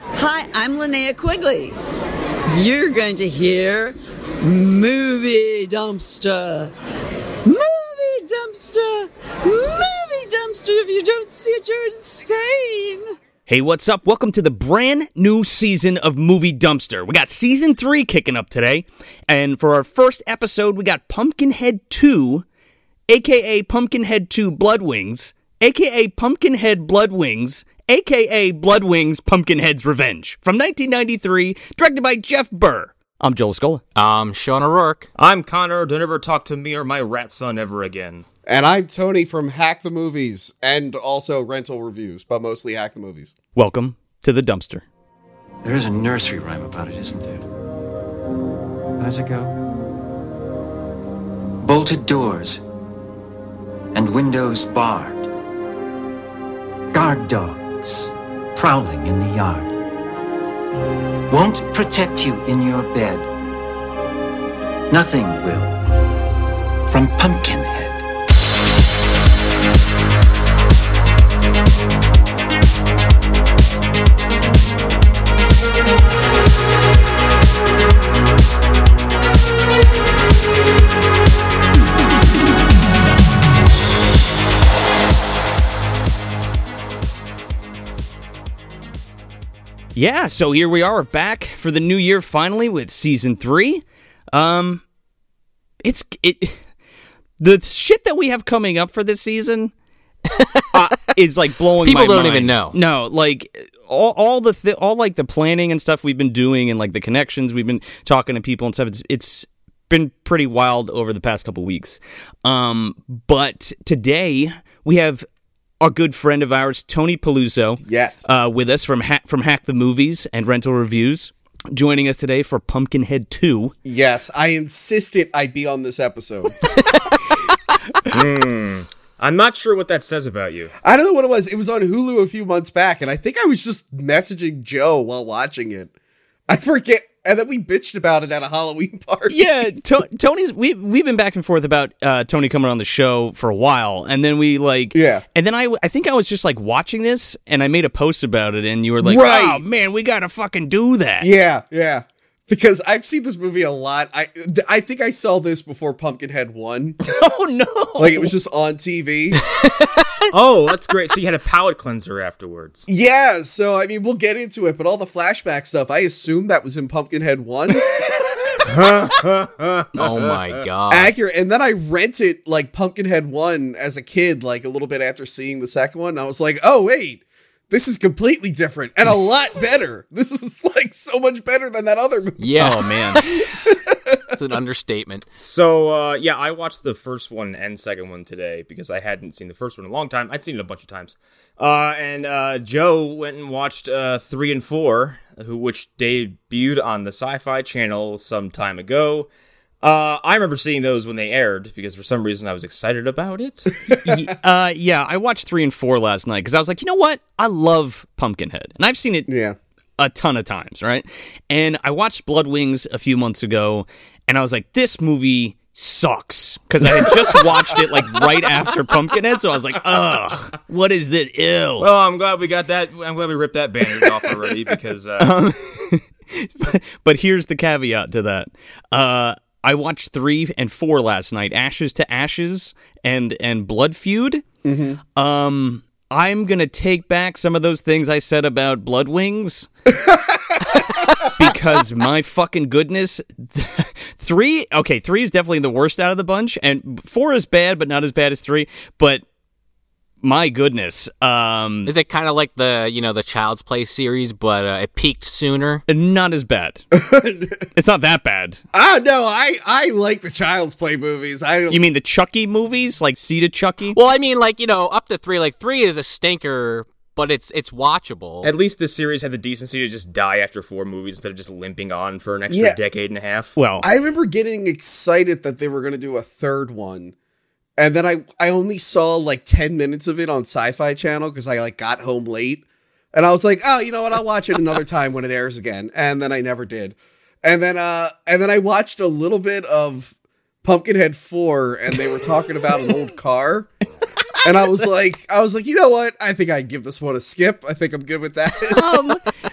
Hi, I'm Linnea Quigley. You're going to hear Movie Dumpster. Movie Dumpster. Movie Dumpster. If you don't see it, you're insane. Hey, what's up? Welcome to the brand new season of Movie Dumpster. We got season three kicking up today. And for our first episode, we got Pumpkinhead 2, aka Pumpkinhead 2 Blood Wings, aka Pumpkinhead Blood Wings, aka Blood Wings Pumpkinhead's Revenge, from 1993, directed by Jeff Burr. I'm Joel Scola. I'm Um, Sean O'Rourke. I'm Connor. Don't ever talk to me or my rat son ever again. And I'm Tony from Hack the Movies and also rental reviews, but mostly Hack the Movies. Welcome to the dumpster. There is a nursery rhyme about it, isn't there? How does it go? Bolted doors and windows barred. Guard dogs prowling in the yard. Won't protect you in your bed. Nothing will. From Pumpkinhead. Yeah, so here we are back for the new year finally with season 3. Um it's it the shit that we have coming up for this season uh, is like blowing People my don't mind. even know. No, like all, all the thi- all like the planning and stuff we've been doing and like the connections we've been talking to people and stuff it's it's been pretty wild over the past couple weeks. Um but today we have our good friend of ours Tony Paluzzo Yes. uh, with us from ha- from Hack the Movies and Rental Reviews. Joining us today for Pumpkinhead Two. Yes, I insisted I be on this episode. I'm not sure what that says about you. I don't know what it was. It was on Hulu a few months back, and I think I was just messaging Joe while watching it. I forget. And then we bitched about it at a Halloween party. Yeah, to- Tony's. We we've been back and forth about uh, Tony coming on the show for a while, and then we like. Yeah. And then I I think I was just like watching this, and I made a post about it, and you were like, "Oh Right. man, we gotta fucking do that." Yeah, yeah. Because I've seen this movie a lot. I th- I think I saw this before Pumpkinhead 1. Oh no. like, it was just on TV. Oh, that's great. So you had a palate cleanser afterwards. Yeah, so I mean, we'll get into it, but all the flashback stuff, I assume that was in Pumpkinhead 1. Oh my god. Accurate. And then I rented, like, Pumpkinhead 1 as a kid, like, a little bit after seeing the second one. And I was like, oh, wait, this is completely different and a lot better. This is, like, so much better than that other movie. Yeah, Oh man. it's an understatement. So uh, yeah, I watched the first one and second one today because I hadn't seen the first one in a long time. I'd seen it a bunch of times. Uh, and uh, Joe went and watched uh, three and four, who which debuted on the Sci-Fi Channel some time ago. Uh, I remember seeing those when they aired because for some reason I was excited about it. Y- uh, yeah, I watched three and four last night because I was like, you know what? I love Pumpkinhead, and I've seen it Yeah. a ton of times, right? And I watched Blood Wings a few months ago, and I was like, this movie sucks because I had just watched it like right after Pumpkinhead, so I was like, ugh, what is this? Ew. Well, Oh, I'm glad we got that. I'm glad we ripped that bandage off already because uh, but here's the caveat to that. Uh, I watched three and four last night: Ashes to Ashes and and Blood Feud. Um, I'm gonna take back some of those things I said about Blood Wings because my fucking goodness, three. Okay, three is definitely the worst out of the bunch, and four is bad, but not as bad as three. But my goodness, um, Is it kind of like the you know the Child's Play series, but uh, it peaked sooner? not as bad. it's not that bad. Ah, no, I, I like the Child's Play movies. I don't. You mean the Chucky movies, like Seed of Chucky? Well, I mean, like you know, up to three. Like three is a stinker, but it's it's watchable. at least this series had the decency to just die after four movies instead of just limping on for an extra Yeah. decade and a half. Well, I remember getting excited that they were going to do a third one. And then I I only saw like 10 minutes of it on Sci-Fi Channel cuz I like got home late. And I was like, "Oh, you know what? I'll watch it another time when it airs again." And then I never did. And then uh and then I watched a little bit of Pumpkinhead 4 and they were talking about an old car. And I was like, I was like, "You know what? I think I give this one a skip. I think I'm good with that." um,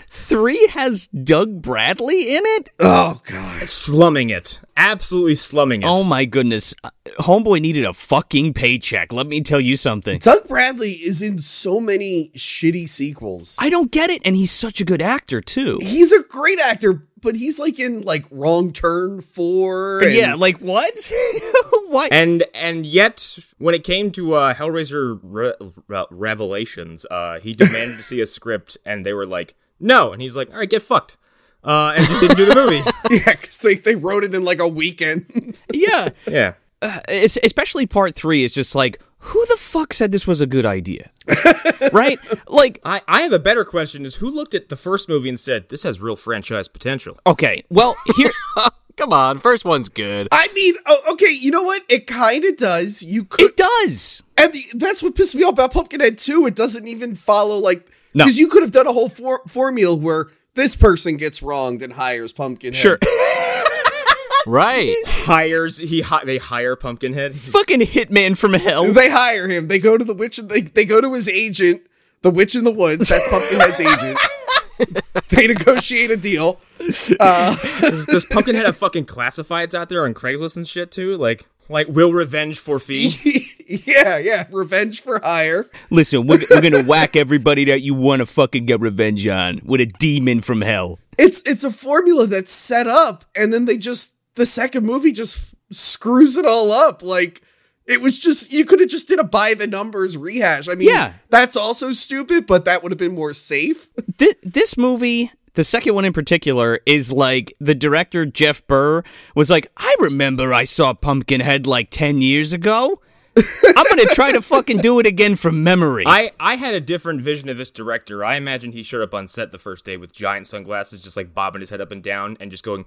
three has Doug Bradley in it? Oh god. slumming it, absolutely slumming it. Oh my goodness. Homeboy needed a fucking paycheck. Let me tell you something. Doug Bradley is in so many shitty sequels. I don't get it, and he's such a good actor too. He's a great actor, but he's like in like Wrong Turn 4 and- Uh, yeah, like what? Why? and and yet, when it came to uh, Hellraiser Re- Re- Revelations, uh, he demanded to see a script, and they were like, "No," and he's like, "All right, get fucked," uh, and just didn't do the movie. Yeah, cuz they they wrote it in like a weekend. yeah, Yeah, uh, es- especially part three is just like, who the fuck said this was a good idea? right? Like, I I have a better question: Is who looked at the first movie and said this has real franchise potential? okay, well, here. Come on, first one's good. I mean, oh, okay, you know what? It kind of does. You could It does. And the, that's what pissed me off about Pumpkinhead too. It doesn't even follow like No. because you could have done a whole for, formula where this person gets wronged and hires Pumpkinhead. Sure. Right. Hires he hi- they hire Pumpkinhead. Fucking hitman from hell. they hire him. They go to the witch. They they go to his agent, the witch in the woods. That's Pumpkinhead's agent. They negotiate a deal. Does, does Pumpkinhead have fucking classifieds out there on Craigslist and shit too? Like like will revenge for fee. yeah, yeah. Revenge for hire. Listen, we're, we're gonna whack everybody that you want to fucking get revenge on with a demon from hell. It's it's a formula that's set up, and then they just the second movie just screws it all up. Like it was just you could have just did a by the numbers rehash. I mean, Yeah. that's also stupid, but that would have been more safe. Th- this movie, the second one in particular, is like the director Jeff Burr was like, I remember I saw Pumpkinhead like ten years ago. I'm gonna try to fucking do it again from memory. I, I had a different vision of this director. I imagine he showed up on set the first day with giant sunglasses, just like bobbing his head up and down and just going,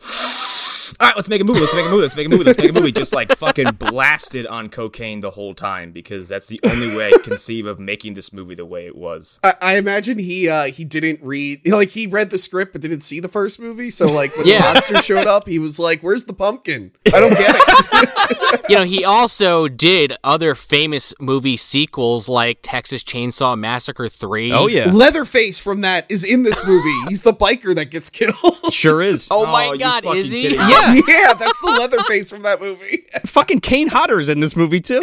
All right, let's make a movie. Let's make a movie. Let's make a movie. Let's make a movie. Just like fucking blasted on cocaine the whole time because that's the only way I conceive of making this movie the way it was. I, I imagine he uh he didn't read you know, like he read the script but didn't see the first movie. So like when Yeah. the monster showed up, he was like, "Where's the pumpkin? I don't get it." You know, he also did other famous movie sequels like Texas Chainsaw Massacre 3. oh yeah, Leatherface from that is in this movie. He's the biker that gets killed. sure is. Oh my Oh, you god, fucking is he? kidding me. Yeah, yeah, that's the Leatherface from that movie. fucking Kane Hodder's in this movie too,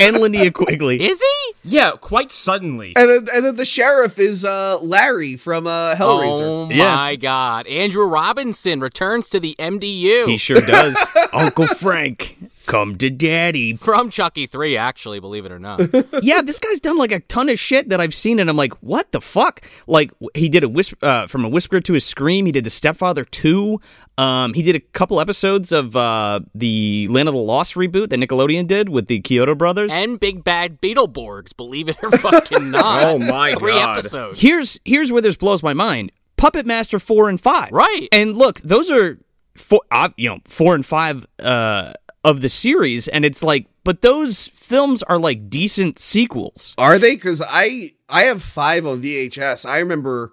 and Linnea Quigley. Is he? Yeah, quite suddenly. And then, and then the sheriff is uh, Larry from uh, Hellraiser. Oh Yeah. my god. Andrew Robinson returns to the MDU He sure does. Uncle Frank, come to daddy. from Chucky 3 actually, believe it or not. yeah, this guy's done like a ton of shit that I've seen, and I'm like, what the fuck? Like w- he did a whisper uh, from a whisper to a scream. He did the Stepfather two. Um, he did a couple episodes of uh, the Land of the Lost reboot that Nickelodeon did with the Kyoto brothers. and Big Bad Beetleborgs, believe it or fucking not. Oh my Three God. episodes. here's here's where this blows my mind. Puppet Master four and five. Right. And look, those are four. Uh, you know, four and five uh, of the series, and it's like, but those films are like decent sequels. Are they? Because I I have five on VHS. I remember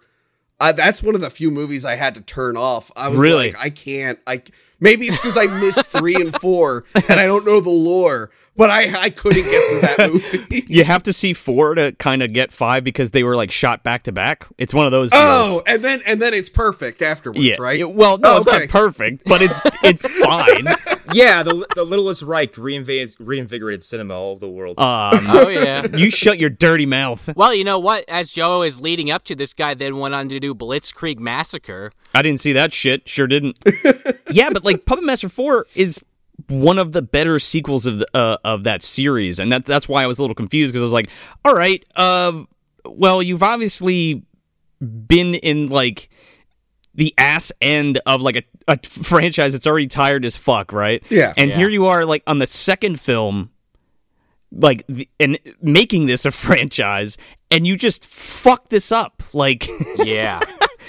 uh, that's one of the few movies I had to turn off. I was Really? like, I can't. I c- maybe it's because I missed three and four, and I don't know the lore. But I I couldn't get through that movie. you have to see four to kind of get five because they were like shot back to back. It's one of those. Oh, deals. and then and then it's perfect afterwards, yeah, right? Yeah, Well, no, Oh, it's not perfect, but it's it's fine. Yeah, the, the Littlest Reich reinv- reinvigorated cinema all over the world. Uh. Oh yeah. You shut your dirty mouth. Well, you know what? As Joe is leading up to this guy, then went on to do Blitzkrieg Massacre. I didn't see that shit. Sure didn't. yeah, but like Puppet Master Four is one of the better sequels of the, uh, of that series, and that that's why I was a little confused because I was like, all right, uh, well, you've obviously been in like the ass end of like a, a franchise that's already tired as fuck, right? Yeah. And here you are, like on the second film, like the, and making this a franchise, and you just fuck this up, like. Yeah.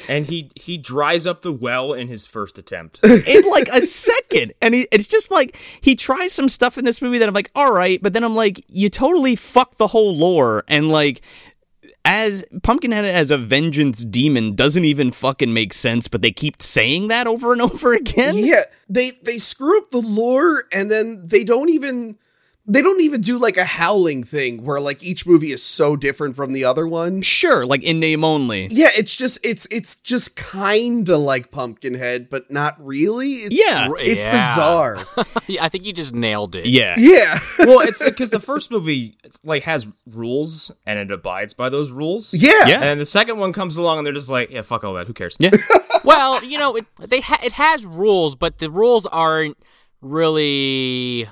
and he, he dries up the well in his first attempt. in like a second. And he, it's just like he tries some stuff in this movie that I'm like, all right, but then I'm like, you totally fucked the whole lore. And like, as Pumpkinhead as a vengeance demon doesn't even fucking make sense, but they keep saying that over and over again. Yeah, they they screw up the lore, and then they don't even they don't even do like a howling thing where like each movie is so different from the other one. Sure, like in name only. Yeah, it's just it's it's just kind of like Pumpkinhead, but not really. It's, Yeah. it's Yeah. bizarre. Yeah, I think you just nailed it. Yeah. yeah, well, it's because the first movie it's, like has rules and it abides by those rules. yeah, Yeah. And the second one comes along and they're just like, yeah, fuck all that. Who cares? Yeah. Well, you know, it, they ha- it has rules, but the rules aren't really.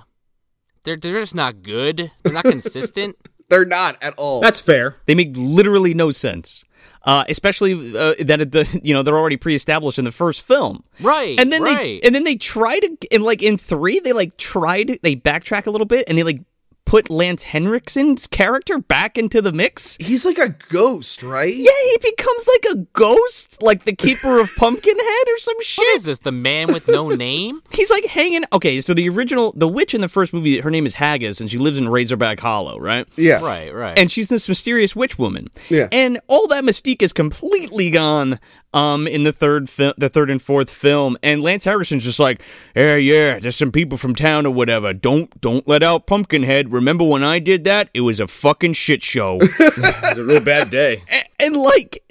They're they're just not good. They're not consistent. They're not at all. That's fair. They make literally no sense. Uh, especially uh, that it, the you know they're already pre-established in the first film, Right, And then right. they and then they try to and like in three they like try to they backtrack a little bit and they like put Lance Henriksen's character back into the mix. he's like a ghost, right? Yeah, he becomes like a ghost, like the keeper of Pumpkinhead or some What shit. is this? The man with no name? He's like hanging. Okay, so the original the witch in the first movie, her name is Haggis, and she lives in Razorback Hollow, right? yeah. Right, right. and she's this mysterious witch woman. Yeah. And all that mystique is completely gone um in the third fi- the third and fourth film and Lance Harrison's just like, "Yeah, yeah, there's some people from town or whatever. Don't don't let out Pumpkinhead. Remember when I did that? It was a fucking shit show." It's a real bad day. A- and like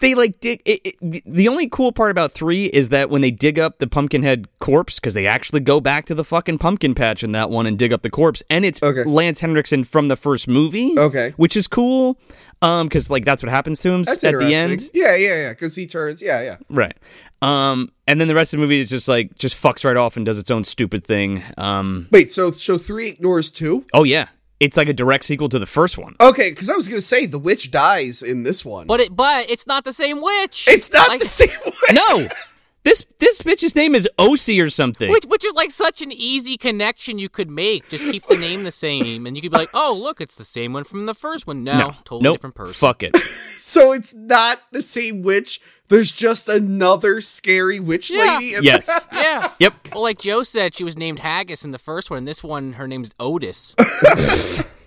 they like dig it, it, the- the only cool part about 3 is that when they dig up the Pumpkinhead corpse cuz they actually go back to the fucking pumpkin patch in that one and dig up the corpse and it's Okay. Lance Henriksen from the first movie Okay. which is cool um cuz like that's what happens to him That's at the interesting. end Yeah, yeah, yeah. Because he turns. Yeah, yeah. right um and then the rest of the movie is just like just fucks right off and does its own stupid thing um Wait, so so three ignores two. oh yeah it's like a direct sequel to the first one Okay, because I was gonna say the witch dies in this one, but it but it's not the same witch. it's not Like, the same way. no this this bitch's name is OC or something Which, which is like such an easy connection you could make. Just keep the name the same, and you could be like, "Oh, look, it's the same one from the first one." No, no totally nope. different person. fuck it So it's not the same witch. There's just another scary witch Yeah. lady. and- yes Yeah. Yep. Well, like Joe said, she was named Haggis in the first one. and this one, her name's Otis.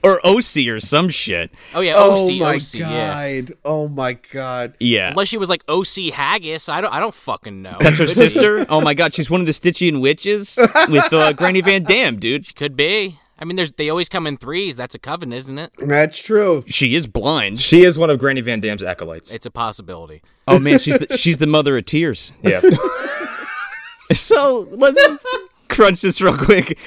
Or OC or some shit. Oh yeah, OC, Oh my OC. Yeah. god. Oh my god. Yeah. Unless she was like OC Haggis, I don't, I don't fucking know. That's her Could be. sister. Oh my god, she's one of the Stitchian witches with uh, Granny Van Dam, dude. Could be. I mean, there's they always come in threes. That's a coven, isn't it? That's true. She is blind. She is one of Granny Van Dam's acolytes. It's a possibility. Oh man, she's the, she's the mother of tears. yeah. So let's crunch this real quick.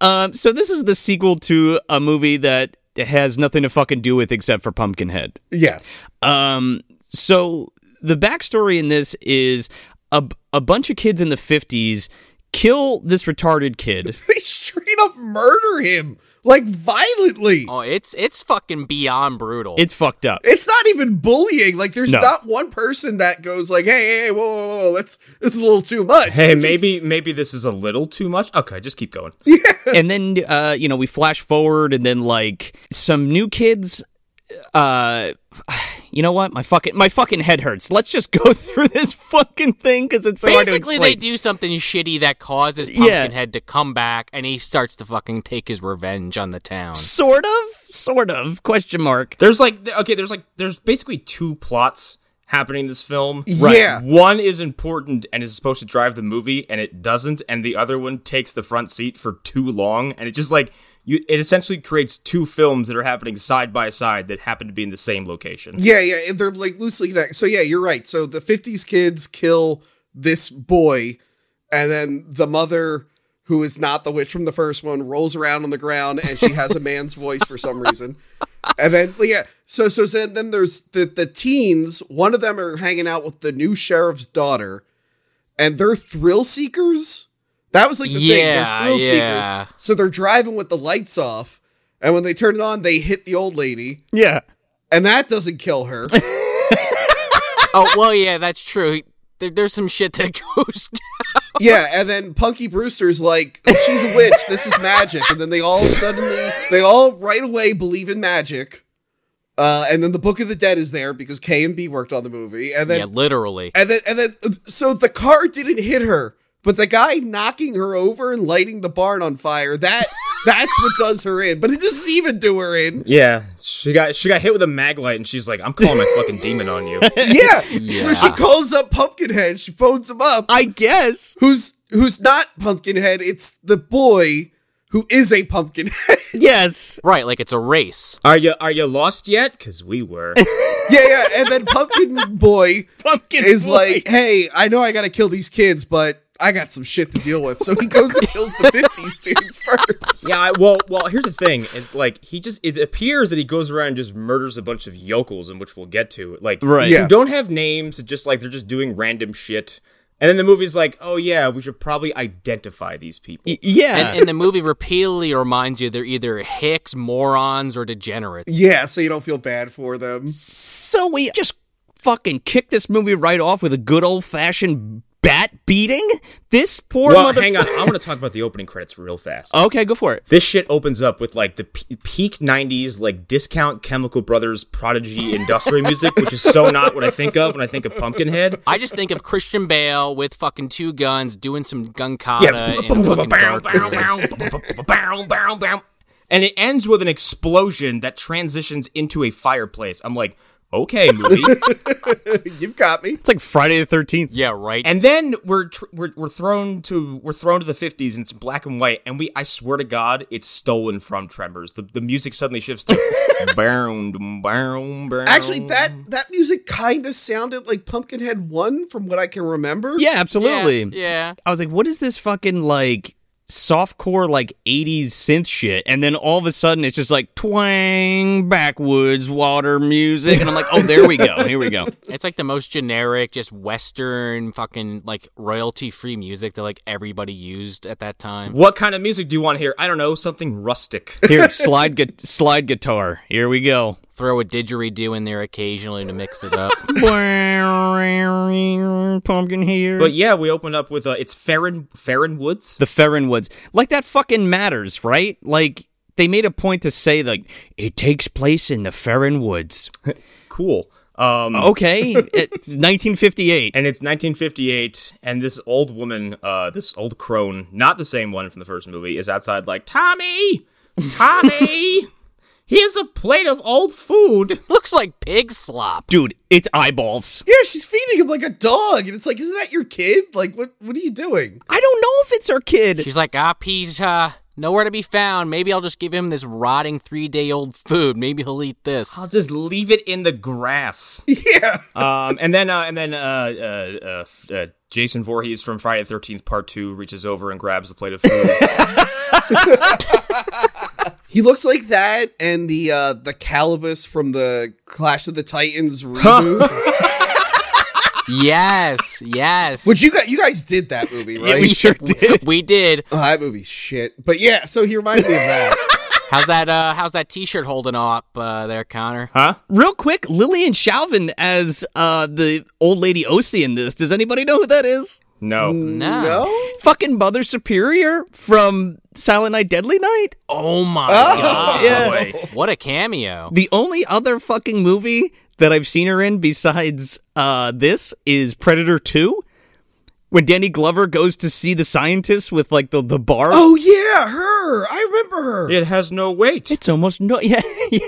Um, so this is the sequel to a movie that has nothing to fucking do with except for Pumpkinhead. Yes. Um, so the backstory in this is a, a bunch of kids in the fifties kill this retarded kid. They straight up murder him. Like violently. Oh, it's it's fucking beyond brutal. It's fucked up. It's not even bullying. Like there's No. not one person that goes like, hey, hey, hey, whoa, whoa, whoa, that's this is a little too much. Hey, They just- maybe maybe this is a little too much. Okay, just keep going. and then uh, you know we flash forward and then like some new kids uh you know what my fucking my fucking head hurts let's just go through this fucking thing because it's so Basically, hard to they explain. do something shitty that causes Yeah. Pumpkinhead to come back, and he starts to fucking take his revenge on the town. sort of sort of question mark There's like th- okay, there's like there's basically two plots happening in this film. Yeah. One is important and is supposed to drive the movie and it doesn't and the other one takes the front seat for too long and it just like you it essentially creates two films that are happening side by side that happen to be in the same location. Yeah, yeah, and they're like loosely connected. So yeah, you're right. So the 50s kids kill this boy, and then the mother, who is not the witch from the first one, rolls around on the ground, and she has a man's voice for some reason. And then yeah, so so then, then there's the the teens. One of them are hanging out with the new sheriff's daughter, and they're thrill seekers. That was like the Yeah, thing. They're thrill yeah. seekers. So they're driving with the lights off, and when they turn it on, they hit the old lady, yeah and that doesn't kill her. oh well, yeah, that's true. There, there's some shit that goes down. Yeah, and then Punky Brewster's like, "Oh, she's a witch. This is magic. And then they all suddenly, they all right away believe in magic. Uh, and then the Book of the Dead is there because K and B worked on the movie. And then, yeah, literally. and then, and then, so the car didn't hit her, but the guy knocking her over and lighting the barn on fire that that's what does her in. But it doesn't even do her in. Yeah, she got she got hit with a mag light, and she's like, "I'm calling my fucking demon on you." Yeah. So she calls up Pumpkinhead. She phones him up. i guess who's who's not Pumpkinhead. It's the boy who is a pumpkin. Yes. Right, like it's a race. Are you are you lost yet? Because we were. yeah, yeah. And then Pumpkin Boy Pumpkin is boy. like, hey, I know I gotta kill these kids, but I got some shit to deal with. So he goes and kills the 50s dudes first. Yeah, I, well, well. Here's the thing: is like he just it appears that he goes around and just murders a bunch of yokels, and which we'll get to. Like, Right. Yeah. who don't have names, just like they're just doing random shit. And then the movie's like, oh yeah, we should probably identify these people. Y- yeah. And, and the movie repeatedly reminds you they're either hicks, morons, or degenerates. Yeah, so you don't feel bad for them. so we just fucking kick this movie right off with a good old fashioned bat beating. This poor Well, mother. Uh, hang on, I want to talk about the opening credits real fast. Okay, go for it. this shit opens up with like the p- peak 90s like discount chemical brothers prodigy industrial music which is so not what i think of when i think of pumpkinhead I just think of Christian Bale with fucking two guns doing some gun kata yeah in a fucking dark room. and it ends with an explosion that transitions into a fireplace i'm like okay movie You've got me. It's like Friday the Thirteenth. Yeah, right. and then we're, tr- we're we're thrown to we're thrown to the 50s and it's black and white and we i swear to god it's stolen from tremors the, the music suddenly shifts to bound bound bound Actually, that that music kind of sounded like Pumpkinhead 1 from what I can remember. Yeah, absolutely. Yeah. I was like, what is this fucking like softcore like 80s synth shit and then all of a sudden it's just like twang backwoods water music and i'm like oh there we go here we go It's like the most generic, just Western fucking like royalty free music that like everybody used at that time. What kind of music do you want to hear? I don't know, something rustic. here slide gu- slide guitar here we go Throw a didgeridoo in there occasionally to mix it up. pumpkin here But yeah, we opened up with uh, it's Farron Farron Woods. the Ferron Woods. Like that fucking matters, right? Like they made a point to say like it takes place in the Ferron Woods. Cool. Um, Okay, it- 1958. And it's 1958, and this old woman, uh, this old crone, not the same one from the first movie, is outside like Tommy, Tommy, here's a plate of old food. Looks like pig slop. Dude, it's eyeballs. Yeah, she's feeding him like a dog. And it's like, isn't that your kid? Like, what what are you doing? I don't know if it's our kid. She's like, ah, he's uh, nowhere to be found. Maybe I'll just give him this rotting three day old food. Maybe he'll eat this. I'll just leave it in the grass. Yeah. um, and then uh, and then uh, uh, uh, f- uh, Jason Voorhees from Friday the Thirteenth Part Two reaches over and grabs the plate of food. He looks like that and the uh the Calibus from the Clash of the Titans reboot. Yes, yes. Which you guys you guys did that movie, right? we sure did. We did. oh, that movie's shit. But yeah, so he reminded me of that. How's that? Uh, how's that T-shirt holding up uh, there, Connor? Real quick, Lillian Chauvin as uh, the old lady Osi in this. Does anybody know who that is? no, No. no? Fucking Mother Superior from Silent Night Deadly Night? Oh my god! yeah. boy. What a cameo! The only other fucking movie that I've seen her in besides uh, this is Predator 2. When Danny Glover goes to see the scientists with like the, the bar. Oh yeah, her. I remember her. It has no weight. It's almost no yeah. yeah.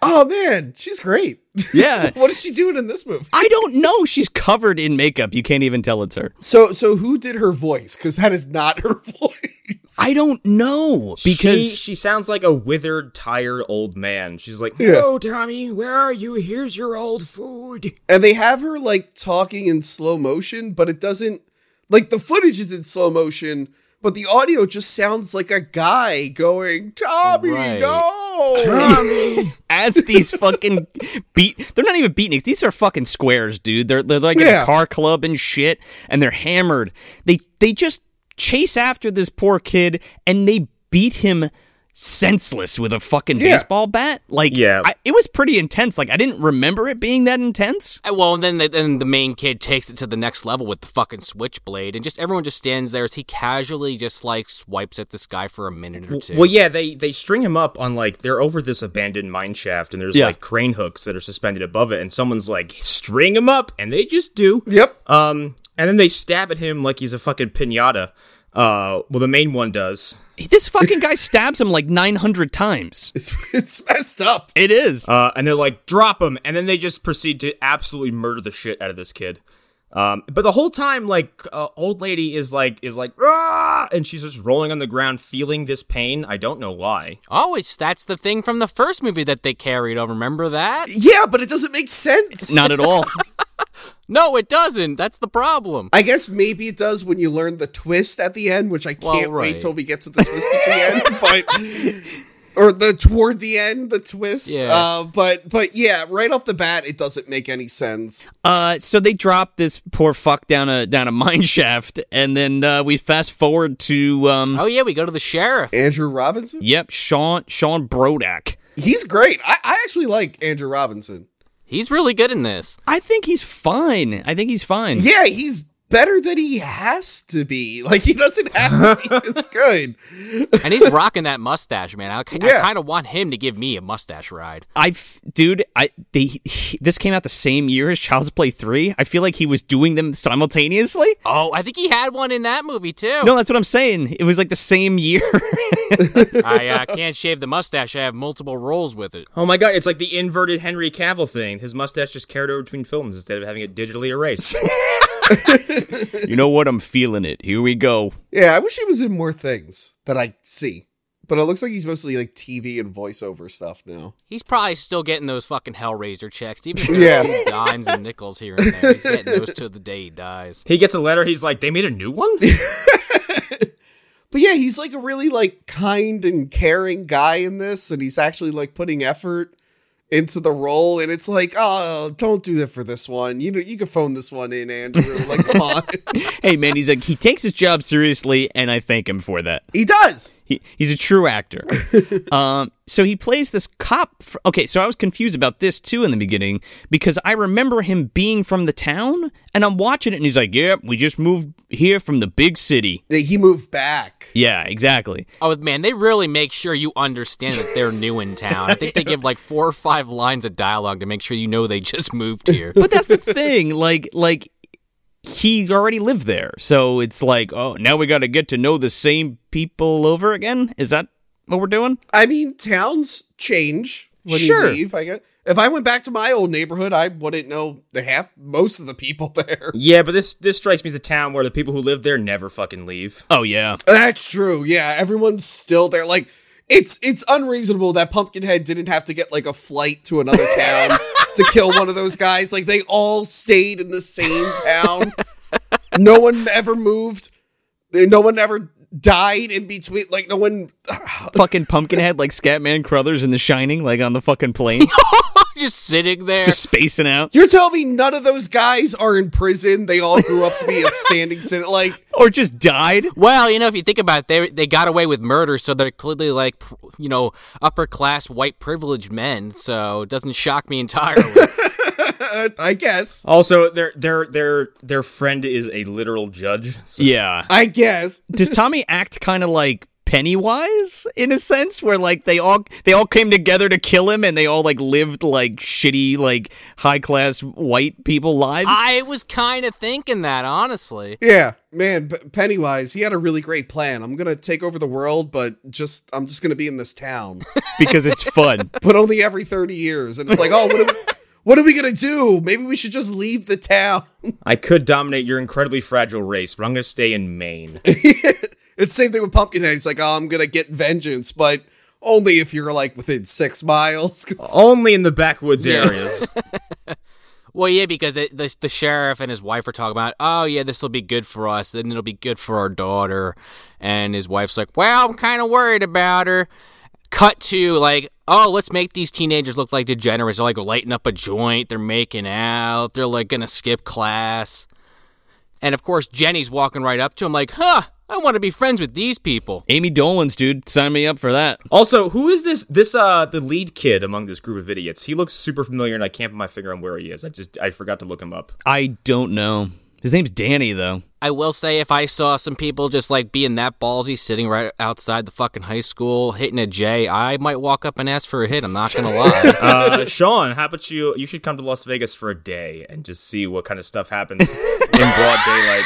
Oh man, she's great. yeah. what is she doing in this movie? I don't know. She's covered in makeup. You can't even tell it's her. So so who did her voice? Because that is not her voice. I don't know because she, she sounds like a withered, tired old man. She's like, "Hello, Tommy. Where are you? Here's your old food." And they have her like talking in slow motion, but it doesn't like the footage is in slow motion, but the audio just sounds like a guy going, Tommy, Right. no. Tommy. as these fucking beat they're not even beatniks these are fucking squares dude they're they're like in Yeah. a car club and shit and they're hammered they they just chase after this poor kid and they beat him senseless with a fucking Yeah. baseball bat like Yeah. I, it was pretty intense like i didn't remember it being that intense Uh, Well, and then the, then the main kid takes it to the next level with the fucking switchblade, and just everyone just stands there as he casually just like swipes at this guy for a minute or two. Well, yeah, they they string him up on like they're over this abandoned mine shaft, and there's Yeah. like crane hooks that are suspended above it, and someone's like, "String him up," and they just do. Yep. Um, and then they stab at him like he's a fucking pinata. Uh, well, the main one does. this fucking guy stabs him like 900 times It's it's messed up. it is Uh, and they're like, "Drop him," and then they just proceed to absolutely murder the shit out of this kid. Um, but the whole time, like uh, old lady is like is like Rah! and she's just rolling on the ground, feeling this pain. I don't know why. Oh, it's that's the thing from the first movie that they carried over. Remember that? Yeah, but it doesn't make sense. Not at all. No, it doesn't. That's the problem. I guess maybe it does when you learn the twist at the end, which I Well, can't right. wait till we get to the twist at the end, but or the toward the end, the twist. Yeah. Uh, but but yeah, right off the bat, it doesn't make any sense. Uh, so they drop this poor fuck down a down a mine shaft, and then uh, we fast forward to um, Oh yeah, we go to the sheriff. Andrew Robinson, yep, Sean Sean Brodak. he's great. I, I actually like Andrew Robinson. He's really good in this. I think he's fine. I think he's fine. Yeah, he's better than he has to be. Like he doesn't have to be this good. And he's rocking that mustache, man. I, Yeah. kind of want him to give me a mustache ride. I, f- dude, I they he- this came out the same year as Child's Play three. I feel like he was doing them simultaneously. Oh, I think he had one in that movie too. No, that's what I'm saying. It was like the same year. I uh, can't shave the mustache. I have multiple rolls with it. Oh my god, it's like the inverted Henry Cavill thing. His mustache just carried over between films instead of having it digitally erased. you know what? I'm feeling it. Here we go. Yeah, I wish he was in more things that I see. But it looks like he's mostly like TV and voiceover stuff now. He's probably still getting those fucking Hellraiser checks. Even Yeah. yeah. dimes and nickels here and there. He's getting those till the day he dies. he gets a letter. He's like, "They made a new one." But yeah, he's like a really like kind and caring guy in this, and he's actually like putting effort into the role. And it's like, oh, don't do that for this one. You know, you can phone this one in, Andrew. Like, come on, Hey man, he's like he takes his job seriously, and I thank him for that. he does. He, he's a true actor. um, so he plays this cop. Fr- okay, so I was confused about this too in the beginning because I remember him being from the town, and I'm watching it, and he's like, "Yep, we just moved here from the big city." Yeah, He moved back. Yeah, exactly. Oh man, they really make sure you understand that they're new in town. I think they give like four or five lines of dialogue to make sure you know they just moved here. But that's the thing. Like, like he already lived there, so it's like, oh, now we got to get to know the same people over again. Is that what we're doing? I mean, towns change when Sure. you leave. I guess if I went back to my old neighborhood, I wouldn't know the half most of the people there. yeah, but this this strikes me as a town where the people who live there never fucking leave. Oh yeah. That's true. Yeah, everyone's still there. Like it's it's unreasonable that Pumpkinhead didn't have to get like a flight to another town to kill one of those guys. Like they all stayed in the same town. No one ever moved. No one ever died in between. Like no one. fucking Pumpkinhead like Scatman Crothers in The Shining, like on the fucking plane, just sitting there. just spacing out. You're telling me none of those guys are in prison? They all grew up to be upstanding citizens. Like Or just died. well, you know, if you think about it, they they got away with murder, so they're clearly like pr- you know upper class white privileged men. So it doesn't shock me entirely. uh, I guess. Also, their their their their friend is a literal judge. So Yeah. I guess. Does Tommy act kind of like Pennywise in a sense, where like they all they all came together to kill him, and they all like lived like shitty, like high class white people lives? I was kind of thinking that honestly. Yeah, man, P- Pennywise, he had a really great plan. I'm going to take over the world, but just I'm just going to be in this town, because it's fun. but only every 30 years. And it's like, "Oh, what are we, what are we going to do? Maybe we should just leave the town I could dominate your incredibly fragile race, but I'm gonna stay in Maine. It's the same thing with Pumpkinhead. He's like, "Oh, I'm going to get vengeance, but only if you're like within 6 miles." 'Cause- Only in the backwoods areas. Well, yeah, because it, the the sheriff and his wife are talking about, oh yeah, this will be good for us, then it'll be good for our daughter. And his wife's like, well, I'm kind of worried about her. Cut to like, oh, let's make these teenagers look like degenerates. They're like lighting up a joint. They're making out. They're like gonna skip class. And of course, Jenny's walking right up to him like, huh, I want to be friends with these people. Amy Dolan's dude, sign me up for that. also, who is this this uh the lead kid among this group of idiots? He looks super familiar and I can't put my finger on where he is. I just I forgot to look him up. I don't know. His name's Danny though. I will say, if I saw some people just like being that ballsy, sitting right outside the fucking high school, hitting a J, I might walk up and ask for a hit. I'm not gonna lie. Uh, Sean, how about you? You should come to Las Vegas for a day and just see what kind of stuff happens in broad daylight.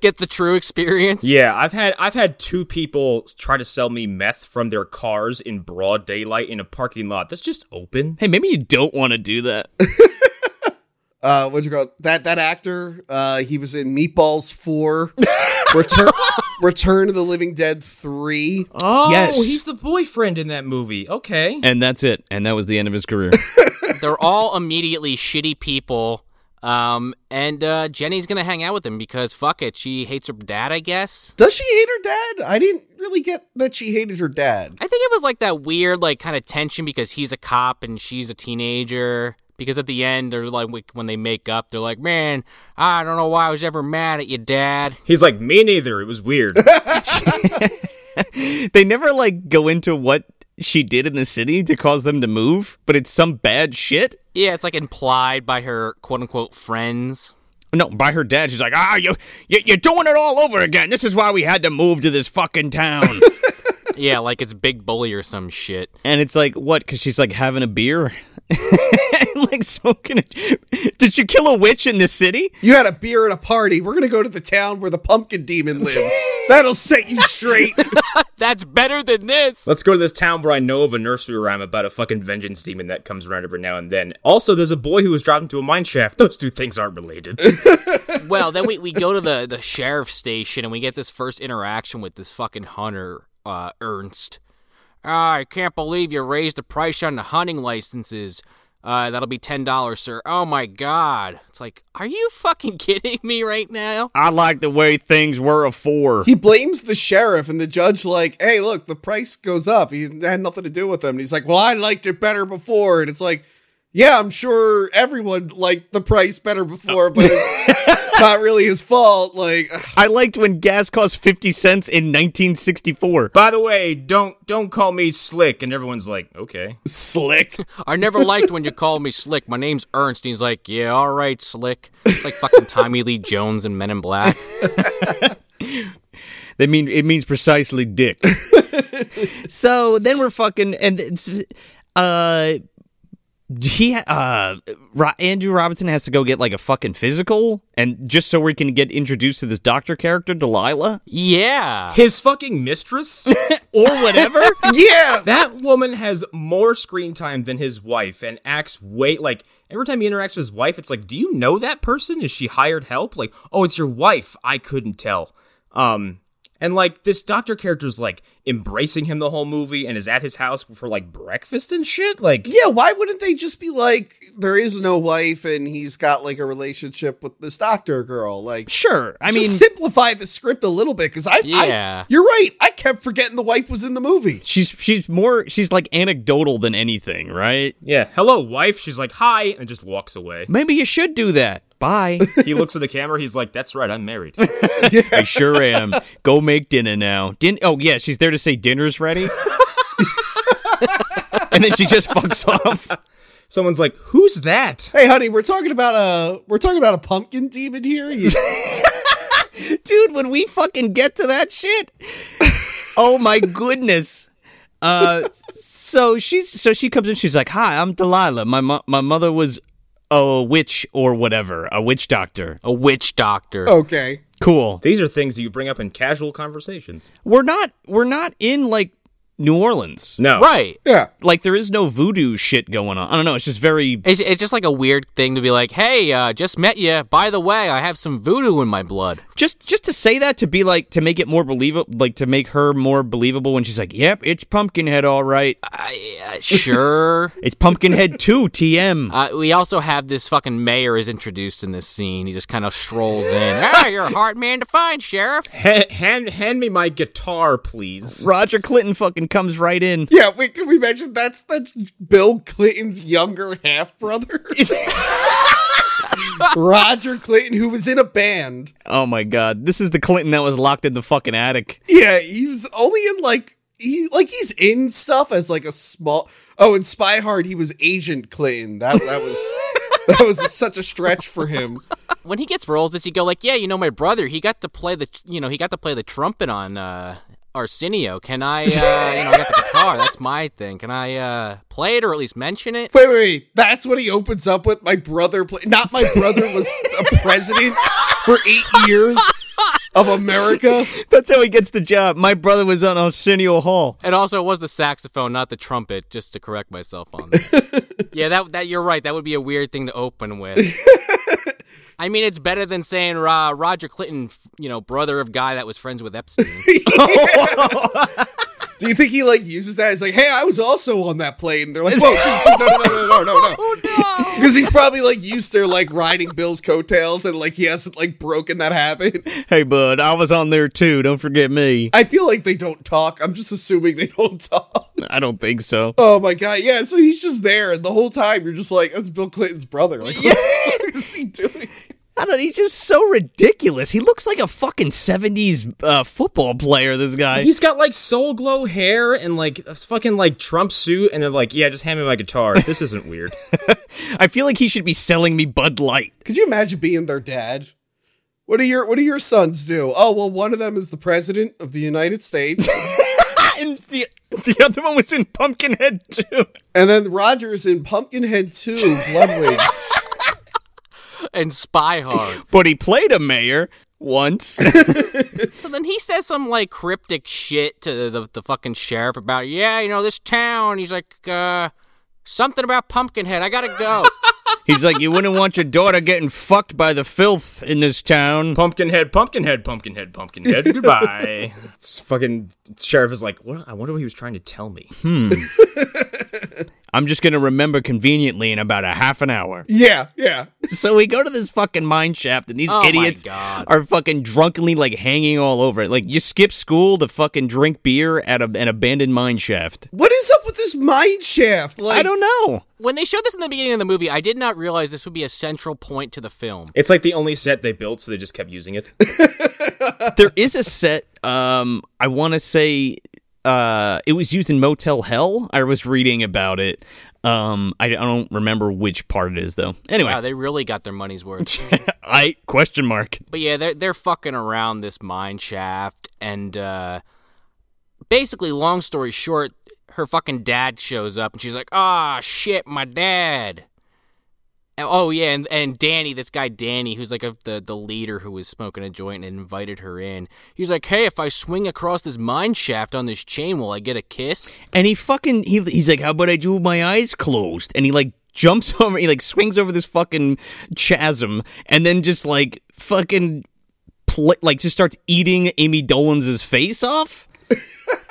Get the true experience. Yeah, I've had I've had two people try to sell me meth from their cars in broad daylight in a parking lot that's just open. Hey, maybe you don't want to do that. uh, what you call it? that that actor? Uh, he was in Meatballs Four, Return Return of the Living Dead Three. Oh, Yes. he's the boyfriend in that movie. Okay. And that's it. And that was the end of his career. They're all immediately shitty people. Um, and uh, Jenny's gonna hang out with him because fuck it, she hates her dad, I guess. Does she hate her dad? I didn't really get that she hated her dad. I think it was like that weird, like kind of tension because he's a cop and she's a teenager. Because at the end, they're like wh- when they make up, they're like, "Man, I don't know why I was ever mad at you, Dad." He's like, me neither. It was weird. they never like go into what she did in the city to cause them to move, but it's some bad shit. Yeah, it's like implied by her quote unquote friends. No, by her dad, she's like, ah, you, you, you're doing it all over again. This is why we had to move to this fucking town. Yeah, like it's Big Bully or some shit. and it's like, what? Because she's like having a beer, like smoking. A... Did you kill a witch in this city? You had a beer at a party. We're gonna go to the town where the pumpkin demon lives. That'll set you straight. That's better than this. Let's go to this town where I know of a nursery rhyme about a fucking vengeance demon that comes around every now and then. Also, there's a boy who was dropped into a mine shaft. Those two things aren't related. Well, then we, we go to the, the sheriff's station and we get this first interaction with this fucking hunter, uh, Ernst. Ah, I can't believe you raised the price on the hunting licenses. Uh, that'll be $10, sir. Oh my god. It's like, are you fucking kidding me right now? I like the way things were afore. he blames the sheriff and the judge. Like, hey, look, the price goes up. He had nothing to do with them. And he's like, well, I liked it better before. And it's like, yeah, I'm sure everyone liked the price better before, but it's not really his fault. Like, I liked when gas cost fifty cents in 1964. By the way, don't don't call me slick. And everyone's like, okay. slick. I never liked when you called me Slick. My name's Ernst. And he's like, yeah, all right, Slick. It's like fucking Tommy Lee Jones and Men in Black. They mean it means precisely dick. so then we're fucking and it's, uh he uh Ro- Andrew Robinson has to go get like a fucking physical and just so we can get introduced to this doctor character Delilah Yeah. His fucking mistress? or whatever. yeah. that woman has more screen time than his wife and acts way like every time he interacts with his wife, it's like, do you know that person? Is she hired help? Like, oh, it's your wife. I couldn't tell. Um, and like this doctor character's like embracing him the whole movie and is at his house for like breakfast and shit. Like, Yeah, why wouldn't they just be like, there is no wife and he's got like a relationship with this doctor girl? Like, sure. I I mean mean, simplify the script a little bit because I, Yeah. I, you're right. I kept forgetting the wife was in the movie. she's she's more she's like anecdotal than anything, right? yeah, hello, wife. She's like, hi, and just walks away. Maybe you should do that. Bye. He looks at the camera. He's like, that's right, I'm married. I sure am. Go make dinner now. Din- oh, yeah, she's there to say dinner's ready. and then she just fucks off. Someone's like, who's that? Hey, honey, we're talking about a we're talking about a pumpkin demon here. You- Dude, when we fucking get to that shit. Oh my goodness. Uh so she's so she comes in she's like, "Hi, I'm Delilah. My mo- my mother was a witch or whatever, a witch doctor." A witch doctor. okay, Cool. These are things that you bring up in casual conversations. We're not we're not in like New Orleans. No. Right. yeah, Like there is no voodoo shit going on. I don't know, it's just very It's, it's just like a weird thing to be like, hey, uh, just met you. By the way, I have some voodoo in my blood. just just to say that to be like to make it more believable like to make her more believable when she's like yep it's pumpkinhead all right Uh, sure. it's pumpkinhead 2 tm uh, we also have this fucking mayor is introduced in this scene. He just kind of strolls in. Ah, you're a hard man to find, sheriff. Ha- hand, hand me my guitar, please. roger clinton fucking comes right in yeah. Wait, can we mention that's that's Bill Clinton's younger half brother, Roger Clinton, who was in a band. oh my god this is the clinton that was locked in the fucking attic Yeah, he was only in like he like he's in stuff as like a small. Oh, in Spy Hard, he was Agent Clinton. That that was that was such a stretch for him. When he gets roles, does he go like, yeah, you know, my brother, he got to play the, you know, he got to play the trumpet on uh, Arsenio. Can I, uh, you know, I got the guitar. That's my thing. Can I uh, play it or at least mention it? Wait, wait, wait. That's what he opens up with. My brother play. Not my brother was a president for eight years of America. that's how he gets the job my brother was on arsenio hall And also, it was the saxophone, not the trumpet, just to correct myself on that. Yeah, that that you're right. That would be a weird thing to open with. I mean, it's better than saying uh, Roger Clinton, f- you know, brother of guy that was friends with Epstein. Do you think he like uses that? He's like, "Hey, I was also on that plane." They're like, "Whoa, no, no, no, no, no, no, no!" Because he's probably like used to like riding Bill's coattails, and like he hasn't like broken that habit. Hey, bud, I was on there too. Don't forget me. I feel like they don't talk. I'm just assuming they don't talk. I don't think so. Oh my god, yeah. So he's just there, and the whole time you're just like, "That's Bill Clinton's brother." Like, what the fuck is he doing? I don't. He's just so ridiculous. He looks like a fucking seventies uh, football player. This guy. He's got like soul glow hair and like a fucking like Trump suit, and they're like, "Yeah, just hand me my guitar. This isn't weird." I feel like he should be selling me Bud Light. Could you imagine being their dad? What do your What do your sons do? Oh well, one of them is the president of the United States, and the the other one was in Pumpkinhead too. and then Roger's in Pumpkinhead Two, Bloodwings. and Spy Hard. but he played a mayor once. so then he says some like cryptic shit to the, the, the fucking sheriff about, yeah, you know, this town. He's like, uh, something about Pumpkinhead. I gotta go. He's like, you wouldn't want your daughter getting fucked by the filth in this town. Pumpkinhead, Pumpkinhead, Pumpkinhead, Pumpkinhead. Goodbye. It's fucking sheriff is like, what? I wonder what he was trying to tell me. I'm just gonna remember conveniently in about a half an hour. yeah, yeah. So we go to this fucking mine shaft, and these Oh my idiots God. are fucking drunkenly like hanging all over it. Like you skip school to fucking drink beer at a, an abandoned mine shaft. What is up with this mine shaft? Like, I don't know. When they showed this in the beginning of the movie, I did not realize this would be a central point to the film. It's like the only set they built, so they just kept using it. there is a set. Um, I want to say uh, it was used in Motel Hell. I was reading about it. Um, I, I don't remember which part it is though. Anyway, Wow, they really got their money's worth. I question mark. But yeah, they're they're fucking around this mine shaft, and uh, basically, long story short, her fucking dad shows up, and she's like, "Ah, shit, my dad." And- oh yeah, and, and Danny, this guy Danny, who's like a, the the leader who was smoking a joint and invited her in. He's like, "Hey, if I swing across this mine shaft on this chain, will I get a kiss?" And he fucking he, he's like, how about I do with my eyes closed? And he like jumps over, he like swings over this fucking chasm, and then just like fucking pl- like just starts eating Amy Dolan's face off.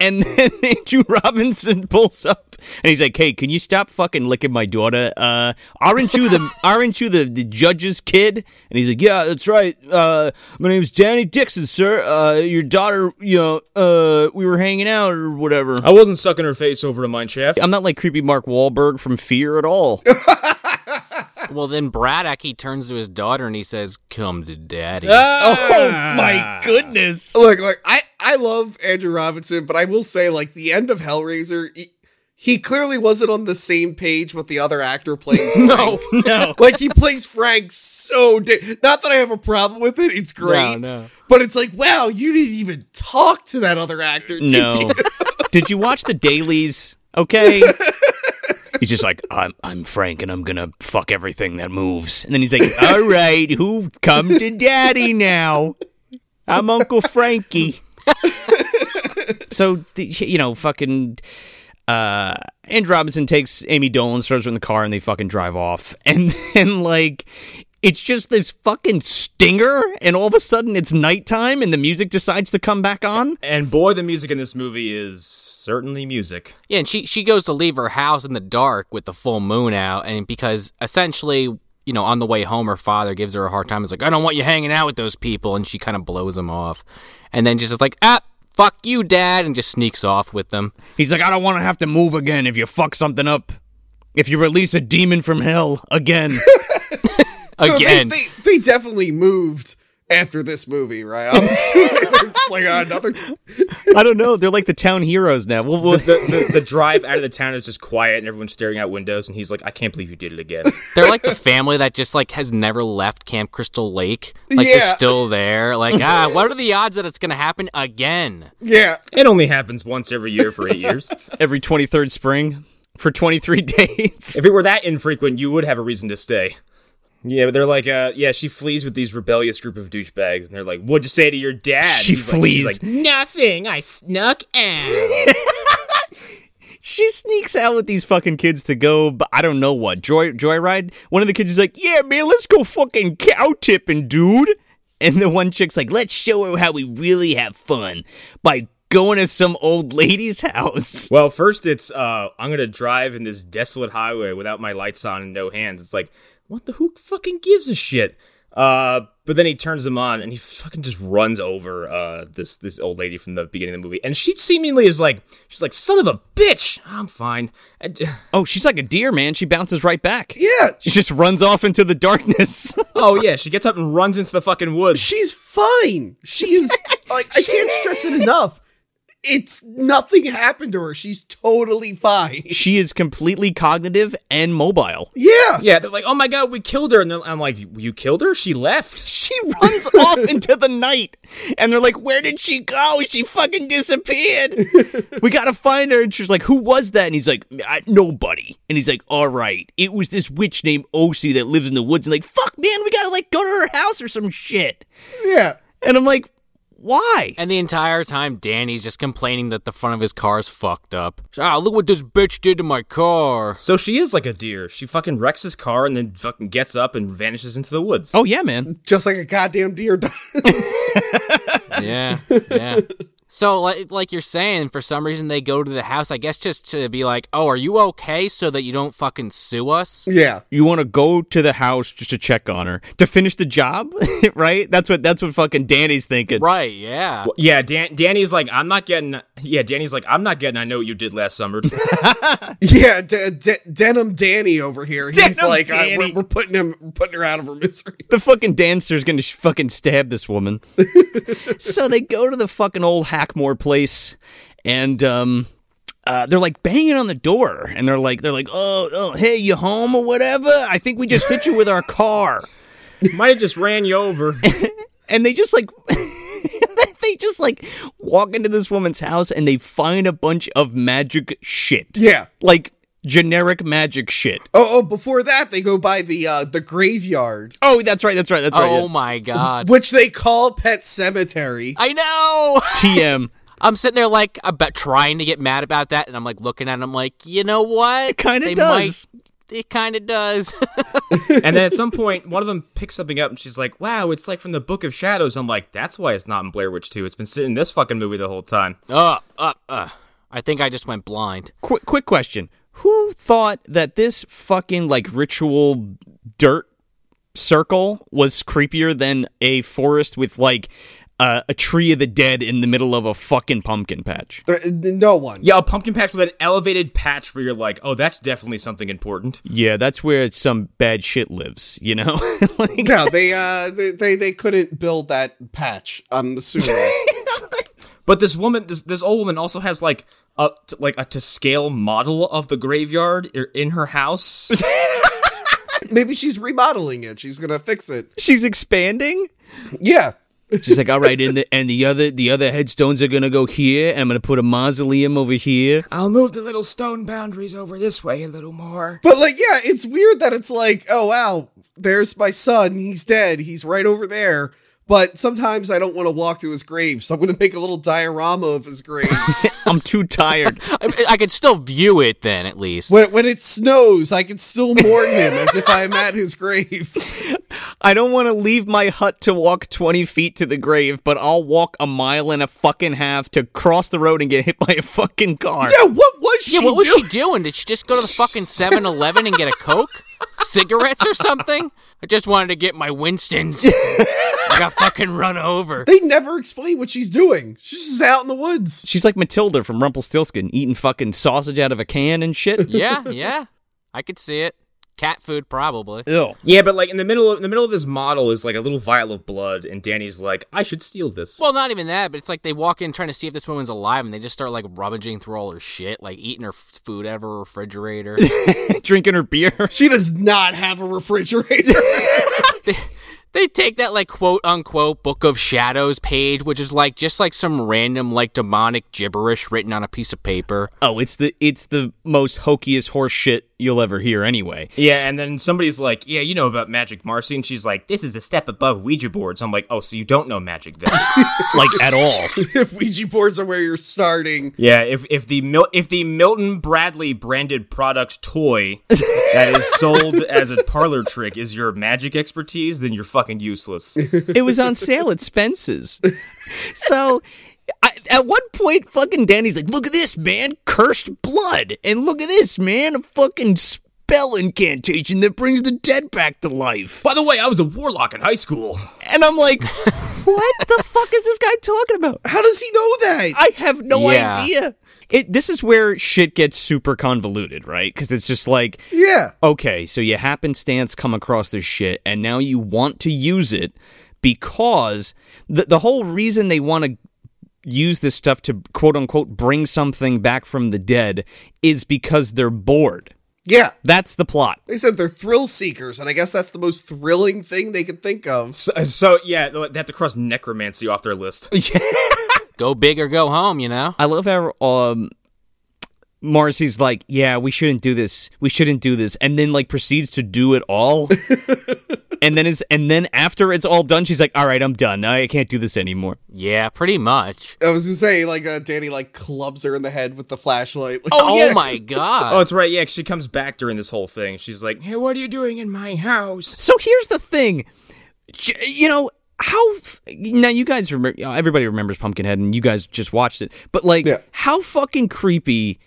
and then Andrew Robinson pulls up and he's like, "Hey, can you stop fucking licking my daughter? Uh, aren't you the aren't you the, the judge's kid?" And he's like, "Yeah, that's right. Uh, my name's Danny Dixon, sir. Uh, your daughter, you know, uh, we were hanging out or whatever." I wasn't sucking her face over to mine shaft. I'm not like creepy Mark Wahlberg from Fear at all. Well, then Braddock he turns to his daughter and he says, "Come to daddy." oh my goodness! look, look. I I love Andrew Robinson, but I will say, like, the end of Hellraiser, he, he clearly wasn't on the same page with the other actor playing. No, no. like, he plays Frank so. Di- Not that I have a problem with it. It's great. No, no. But it's like, wow, you didn't even talk to that other actor. did you? No. Did you watch the dailies? Okay. He's just like, I'm, I'm Frank and I'm going to fuck everything that moves. And then he's like, all right, who come to daddy now? I'm Uncle Frankie. so, the, you know, fucking. Uh, Andrew Robinson takes Amy Dolan, throws her in the car, and they fucking drive off. And then, like, it's just this fucking stinger, and all of a sudden it's nighttime, and the music decides to come back on. And boy, the music in this movie is certainly music. Yeah, and she she goes to leave her house in the dark with the full moon out, and because essentially, you know, on the way home, her father gives her a hard time. He's like, "I don't want you hanging out with those people," and she kind of blows him off, and then just is like, "Ah, fuck you, dad," and just sneaks off with them. He's like, I don't want to have to move again if you fuck something up. If you release a demon from hell again. So they- Again. They, they, definitely moved after this movie, right? I'm assuming it's like "Ah, another. T- I don't know. They're like the town heroes now. Well, well, The, the, the drive out of the town is just quiet and everyone's staring out windows, and he's like, I can't believe you did it again. They're like the family that just like has never left Camp Crystal Lake. Like Yeah. they're still there. Like, ah, what are the odds that it's gonna happen again? yeah. it only happens once every year for eight years. every 23rd spring for 23 days. If it were that infrequent, you would have a reason to stay. Yeah, but they're like, uh, yeah, she flees with these rebellious group of douchebags, and they're like, what'd you say to your dad? She He's like- he's flees. like, nothing. I snuck out. She sneaks out with these fucking kids to go, but I don't know what joy joyride. One of the kids is like, "Yeah, man, let's go fucking cow tipping, dude." And the one chick's like, "Let's show her how we really have fun by going to some old lady's house." Well, first it's uh, I'm gonna drive in this desolate highway without my lights on and no hands. It's like, what the who fucking gives a shit? Uh, but then he turns them on and he fucking just runs over uh, this this old lady from the beginning of the movie, and she seemingly is like she's like son of a bitch. I'm fine. I d- Oh, she's like a deer, man. She bounces right back. Yeah, She just runs off into the darkness. oh yeah, she gets up and runs into the fucking woods. she's fine. She is like I can't stress it enough. It's nothing happened to her. She's totally fine. she is completely cognitive and mobile. Yeah. Yeah, they're like, oh my god, we killed her, and they're- I'm like, you killed her? She left. She runs off into the night, and they're like, "Where did she go? She fucking disappeared. we gotta find her." And she's like, "Who was that?" And he's like, I, "Nobody." And he's like, "All right, it was this witch named Osi that lives in the woods." And like, "Fuck, man, we gotta like go to her house or some shit." Yeah. And I'm like, "Why?" And the entire time, Danny's just complaining that the front of his car's fucked up. Ah, look what this bitch did to my car. So she is like a deer. She fucking wrecks his car and then fucking gets up and vanishes into the woods. Oh yeah, man. Just like a goddamn deer does. Yeah, yeah. So, like, like you're saying, for some reason they go to the house, I guess just to be like, oh, are you okay so that you don't fucking sue us? yeah. You want to go to the house just to check on her to finish the job, right? That's what that's what fucking Danny's thinking. Right, yeah. Yeah, Dan- Danny's like, I'm not getting. Yeah, Danny's like, I'm not getting. I know what you did last summer. Yeah, De- De- Denim Danny over here. He's Denim like, I, Danny. we're, we're putting him, we're putting her out of her misery. The fucking dancer's gonna sh- fucking stab this woman. so they go to the fucking old Hackmore place, and um, uh, they're like banging on the door, and they're like, they're like, oh, oh, hey, you home or whatever? I think we just hit you with our car, Might have just ran you over. and they just like. They just like walk into this woman's house and they find a bunch of magic shit. Yeah. Like generic magic shit. Oh, oh, before that, they go by the uh, the graveyard, Oh, that's right, that's right, that's right. oh yeah. my god. which they call Pet Cemetery. I know! TM. I'm sitting there like about trying to get mad about that, and I'm like looking at him like, you know what? It kinda does. it kind of does. and then at some point, one of them picks something up and she's like, Wow, it's like from the Book of Shadows. I'm like, That's why it's not in Blair Witch 2. It's been sitting in this fucking movie the whole time. uh, uh, uh. I think I just went blind. quick quick question who thought that this fucking like ritual dirt circle was creepier than a forest with like uh, a tree of the dead in the middle of a fucking pumpkin patch There- no one. Yeah, a pumpkin patch with an elevated patch where you're like, Oh, that's definitely something important. yeah that's where some bad shit lives you know like No, they uh they, they they couldn't build that patch. I'm assuming. But this woman, this, this old woman also has like a, t- like a to scale model of the graveyard i- in her house. Maybe she's remodeling it. She's gonna fix it. she's expanding Yeah. she's like all right and the, and the other the other headstones are gonna go here and i'm gonna put a mausoleum over here I'll move the little stone boundaries over this way a little more. But like, yeah, it's weird that it's like, oh wow, there's my son. He's dead. He's right over there. But sometimes I don't want to walk to his grave, so I'm gonna make a little diorama of his grave. i'm too tired I, I could still view it then, at least. when when it snows, I can still mourn him as if I'm at his grave. I don't want to leave my hut to walk 20 feet to the grave, but I'll walk a mile and a fucking half to cross the road and get hit by a fucking car. Yeah, what was Yeah, she what was doing? she doing? Did she just go to the fucking 7 Eleven and get a Coke? Cigarettes or something? I just wanted to get my Winston's. I got fucking run over. They never explain what she's doing. She's just out in the woods. She's like Matilda from Rumpelstiltskin, eating fucking sausage out of a can and shit. Yeah, yeah. I could see it. Cat food, probably. Ew. Yeah, but like in the middle of in the middle of this model is like a little vial of blood, and Danny's like, I should steal this. Well, not even that, but it's like they walk in trying to see if this woman's alive, and they just start like rummaging through all her shit, like eating her f- food out of her refrigerator. Drinking her beer. She does not have a refrigerator. they take that like quote unquote Book of Shadows page, which is like just like some random like demonic gibberish written on a piece of paper. Oh, it's the it's the most hokiest horse shit you'll ever hear anyway. Yeah, and then somebody's like, "Yeah, you know about Magic Marcy," and she's like, "This is a step above Ouija boards." I'm like, "Oh, so you don't know magic then?" Like at all. if Ouija boards are where you're starting, yeah, if if the Mil- if the Milton Bradley branded product toy that is sold as a parlor trick is your magic expertise, then you're fucking useless. It was on sale at Spence's. So I, at one point, fucking Danny's like, "Look at this, man! Cursed blood, and look at this, man! A fucking spell incantation that brings the dead back to life." By the way, I was a warlock in high school. And I'm like, "What the fuck is this guy talking about? how does he know that? I have no Yeah. idea." It, this is where shit gets super convoluted, right? Because it's just like, yeah, okay, so you happenstance come across this shit, and now you want to use it because the the whole reason they want to use this stuff to quote unquote bring something back from the dead is because they're bored. yeah. That's the plot. They said they're thrill seekers, and I guess that's the most thrilling thing they could think of. So, so yeah, they have to cross necromancy off their list. Go big or go home, you know? I love how um Morrissey's like, yeah, we shouldn't do this. We shouldn't do this, and then like proceeds to do it all. and then is and then after it's all done, she's like, all right, I'm done. I can't do this anymore. Yeah, pretty much. I was gonna say, like uh, Danny, like clubs her in the head with the flashlight. Like, Oh, my god. Oh, that's right. Yeah, 'cause she comes back during this whole thing. She's like, "Hey, what are you doing in my house?" So here's the thing, J- you know how f- now you guys remember everybody remembers Pumpkinhead and you guys just watched it, but like Yeah. how fucking creepy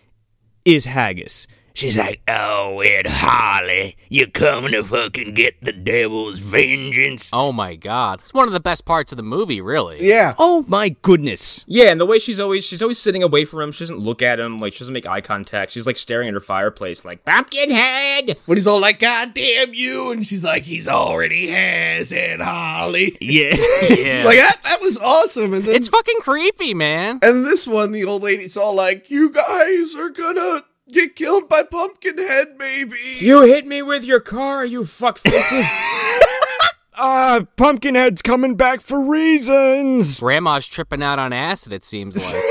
is Haggis? She's like, oh, Ed Harley, you coming to fucking get the devil's vengeance? Oh my god. It's one of the best parts of the movie, really. yeah, Oh my goodness! Yeah, and the way she's always she's always sitting away from him. She doesn't look at him. Like she doesn't make eye contact. She's like staring at her fireplace, like pumpkinhead. when he's all like, "God damn you," and she's like, "He's already has it, Holly." Yeah, Yeah. Like that, that was awesome. And then, it's fucking creepy, man. and this one, the old lady's all like, "You guys are gonna get killed by Pumpkinhead, maybe." You hit me with your car, you fuck faces. uh, Pumpkinhead's coming back for reasons. Grandma's tripping out on acid, it seems like.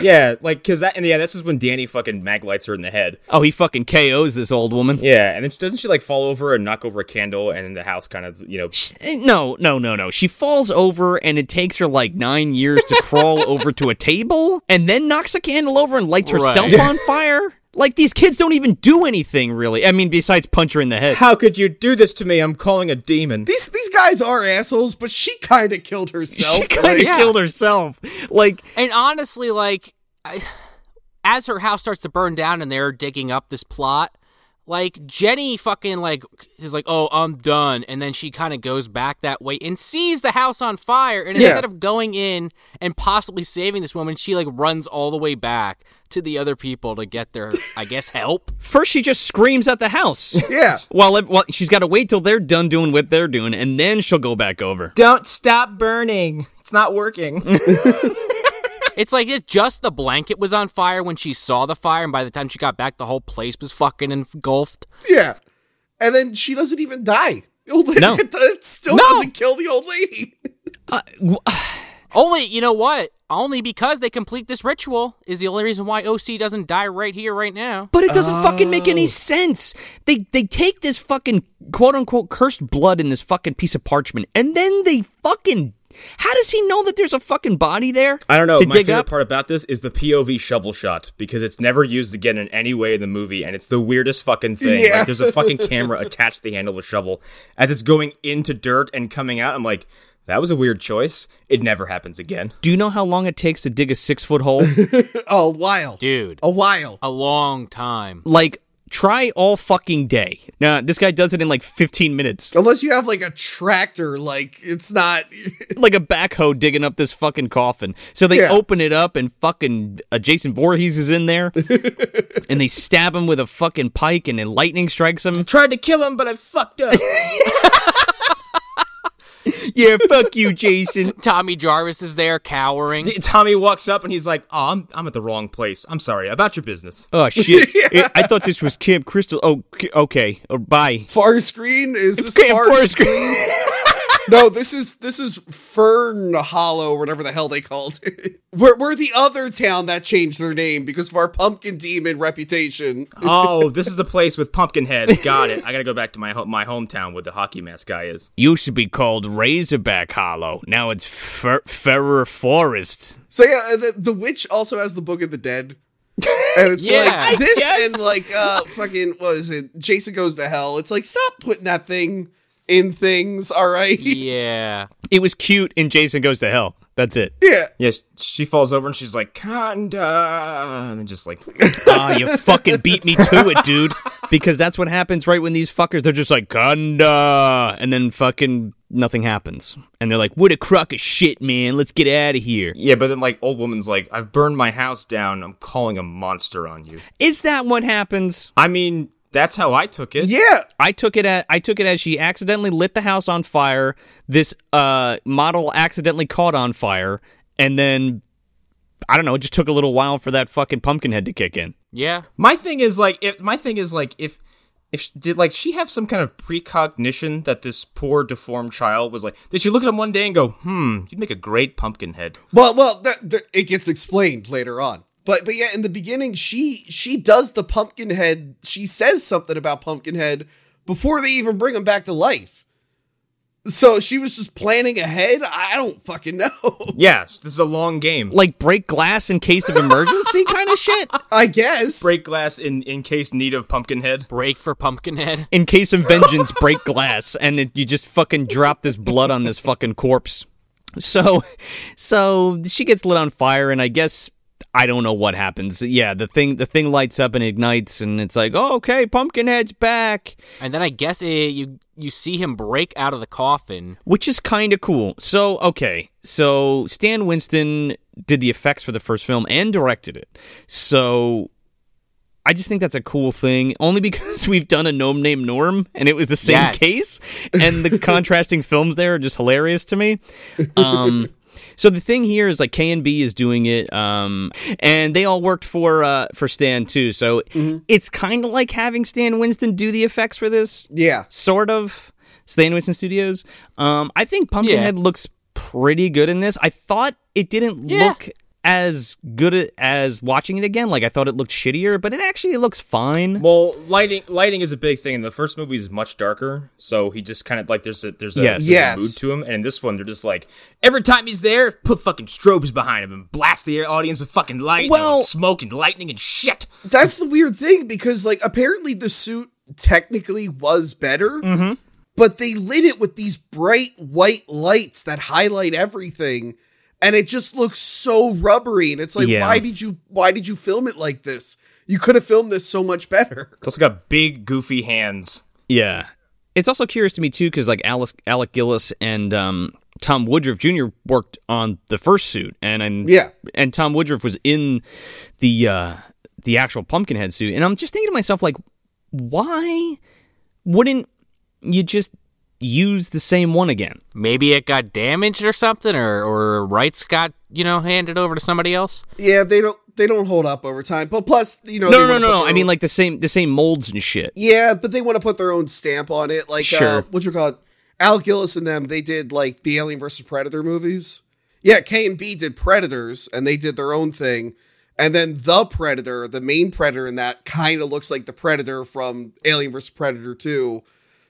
yeah, like because that and yeah, this is when Danny fucking mag lights her in the head. Oh, he fucking KOs this old woman. Yeah, and then she- doesn't she like fall over and knock over a candle, and then the house kind of you know. Eh, No, no, no, no. She falls over and it takes her like nine years to crawl over to a table and then knocks a candle over and lights herself on fire. Like these kids don't even do anything really. I mean, besides punch her in the head. How could you do this to me? I'm calling a demon. These these guys are assholes, but she kind of killed herself. She kind of like- yeah. killed herself. Like, And honestly, like, I, as her house starts to burn down and they're digging up this plot, like Jenny fucking like is like, "Oh, I'm done," and then she kind of goes back that way and sees the house on fire. And Yeah. instead of going in and possibly saving this woman, she like runs all the way back to the other people to get their, I guess, help. first she just screams at the house. yeah. While, ev- while she's got to wait till they're done doing what they're doing, and then she'll go back over. Don't stop burning. It's not working. It's like it's just the blanket was on fire when she saw the fire, and by the time she got back, the whole place was fucking engulfed. Yeah. And then she doesn't even die. The old lady- No. It, it still No. doesn't kill the old lady. Only, you know what? Only because they complete this ritual is the only reason why OC doesn't die right here, right now. But it doesn't fucking make Oh. any sense. They they take this fucking quote unquote cursed blood in this fucking piece of parchment, and then they fucking. How does he know that there's a fucking body there? I don't know. To My dig favorite up. part about this is the POV shovel shot because it's never used again in any way in the movie, and it's the weirdest fucking thing. Yeah. Like there's a fucking camera attached to the handle of a shovel as it's going into dirt and coming out. I'm like, that was a weird choice. It never happens again. Do you know how long it takes to dig a six foot hole? A while. Dude, A while. a long time. like try all fucking day. Now this guy does it in like 15 minutes, Unless you have like a tractor, like it's not. like a backhoe digging up this fucking coffin. So they Yeah. open it up, and fucking uh, Jason Voorhees is in there, and they stab him with a fucking pike, and then lightning strikes him. Tried to kill him, but I fucked up. Yeah, fuck you, Jason. Tommy Jarvis is there cowering. D- Tommy walks up and he's like, "Oh, I'm I'm at the wrong place. I'm sorry about your business." Oh shit! It- I thought this was Camp Crystal. Oh, c- okay. Oh, bye. Far screen is this Camp far Forest Green. no, this is this is Fern Hollow, or whatever the hell they called it. We're, we're the other town that changed their name because of our pumpkin demon reputation. Oh, this is the place with pumpkin heads. Got it. I gotta go back to my ho- my hometown where the hockey mask guy is. Used to be called Razorback Hollow. Now it's Fer- Ferrer Forest. So yeah, uh, the, the witch also has the Book of the Dead. And it's Yeah, I like this guess. and like uh fucking what is it? Jason goes to hell. It's like stop putting that thing in things, all right? yeah. It was cute, and Jason goes to hell. That's it. Yeah. Yes, she falls over and she's like, "Conda," and then just like, Ah, you fucking beat me to it, dude. Because that's what happens right when these fuckers, they're just like, Gunda. And then fucking nothing happens. And they're like, what a crock of shit, man. Let's get out of here. yeah. But then like, old woman's like, "I've burned my house down. I'm calling a monster on you." Is that what happens? I mean, that's how I took it. Yeah. I took it at I took it as she accidentally lit the house on fire. This uh, model accidentally caught on fire, and then I don't know. It just took a little while for that fucking pumpkin head to kick in. Yeah. My thing is like, if my thing is like, if if she, did like she have some kind of precognition that this poor deformed child was like, did she look at him one day and go, "Hmm, you'd make a great pumpkin head"? Well, well, th- th- it gets explained later on. But but yeah, in the beginning, she she does the pumpkin head. She says something about pumpkin head before they even bring him back to life. So she was just planning ahead. I don't fucking know. Yeah, this is a long game. Like break glass in case of emergency kind of shit. I guess. Break glass in in case need of pumpkin head. Break for Pumpkinhead. In case of vengeance, break glass, and it, you just fucking drop this blood on this fucking corpse. So, so she gets lit on fire, and I guess I don't know what happens. Yeah, the thing the thing lights up and ignites, and it's like, oh, okay, Pumpkinhead's back. And then I guess eh, you you see him break out of the coffin. which is kind of cool. So, okay. So, Stan Winston did the effects for the first film and directed it. So, I just think that's a cool thing, only because we've done a gnome named Norm, and it was the same Yes. case, and the contrasting films there are just hilarious to me. Um, so the thing here is like K and B is doing it, um, and they all worked for uh, for Stan too. So it's kind of like having Stan Winston do the effects for this yeah. sort of Stan Winston Studios. Um, I think Pumpkinhead looks pretty good in this. I thought it didn't Yeah. look as good a- as watching it again. Like I thought it looked shittier, but it actually looks fine. Well, lighting lighting is a big thing. and The first movie is much darker, so he just kind of like there's a there's a, Yes. there's a Yes. mood to him. And in this one, they're just like every time he's there, put fucking strobes behind him and blast the audience with fucking light, Well- and smoke and lightning and shit. That's the weird thing because like apparently the suit technically was better, Mm-hmm. but they lit it with these bright white lights that highlight everything, and it just looks so rubbery. And it's like, Yeah. why did you why did you film it like this? You could have filmed this so much better. It's also got big goofy hands. Yeah. It's also curious to me too because like Alice, Alec Gillis and um, Tom Woodruff Jr. worked on the first suit, and and Yeah. and Tom Woodruff was in the uh, the actual Pumpkinhead suit, and I'm just thinking to myself like, why wouldn't you just use the same one again? Maybe it got damaged or something, or or rights got you know handed over to somebody else. Yeah, they don't they don't hold up over time. But plus, you know, they No, no, no, wanna no. put no. their I mean own- like the same the same molds and shit. yeah, but they want to put their own stamp on it. Like uh, Sure. what you call it? Al Gillis and them, they did like the Alien versus Predator movies. Yeah, K and B did Predators, and they did their own thing. And then the Predator, the main Predator in that, kind of looks like the Predator from Alien versus Predator Two.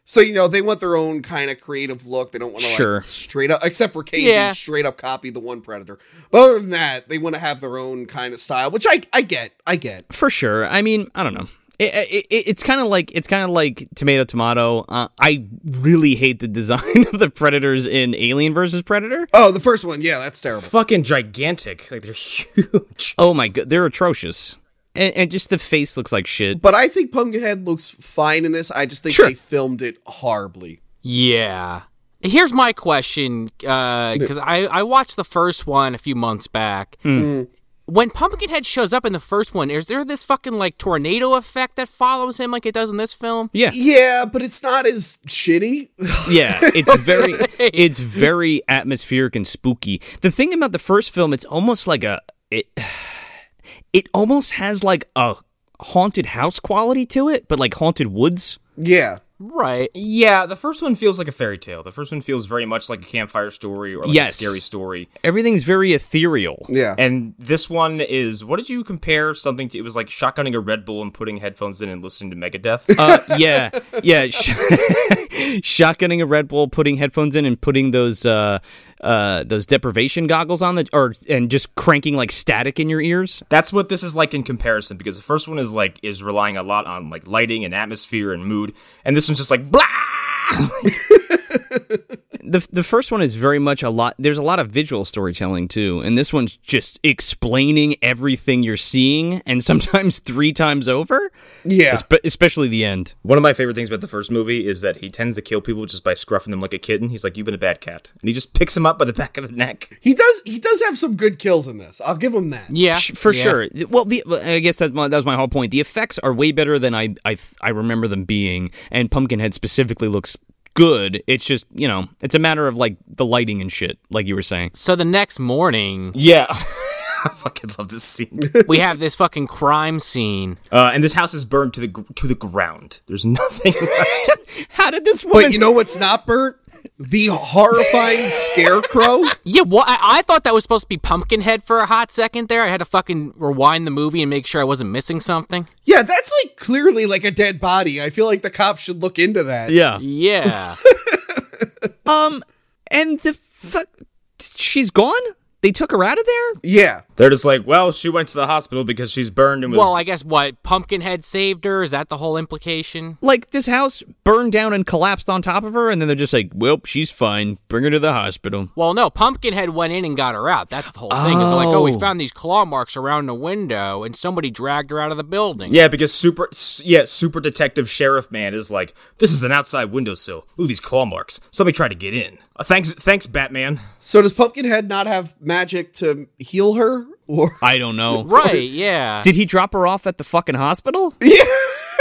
So you know they want their own kind of creative look. They don't want to Sure. like straight up, except for K and Yeah. B, straight up copy the one Predator. But other than that, they want to have their own kind of style, which I I get, I get. for sure. I mean, I don't know. It, it, it's kind of like it's kind of like tomato tomato. Uh, I really hate the design of the predators in Alien versus Predator. Oh, the first one, yeah, that's terrible. Fucking gigantic. Like they're huge. Oh my god, they're atrocious, and, and just the face looks like shit. But I think Pumpkinhead looks fine in this. I just think Sure. they filmed it horribly. Yeah. Here's my question, because I, I watched the first one a few months back. Hmm. When Pumpkinhead shows up in the first one, is there this fucking like tornado effect that follows him like it does in this film? Yeah, Yeah, but it's not as shitty. yeah, it's very it's very atmospheric and spooky. The thing about the first film, it's almost like a it it almost has like a haunted house quality to it, but like haunted woods. yeah. Right. Yeah, the first one feels like a fairy tale. The first one feels very much like a campfire story or like Yes. a scary story. Everything's very ethereal. Yeah. And this one is what did you compare something to? It was like shotgunning a Red Bull and putting headphones in and listening to Megadeth. Uh, yeah, yeah. Sh- shotgunning a Red Bull, putting headphones in, and putting those uh, uh, those deprivation goggles on the, or and just cranking like static in your ears. That's what this is like in comparison because the first one is like is relying a lot on like lighting and atmosphere and mood, and this one's just like blah. the the first one is very much a lot. There's a lot of visual storytelling too, and this one's just explaining everything you're seeing, and sometimes three times over. Yeah. Espe- especially the end. One of my favorite things about the first movie is that he tends to kill people just by scruffing them like a kitten. He's like, "You've been a bad cat," and he just picks him up by the back of the neck. He does he does have some good kills in this. I'll give him that. Yeah. Sh- for yeah. sure. Well, the, well, I guess that's my, that was my whole point. The effects are way better than I I th- I remember them being, and Pumpkinhead specifically looks good. It's just you know, it's a matter of like the lighting and shit, like you were saying. So the next morning, Yeah, I fucking love this scene. we have this fucking crime scene. Uh, and this house is burned to the gr- to the ground. There's nothing. left. How did this But woman? you know what's not burnt? The horrifying scarecrow. Yeah, what? I, I thought that was supposed to be Pumpkinhead for a hot second there. I had to fucking rewind the movie and make sure I wasn't missing something. Yeah, that's like clearly like a dead body. I feel like the cops should look into that. yeah. Yeah. Um, and the fuck, she's gone. They took her out of there. Yeah. They're just like, "Well, she went to the hospital because she's burned and was." well, I guess what? Pumpkinhead saved her? Is that the whole implication? Like this house burned down and collapsed on top of her, and then they're just like, "Well, she's fine. Bring her to the hospital." Well, no. Pumpkinhead went in and got her out. That's the whole thing. It's like, oh, we Oh. found these claw marks around the window and somebody dragged her out of the building. yeah, because super, s- yeah, super detective sheriff man is like, "This is an outside windowsill. Ooh, these claw marks. Somebody tried to get in. Uh, thanks, thanks, Batman." So does Pumpkinhead not have magic to heal her? Or I don't know. Right, yeah. Did he drop her off at the fucking hospital?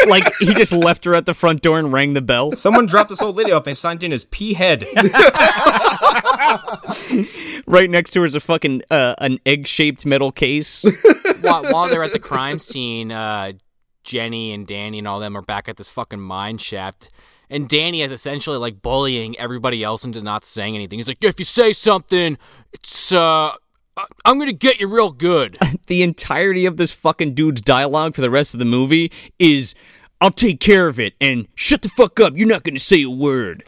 like he just left her at the front door and rang the bell. Someone dropped this old lady off. They signed in as P head. Right next to her is a fucking uh, an egg shaped metal case. while, while they're at the crime scene, uh, Jenny and Danny and all them are back at this fucking mine shaft. And Danny is essentially like bullying everybody else into not saying anything. He's like, if you say something, it's, uh, I- I'm gonna get you real good. the entirety of this fucking dude's dialogue for the rest of the movie is, "I'll take care of it," and "Shut the fuck up. You're not going to say a word."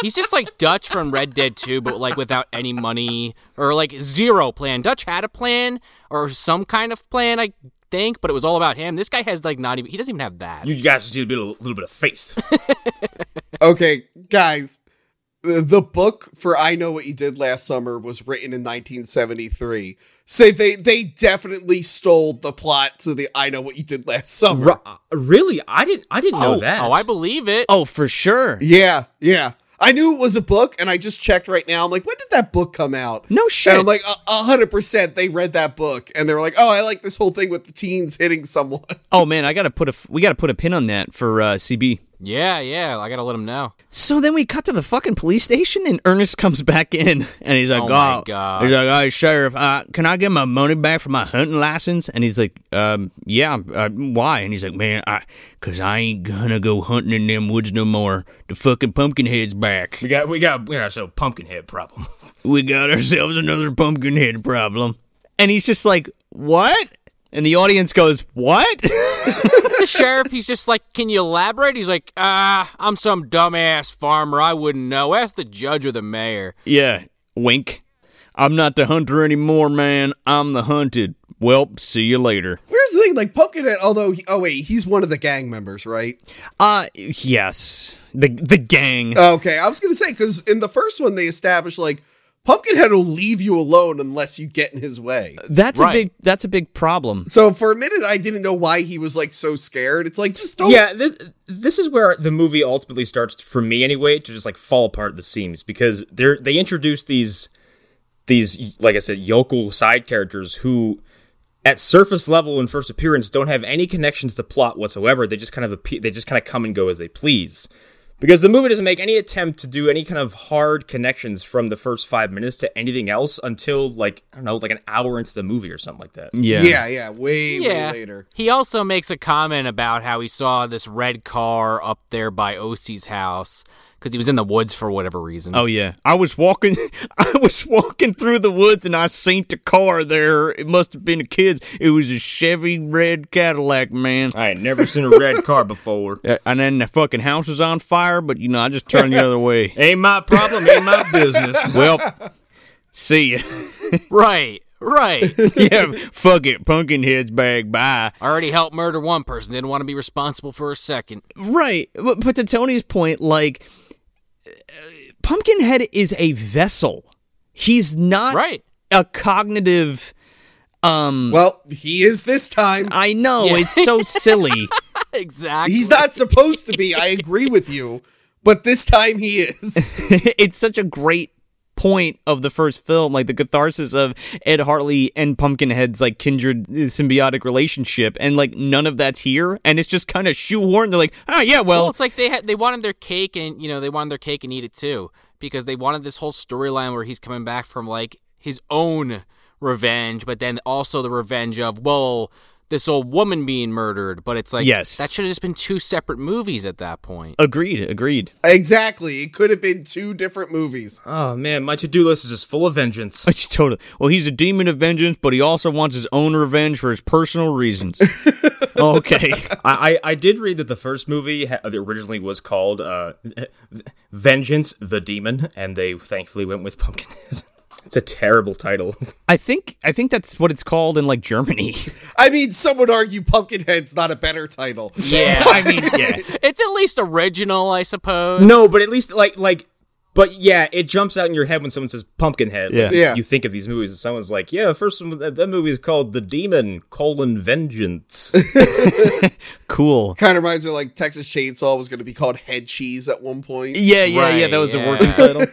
He's just like Dutch from Red Dead 2, but like without any money or like zero plan. Dutch had a plan or some kind of plan, I think, but it was all about him. This guy has like not even, he doesn't even have that. you guys just need a, bit, a little bit of faith. okay, guys. The the book for I Know What You Did Last Summer was written in 1973. Say they they definitely stole the plot to the I Know What You Did Last Summer. really, I didn't. I didn't know that. Oh, I believe it. oh, for sure. Yeah, yeah. I knew it was a book, and I just checked right now. I'm like, when did that book come out? No shit. And I'm like, a a hundred percent, they read that book, and they were like, oh, I like this whole thing with the teens hitting someone. Oh man, I gotta put a we gotta put a pin on that for uh, CB. Yeah, yeah. I gotta let him know. So then we cut to the fucking police station, and Ernest comes back in, and he's like, "Oh, Oh, my God. he's like, "Hey, sheriff, uh, can I get my money back for my hunting license?" And he's like, um, "Yeah, uh, why?" And he's like, "Man, I, cause I ain't gonna go hunting in them woods no more. The fucking pumpkinhead's back. we got, we got, we got ourselves a pumpkin head problem. We got ourselves another pumpkinhead problem." And he's just like, "What?" And the audience goes, "What?" the sheriff, he's just like, "Can you elaborate?" He's like, "Ah, I'm some dumbass farmer. I wouldn't know. Ask the judge or the mayor." Yeah, wink. I'm not the hunter anymore, man. I'm the hunted. Well, see you later. Here's the thing, like Pumpkinhead. Although, he, oh wait, he's one of the gang members, right? Uh yes. The the gang. Okay, I was gonna say because in the first one they established like Pumpkinhead will leave you alone unless you get in his way. that's a right. big that's a big problem. So for a minute, I didn't know why he was like so scared. It's like just don't. yeah this, this is where the movie ultimately starts for me anyway to just like fall apart at the seams because they're they introduce these these like i said yokel side characters who at surface level and first appearance don't have any connection to the plot whatsoever they just kind of appear, they just kind of come and go as they please because the movie doesn't make any attempt to do any kind of hard connections from the first five minutes to anything else until like I don't know, like an hour into the movie or something like that. Yeah, yeah, yeah. Way, way later. He also makes a comment about how he saw this red car up there by OC's house because he was in the woods for whatever reason. Oh yeah, I was walking, I was walking through the woods and I seen the car there. It must have been the kids. It was a Chevy red Cadillac, man. I ain't never seen a red car before. Uh, And then the fucking house was on fire, but you know I just turned the other way. Ain't my problem. Ain't my business. Well, see ya. right, right. yeah, fuck it, pumpkinhead's bag. Bye. I already helped murder one person. Didn't want to be responsible for a second. Right, but, but to Tony's point, like. uh, Pumpkinhead is a vessel. He's not Right. a cognitive. Well, he is this time. I know it's so silly. Exactly. He's not supposed to be. I agree with you, but this time he is. it's such a great point of the first film like the catharsis of Ed Hartley and Pumpkinhead's like kindred uh, symbiotic relationship and like none of that's here and it's just kind of shoehorned they're like oh yeah well, Well, it's like they had they wanted their cake and you know they wanted their cake and eat it too because they wanted this whole storyline where he's coming back from like his own revenge, but then also the revenge of well this old woman being murdered. But it's like Yes. that should have just been two separate movies at that point. agreed agreed exactly. It could have been two different movies. Oh man, my to-do list is just full of vengeance. It's totally well he's a demon of vengeance but he also wants his own revenge for his personal reasons okay I, I I did read that the first movie ha- originally was called uh, Vengeance the Demon, and they thankfully went with Pumpkinhead. it's a terrible title. I think I think that's what it's called in like Germany I mean, some would argue Pumpkinhead's not a better title. Yeah, I mean yeah it's at least original, I suppose. no, but at least like like, but yeah, it jumps out in your head when someone says Pumpkinhead. Like, Yeah. Yeah. you think of these movies, and someone's like, "Yeah, the first one, was- that, that movie is called The Demon: colon Vengeance." cool Kind of reminds me of, like Texas Chainsaw was going to be called Head Cheese at one point. yeah yeah yeah Right, that was a yeah. working title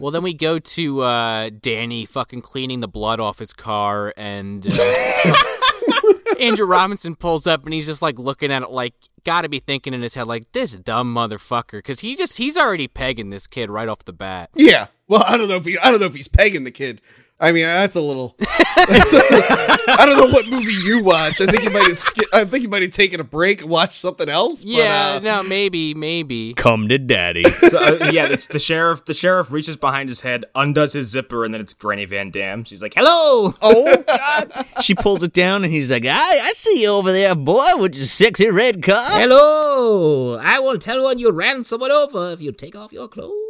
Well, then we go to uh, Danny fucking cleaning the blood off his car, and uh, Andrew Robinson pulls up, and he's just like looking at it, like got to be thinking in his head, like this dumb motherfucker, because he just he's already pegging this kid right off the bat. Yeah. Well, I don't know if he, I don't know if he's pegging the kid. I mean, that's a little. That's a, I don't know what movie you watch. I think you might have. Ski- I think you might have taken a break and watched something else. yeah, But, uh, no, maybe, maybe. come to daddy so, uh, yeah, that's the sheriff. The sheriff reaches behind his head, undoes his zipper, and then it's Granny Van Dam. She's like, "Hello." oh God! she pulls it down and he's like, I, I see you over there, boy, with your sexy red car. Hello, I will tell one you ran someone over if you take off your clothes.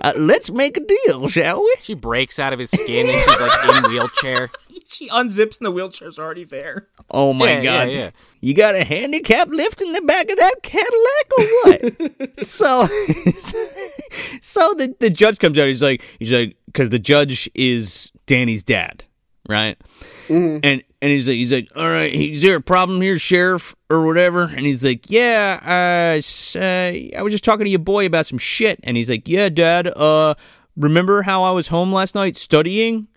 Uh, let's make a deal, shall we? She breaks out of his skin, and she's like in wheelchair. She unzips, and the wheelchair's already there. Oh my Yeah, god. yeah, yeah. You got a handicap lift in the back of that Cadillac or what? so So the, the judge comes out, he's like he's like cause the judge is Danny's dad, right? And and he's like he's like, All right, is there a problem here, Sheriff or whatever? And he's like, Yeah, uh, s- uh I was just talking to your boy about some shit and he's like, Yeah, Dad, uh remember how I was home last night studying?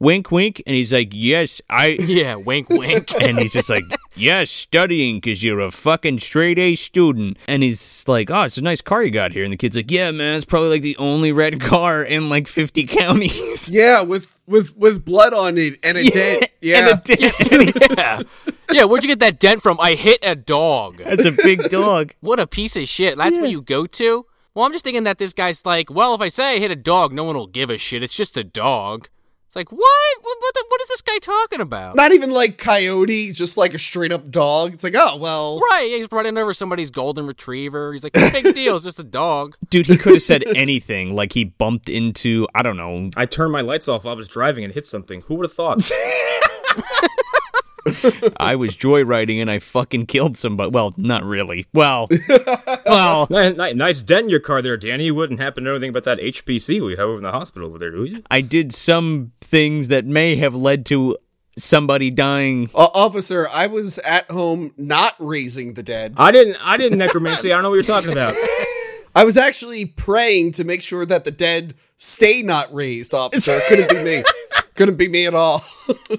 Wink wink and he's like, Yes, I Yeah, wink, wink. and he's just like, "Yes, studying because you're a fucking straight A student." And he's like, "Oh, it's a nice car you got here." And the kid's like, "Yeah, man, it's probably like the only red car in like 50 counties." Yeah, with with with blood on it and a dent. Yeah, and a dent. yeah, yeah. Where'd you get that dent from? I hit a dog. That's a big dog. What a piece of shit. That's where you go to? Well, I'm just thinking that this guy's like, well, if I say I hit a dog, no one will give a shit. It's just a dog. It's like, what? What, what, the, what is this guy talking about? not even like coyote, just like a straight up dog. It's like, oh well. Right, he's running over somebody's golden retriever. He's like, "No big deal, it's just a dog. Dude, he could have said anything. Like he bumped into, I don't know. I turned my lights off while I was driving and hit something. Who would have thought? I was joyriding and I fucking killed somebody. Well, not really. Well, well, Ni- ni- nice dent in your car there, Danny. You wouldn't happen to know anything about that HPC we have over in the hospital over there, do you? I did some things that may have led to somebody dying. O- uh, officer, I was at home not raising the dead. I didn't. I didn't necromancy. I don't know what you're talking about. I was actually praying to make sure that the dead stay not raised, officer. It Couldn't be me. Couldn't be me at all.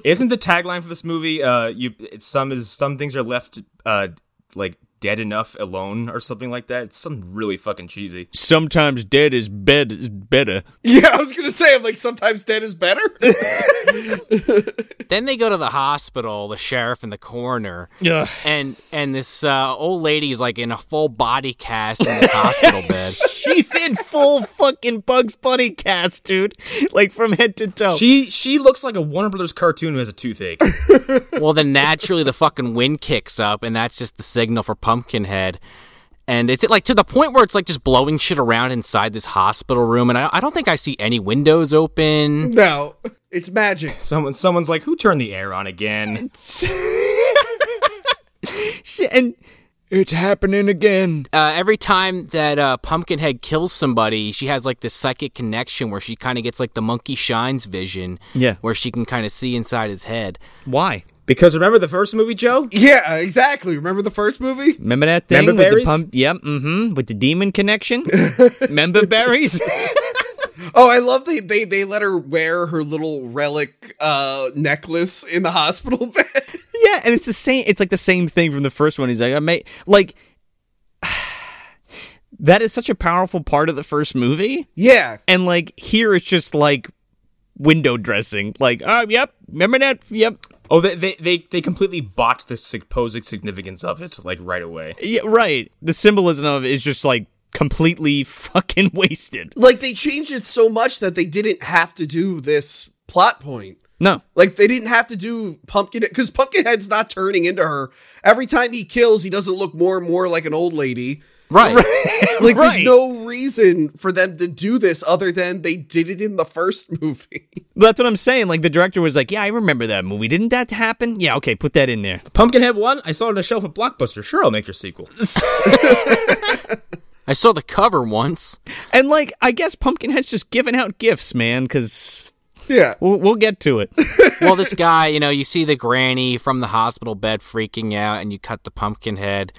Isn't the tagline for this movie? Uh, you it's some is some things are left uh like dead enough alone or something like that. It's something really fucking cheesy. Sometimes dead is bed is better. Yeah, I was gonna say, I'm like, sometimes dead is better. Then they go to the hospital, the sheriff and the coroner. Yeah. And and this uh, old lady is like in a full body cast in the hospital bed. She's in full fucking Bugs Bunny cast, dude. Like from head to toe. She she looks like a Warner Brothers cartoon who has a toothache. Well, then naturally the fucking wind kicks up, and that's just the signal for Pumpkinhead. And it's like to the point where it's like just blowing shit around inside this hospital room, and I, I don't think I see any windows open. no, it's magic. Someone someone's like, "Who turned the air on again?" Shit, and it's happening again. Uh, every time that uh, Pumpkinhead kills somebody, she has like this psychic connection where she kind of gets like the monkey shines vision, Yeah. where she can kind of see inside his head. Why? Because remember the first movie, Joe? Yeah, exactly. Remember the first movie? Remember that thing Remember with berries? the pump? Yep, mm-hmm. With the demon connection. Remember berries? Oh, I love they they they let her wear her little relic uh necklace in the hospital bed. yeah, and it's the same. It's like the same thing from the first one. He's like, I may like. that is such a powerful part of the first movie. yeah. And like here, it's just like window dressing. Like, oh, yep, remember that? Yep, Oh, they they they, they completely botched the supposed significance of it like right away. yeah, right. The symbolism of it is just like completely fucking wasted. Like they changed it so much that they didn't have to do this plot point. No, Like they didn't have to do pumpkin because Pumpkinhead's not turning into her. Every time he kills, he doesn't look more and more like an old lady. Right. Like Right. there's no reason for them to do this other than they did it in the first movie. that's what I'm saying. Like the director was like, yeah, I remember that movie. Didn't that happen? Yeah, okay, put that in there. Pumpkinhead one, I saw it on a shelf at Blockbuster. Sure, I'll make your sequel. I saw the cover once. And like, I guess Pumpkinhead's just giving out gifts, man, because yeah. we'll, we'll get to it. Well, this guy, you know, you see the granny from the hospital bed freaking out, and you cut the pumpkin head,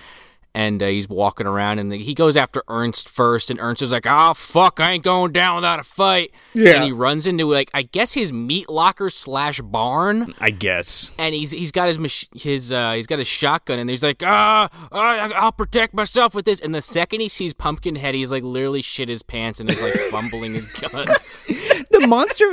and uh, he's walking around, and he goes after Ernst first, and Ernst is like, "Oh fuck, I ain't going down without a fight." Yeah. and he runs into like I guess his meat locker slash barn, I guess. and he's he's got his mach- his uh, he's got his shotgun, and he's like, "Ah, I, I'll protect myself with this." And the second he sees Pumpkinhead, he's like literally shit his pants and is like fumbling his gun. The monster.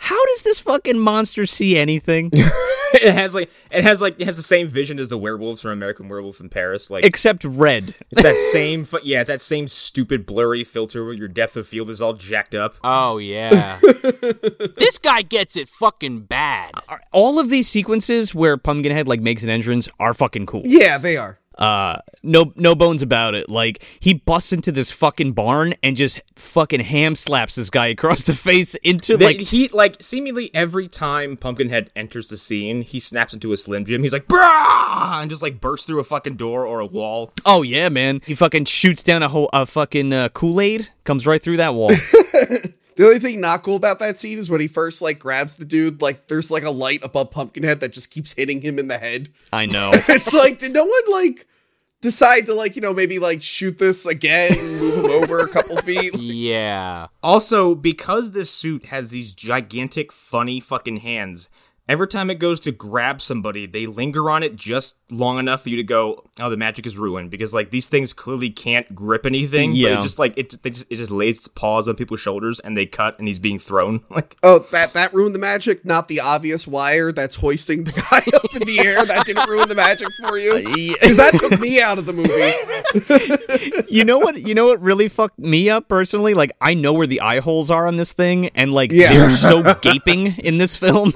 How does this fucking monster see anything it has like it has like it has the same vision as the werewolves from American Werewolf in Paris. Like except red? it's that same fu- yeah, it's that same stupid blurry filter where your depth of field is all jacked up. Oh yeah, this guy gets it fucking bad. All of these sequences where Pumpkinhead like makes an entrance are fucking cool. Yeah, they are. Uh, no, no bones about it. Like he busts into this fucking barn and just fucking ham slaps this guy across the face into They- like he like seemingly every time Pumpkinhead enters the scene, he snaps into a Slim Jim. He's like brah and just like bursts through a fucking door or a wall. Oh yeah, man! He fucking shoots down a whole a fucking uh, Kool Aid, comes right through that wall. The only thing not cool about that scene is when he first like grabs the dude, like there's like a light above Pumpkinhead that just keeps hitting him in the head. I know. It's like, did no one like decide to like, you know, maybe like shoot this again, move him over a couple feet? Yeah. Also, because this suit has these gigantic funny fucking hands, every time it goes to grab somebody, they linger on it just long enough for you to go, "Oh, the magic is ruined." Because like these things clearly can't grip anything. But Yeah. it just like it, they just, it just lays its paws on people's shoulders and they cut, and he's being thrown. Like Oh, that that ruined the magic, not the obvious wire that's hoisting the guy up in the air. That didn't ruin the magic for you. Because that took me out of the movie. you know what? You know what really fucked me up personally? Like I know where the eye holes are on this thing, and like Yeah. they're so gaping in this film.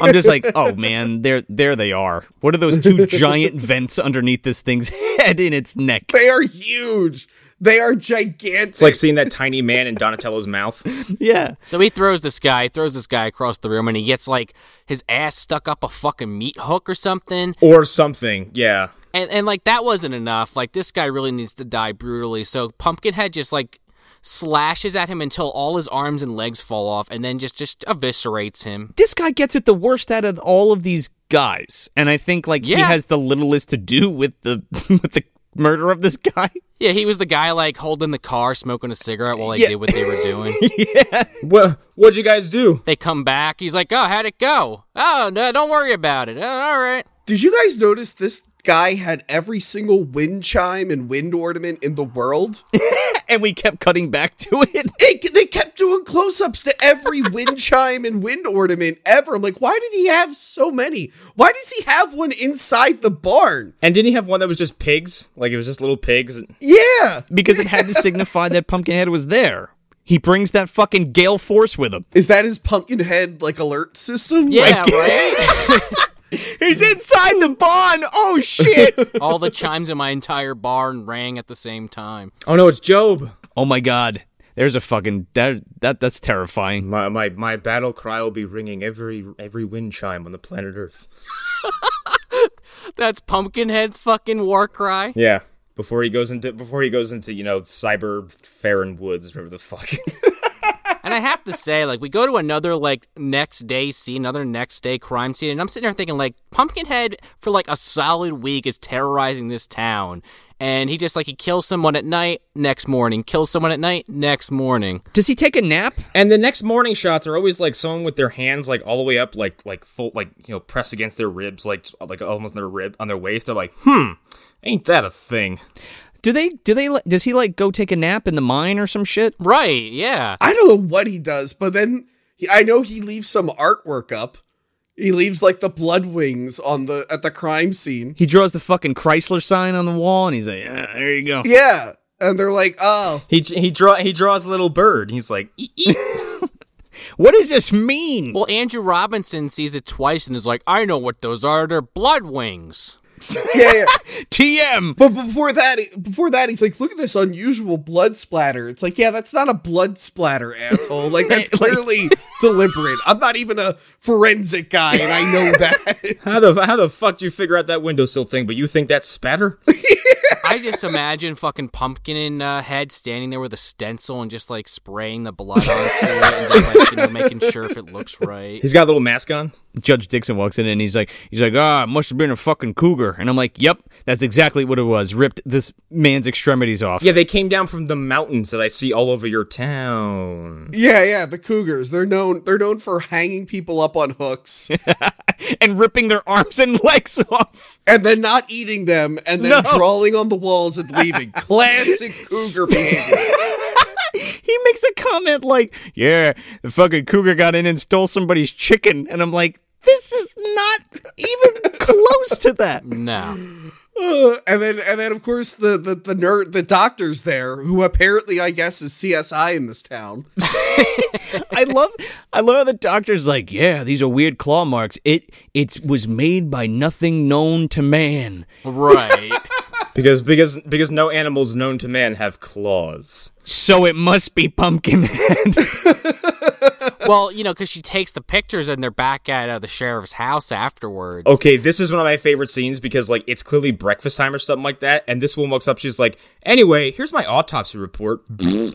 I'm just like, oh man, there there they are. What are those two giant vents underneath this thing's head in its neck? They are huge. They are gigantic. it's like seeing that tiny man in Donatello's mouth. Yeah, So he throws this guy, throws this guy across the room, and he gets like his ass stuck up a fucking meat hook or something. or something. Yeah. And and like that wasn't enough. Like this guy really needs to die brutally. So Pumpkinhead just like slashes at him until all his arms and legs fall off, and then just just eviscerates him. this guy gets it the worst out of all of these guys, and I think like he Yeah. has the littlest to do with the with the murder of this guy. Yeah, he was the guy like holding the car, smoking a cigarette while they did what they were doing. What what'd you guys do? they come back. He's like, "Oh, how'd it go? Oh, no, don't worry about it. Oh, all right." Did you guys notice this guy had every single wind chime and wind ornament in the world. and we kept cutting back to it. It- they kept doing close-ups to every wind chime and wind ornament ever. I'm like, why did he have so many? Why does he have one inside the barn? And didn't he have one that was just pigs? Like it was just little pigs. Yeah. because it had to signify that Pumpkinhead was there. He brings that fucking gale force with him. Is that his pumpkin head like alert system? Yeah, Like- right? He's inside the barn. Oh shit! All the chimes in my entire barn rang at the same time. Oh no, it's Job. oh my god. There's a fucking that, that that's terrifying. My my my battle cry will be ringing every every wind chime on the planet Earth. That's Pumpkinhead's fucking war cry. Yeah. Before he goes into before he goes into you know cyber Farron Woods whatever the fuck. And I have to say, like, we go to another like next day scene, another next day crime scene, and I'm sitting there thinking, like, Pumpkinhead for like a solid week is terrorizing this town, and he just like he kills someone at night, next morning, kills someone at night, next morning. Does he take a nap? and the next morning shots are always like someone with their hands like all the way up, like like full like you know pressed against their ribs, like like almost their rib on their waist. They're like, hmm, ain't that a thing? Do they do they like does he like go take a nap in the mine or some shit? Right? Yeah. I don't know what he does, but then he, I know he leaves some artwork up. He leaves like the blood wings on the at the crime scene. He draws the fucking Chrysler sign on the wall and he's like, "Yeah, there you go. Yeah, and they're like, "Oh, He he draw he draws a little bird. He's like, "Ee, ee." What does this mean? Well, Andrew Robinson sees it twice and is like, I know what those are. They're blood wings. yeah." yeah. TM. But before that, before that, he's like, "Look at this unusual blood splatter." It's like, "Yeah, that's not a blood splatter, asshole. Like that's clearly deliberate. I'm not even a forensic guy, and I know that." how the how the fuck do you figure out that windowsill thing? But you think that's spatter? I just imagine fucking Pumpkin in uh, Head standing there with a stencil and just like spraying the blood onto it and just like, you know, making sure if it looks right. He's got a little mask on. Judge Dixon walks in and he's like, he's like, ah, it must have been a fucking cougar. And I'm like, yep, that's exactly what it was. Ripped this man's extremities off. Yeah, they came down from the mountains that I see all over your town. yeah, yeah. The Cougars. They're known. They're known for hanging people up on hooks and ripping their arms and legs off. and then not eating them, and then drawing on the walls and leaving. Classic Cougar behavior. He makes a comment like, yeah, the fucking cougar got in and stole somebody's chicken. And I'm like, this is not even close to that. No. Uh, and then, and then, of course, the the the nerd, the doctor's there, who apparently, I guess, is CSI in this town. I love I love how the doctor's like, yeah, these are weird claw marks. It it was made by nothing known to man. Right. Because because because no animals known to man have claws. So it must be Pumpkinhead. Well, you know, because she takes the pictures and they're back at uh, the sheriff's house afterwards. Okay, this is one of my favorite scenes because like it's clearly breakfast time or something like that, and this woman looks up, she's like, Anyway, here's my autopsy report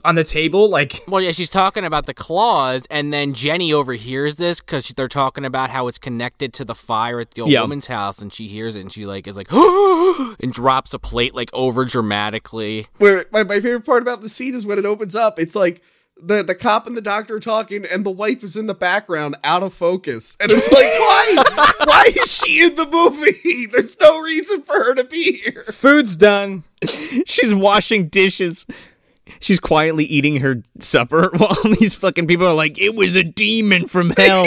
on the table, like Well, yeah, she's talking about the claws, and then Jenny overhears this because they're talking about how it's connected to the fire at the old Yeah. woman's house, and she hears it, and she like is like, and drops a plate like over dramatically. Where my, my favorite part about the scene is when it opens up, it's like the the cop and the doctor are talking, and the wife is in the background, out of focus, and it's like, why, why is she in the movie? There's no reason for her to be here. food's done. She's washing dishes. She's quietly eating her supper while these fucking people are like, it was a demon from hell.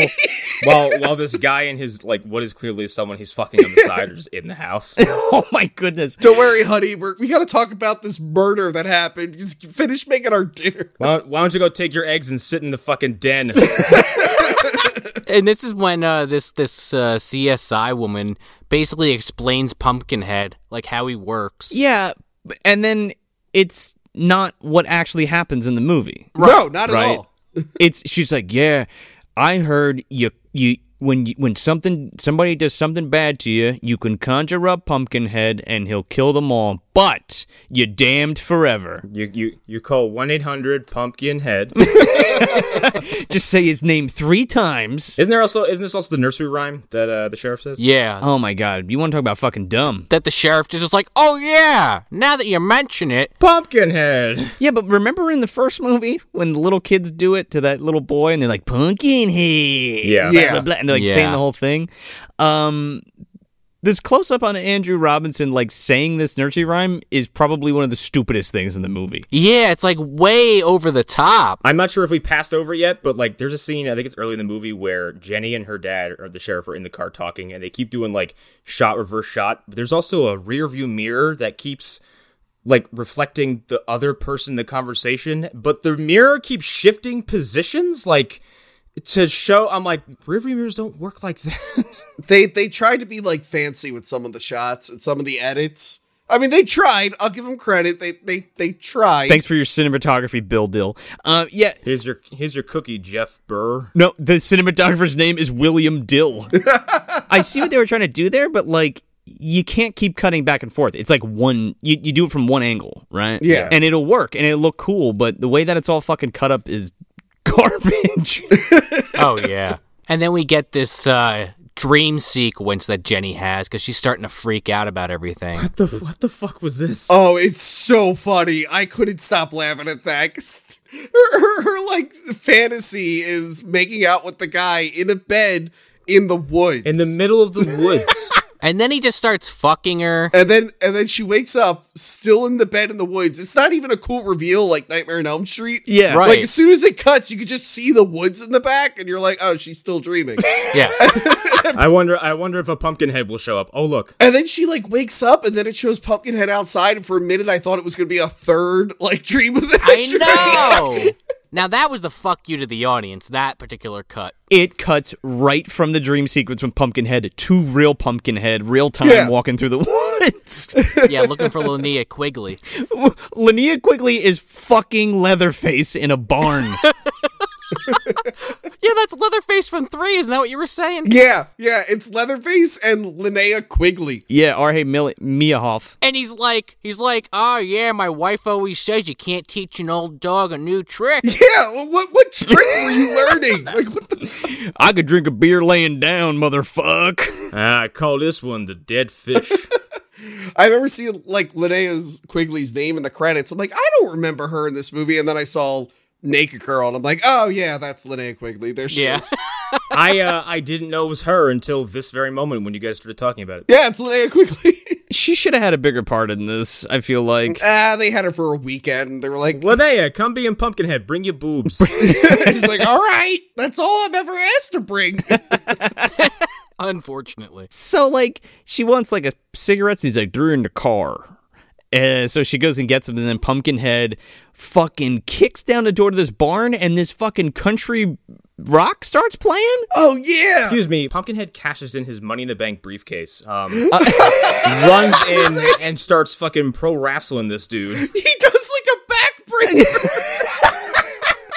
while while this guy and his like what is clearly someone he's fucking on the side is in the house. oh my goodness. Don't worry, honey. We're, we got to talk about this murder that happened. Just finish making our dinner. Why don't, why don't you go take your eggs and sit in the fucking den? And this is when uh, this this uh, CSI woman basically explains Pumpkinhead like how he works. Yeah, and then it's not what actually happens in the movie. no, not at right? all. it's she's like, yeah, I heard you you when you, when something somebody does something bad to you, you can conjure up Pumpkinhead and he'll kill them all, but you're damned forever. you you you call one eight hundred pumpkin head. Just say his name three times. Isn't there also isn't this also the nursery rhyme that uh, the sheriff says? Yeah. Oh my god, you want to talk about fucking dumb? That the sheriff just is like, oh yeah, now that you mention it, Pumpkin head. Yeah, but remember in the first movie when the little kids do it to that little boy and they're like Pumpkinhead, Yeah. blah, Yeah. blah, blah, and they're like Yeah. saying the whole thing. Um, this close up on Andrew Robinson like saying this nursery rhyme is probably one of the stupidest things in the movie. Yeah, it's like way over the top. I'm not sure if we passed over it yet, but like there's a scene, I think it's early in the movie, where Jenny and her dad or the sheriff are in the car talking and they keep doing like shot, reverse shot. But there's also a rear view mirror that keeps like reflecting the other person in the conversation, but the mirror keeps shifting positions like to show I'm like rearview mirrors don't work like that. They they tried to be like fancy with some of the shots and some of the edits. I mean, they tried. I'll give them credit. They they they tried. Thanks for your cinematography, Bill Dill. Uh, yeah. Here's your here's your cookie, Jeff Burr. No, the cinematographer's name is William Dill. I see what they were trying to do there, but like you can't keep cutting back and forth. It's like one you, you do it from one angle, right? Yeah. And it'll work and it'll look cool, but the way that it's all fucking cut up is garbage. oh yeah. And then we get this uh, dream sequence that Jenny has because she's starting to freak out about everything. What the what the fuck was this? Oh, it's so funny. I couldn't stop laughing at that. Her, her, her like fantasy is making out with the guy in a bed in the woods, in the middle of the woods. and then he just starts fucking her. And then and then she wakes up still in the bed in the woods. It's not even a cool reveal like Nightmare on Elm Street. Yeah. Right. Like as soon as it cuts, you could just see the woods in the back and you're like, "Oh, she's still dreaming." Yeah. I wonder I wonder if a pumpkin head will show up. Oh, look. And then she like wakes up and then it shows Pumpkinhead outside and for a minute I thought it was going to be a third like dream of the I know. Now that was the fuck you to the audience. That particular cut. It cuts right from the dream sequence from Pumpkinhead to real Pumpkinhead, real time Yeah. walking through the woods. Yeah, looking for Linnea Quigley. Linnea Quigley is fucking Leatherface in a barn. Yeah, that's Leatherface from Three. Isn't that what you were saying? Yeah, yeah, it's Leatherface and Linnea Quigley. yeah, Arhe Mil- Miahoff. And he's like, he's like, oh yeah, my wife always says you can't teach an old dog a new trick. Yeah, well, what what trick were you learning? Like what the I could drink a beer laying down, motherfuck. I call this one the dead fish. I remember seeing like Linnea's Quigley's name in the credits. I'm like, I don't remember her in this movie. And then I saw Naked Girl, and I'm like, oh yeah, that's Linnea Quigley. There she Yeah. is. I uh, I didn't know it was her until this very moment when you guys started talking about it. Yeah, it's Linnea Quigley. She should have had a bigger part in this, I feel like. ah, they had her for a weekend. And they were like, Linnea, come be in Pumpkinhead. Bring your boobs. she's like, all right, that's all I'm ever asked to bring. Unfortunately. So, like, she wants, like, a cigarette. He's like, they're in the car. And so she goes and gets him, and then Pumpkinhead fucking kicks down the door to this barn, and this fucking country rock starts playing? oh yeah, Excuse me. Pumpkinhead cashes in his money in the bank briefcase, um, runs in and starts fucking pro wrestling this dude. he does like a backbreaker.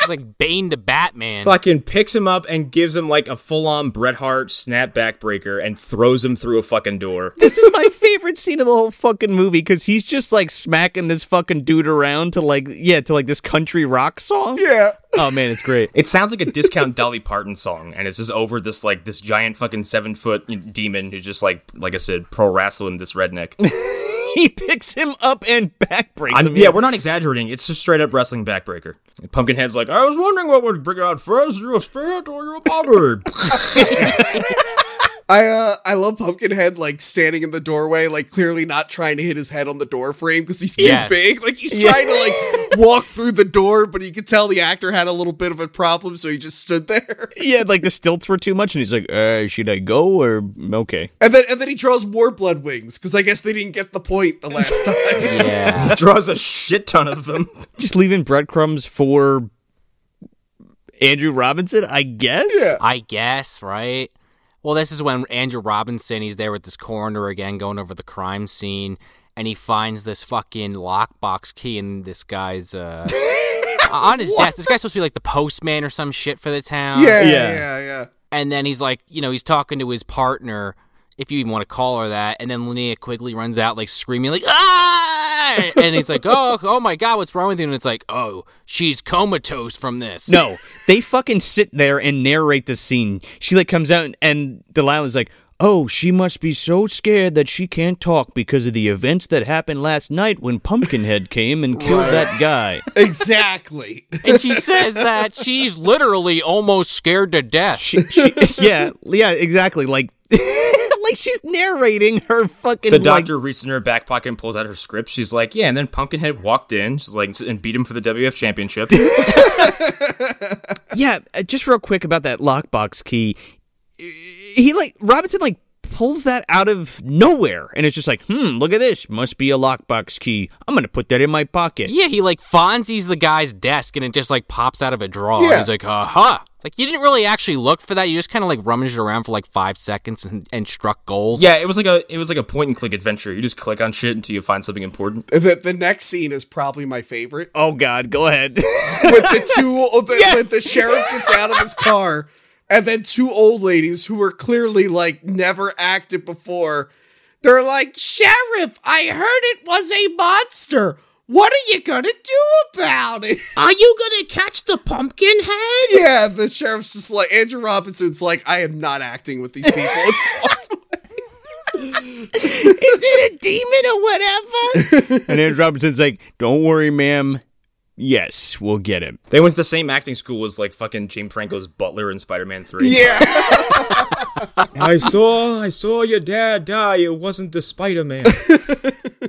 It's like Bane to Batman. Fucking picks him up and gives him like a full on Bret Hart snapback breaker and throws him through a fucking door. this is my favorite scene of the whole fucking movie because he's just like smacking this fucking dude around to like yeah to like this country rock song. yeah. Oh man, it's great. It sounds like a discount Dolly Parton song, and it's just over this like this giant fucking seven foot demon who's just like like I said pro wrestling this redneck. he picks him up and back breaks I'm- him. yeah, we're not exaggerating. It's just straight up wrestling backbreaker. And Pumpkinhead's like, I was wondering what would bring out first, your spirit or your body. I uh, I love Pumpkinhead like standing in the doorway, like clearly not trying to hit his head on the door frame because he's too Yes. big. Like he's trying to like walk through the door, but you could tell the actor had a little bit of a problem, so he just stood there. yeah, like the stilts were too much, and he's like, uh, "Should I go or okay?" And then and then he draws more blood wings because I guess they didn't get the point the last time. Yeah. Draws a shit ton of them. Just leaving breadcrumbs for Andrew Robinson, I guess. Yeah. I guess, right? Well, this is when Andrew Robinson, he's there with this coroner again, going over the crime scene, and he finds this fucking lockbox key in this guy's, uh, on his desk. This guy's supposed to be like the postman or some shit for the town. yeah, yeah, Yeah. yeah, yeah. And then he's like, you know, he's talking to his partner, if you even want to call her that. And then Linnea Quigley runs out, like screaming, like, ah! And he's like, oh, oh my God, what's wrong with you? And it's like, oh, she's comatose from this. No, they fucking sit there and narrate the scene. She like comes out and, and Delilah's like, "Oh, she must be so scared that she can't talk because of the events that happened last night when Pumpkinhead came and killed that guy." Exactly. And she says that she's literally almost scared to death. She, she, yeah, yeah, exactly. Like, like she's narrating her fucking. The like, doctor reaches in her back pocket and pulls out her script. She's like, "Yeah," and then Pumpkinhead walked in. She's like, and beat him for the WF championship. yeah, uh, just real quick about that lockbox key. Uh, He like Robinson like pulls that out of nowhere, and it's just like, hmm, look at this. Must be a lockbox key. I'm gonna put that in my pocket. Yeah, he like Fonzie's the guy's desk and it just like pops out of a drawer. Yeah. He's like, aha. It's like you didn't really actually look for that. You just kind of like rummaged around for like five seconds and, and struck gold. yeah, it was like a it was like a point and click adventure. You just click on shit until you find something important. The, the next scene is probably my favorite. Oh God, go ahead. With the two, with the, with the sheriff gets out of his car, and then two old ladies who were clearly like never acted before. They're like, Sheriff, I heard it was a monster. What are you gonna do about it? Are you gonna catch the pumpkin head? yeah, the sheriff's just like Andrew Robinson's like, I am not acting with these people. It's awesome. Is it a demon or whatever? and Andrew Robinson's like, don't worry, ma'am. Yes, we'll get him. They went to the same acting school as like fucking James Franco's butler in Spider Man Three. yeah. I saw I saw your dad die. It wasn't the Spider Man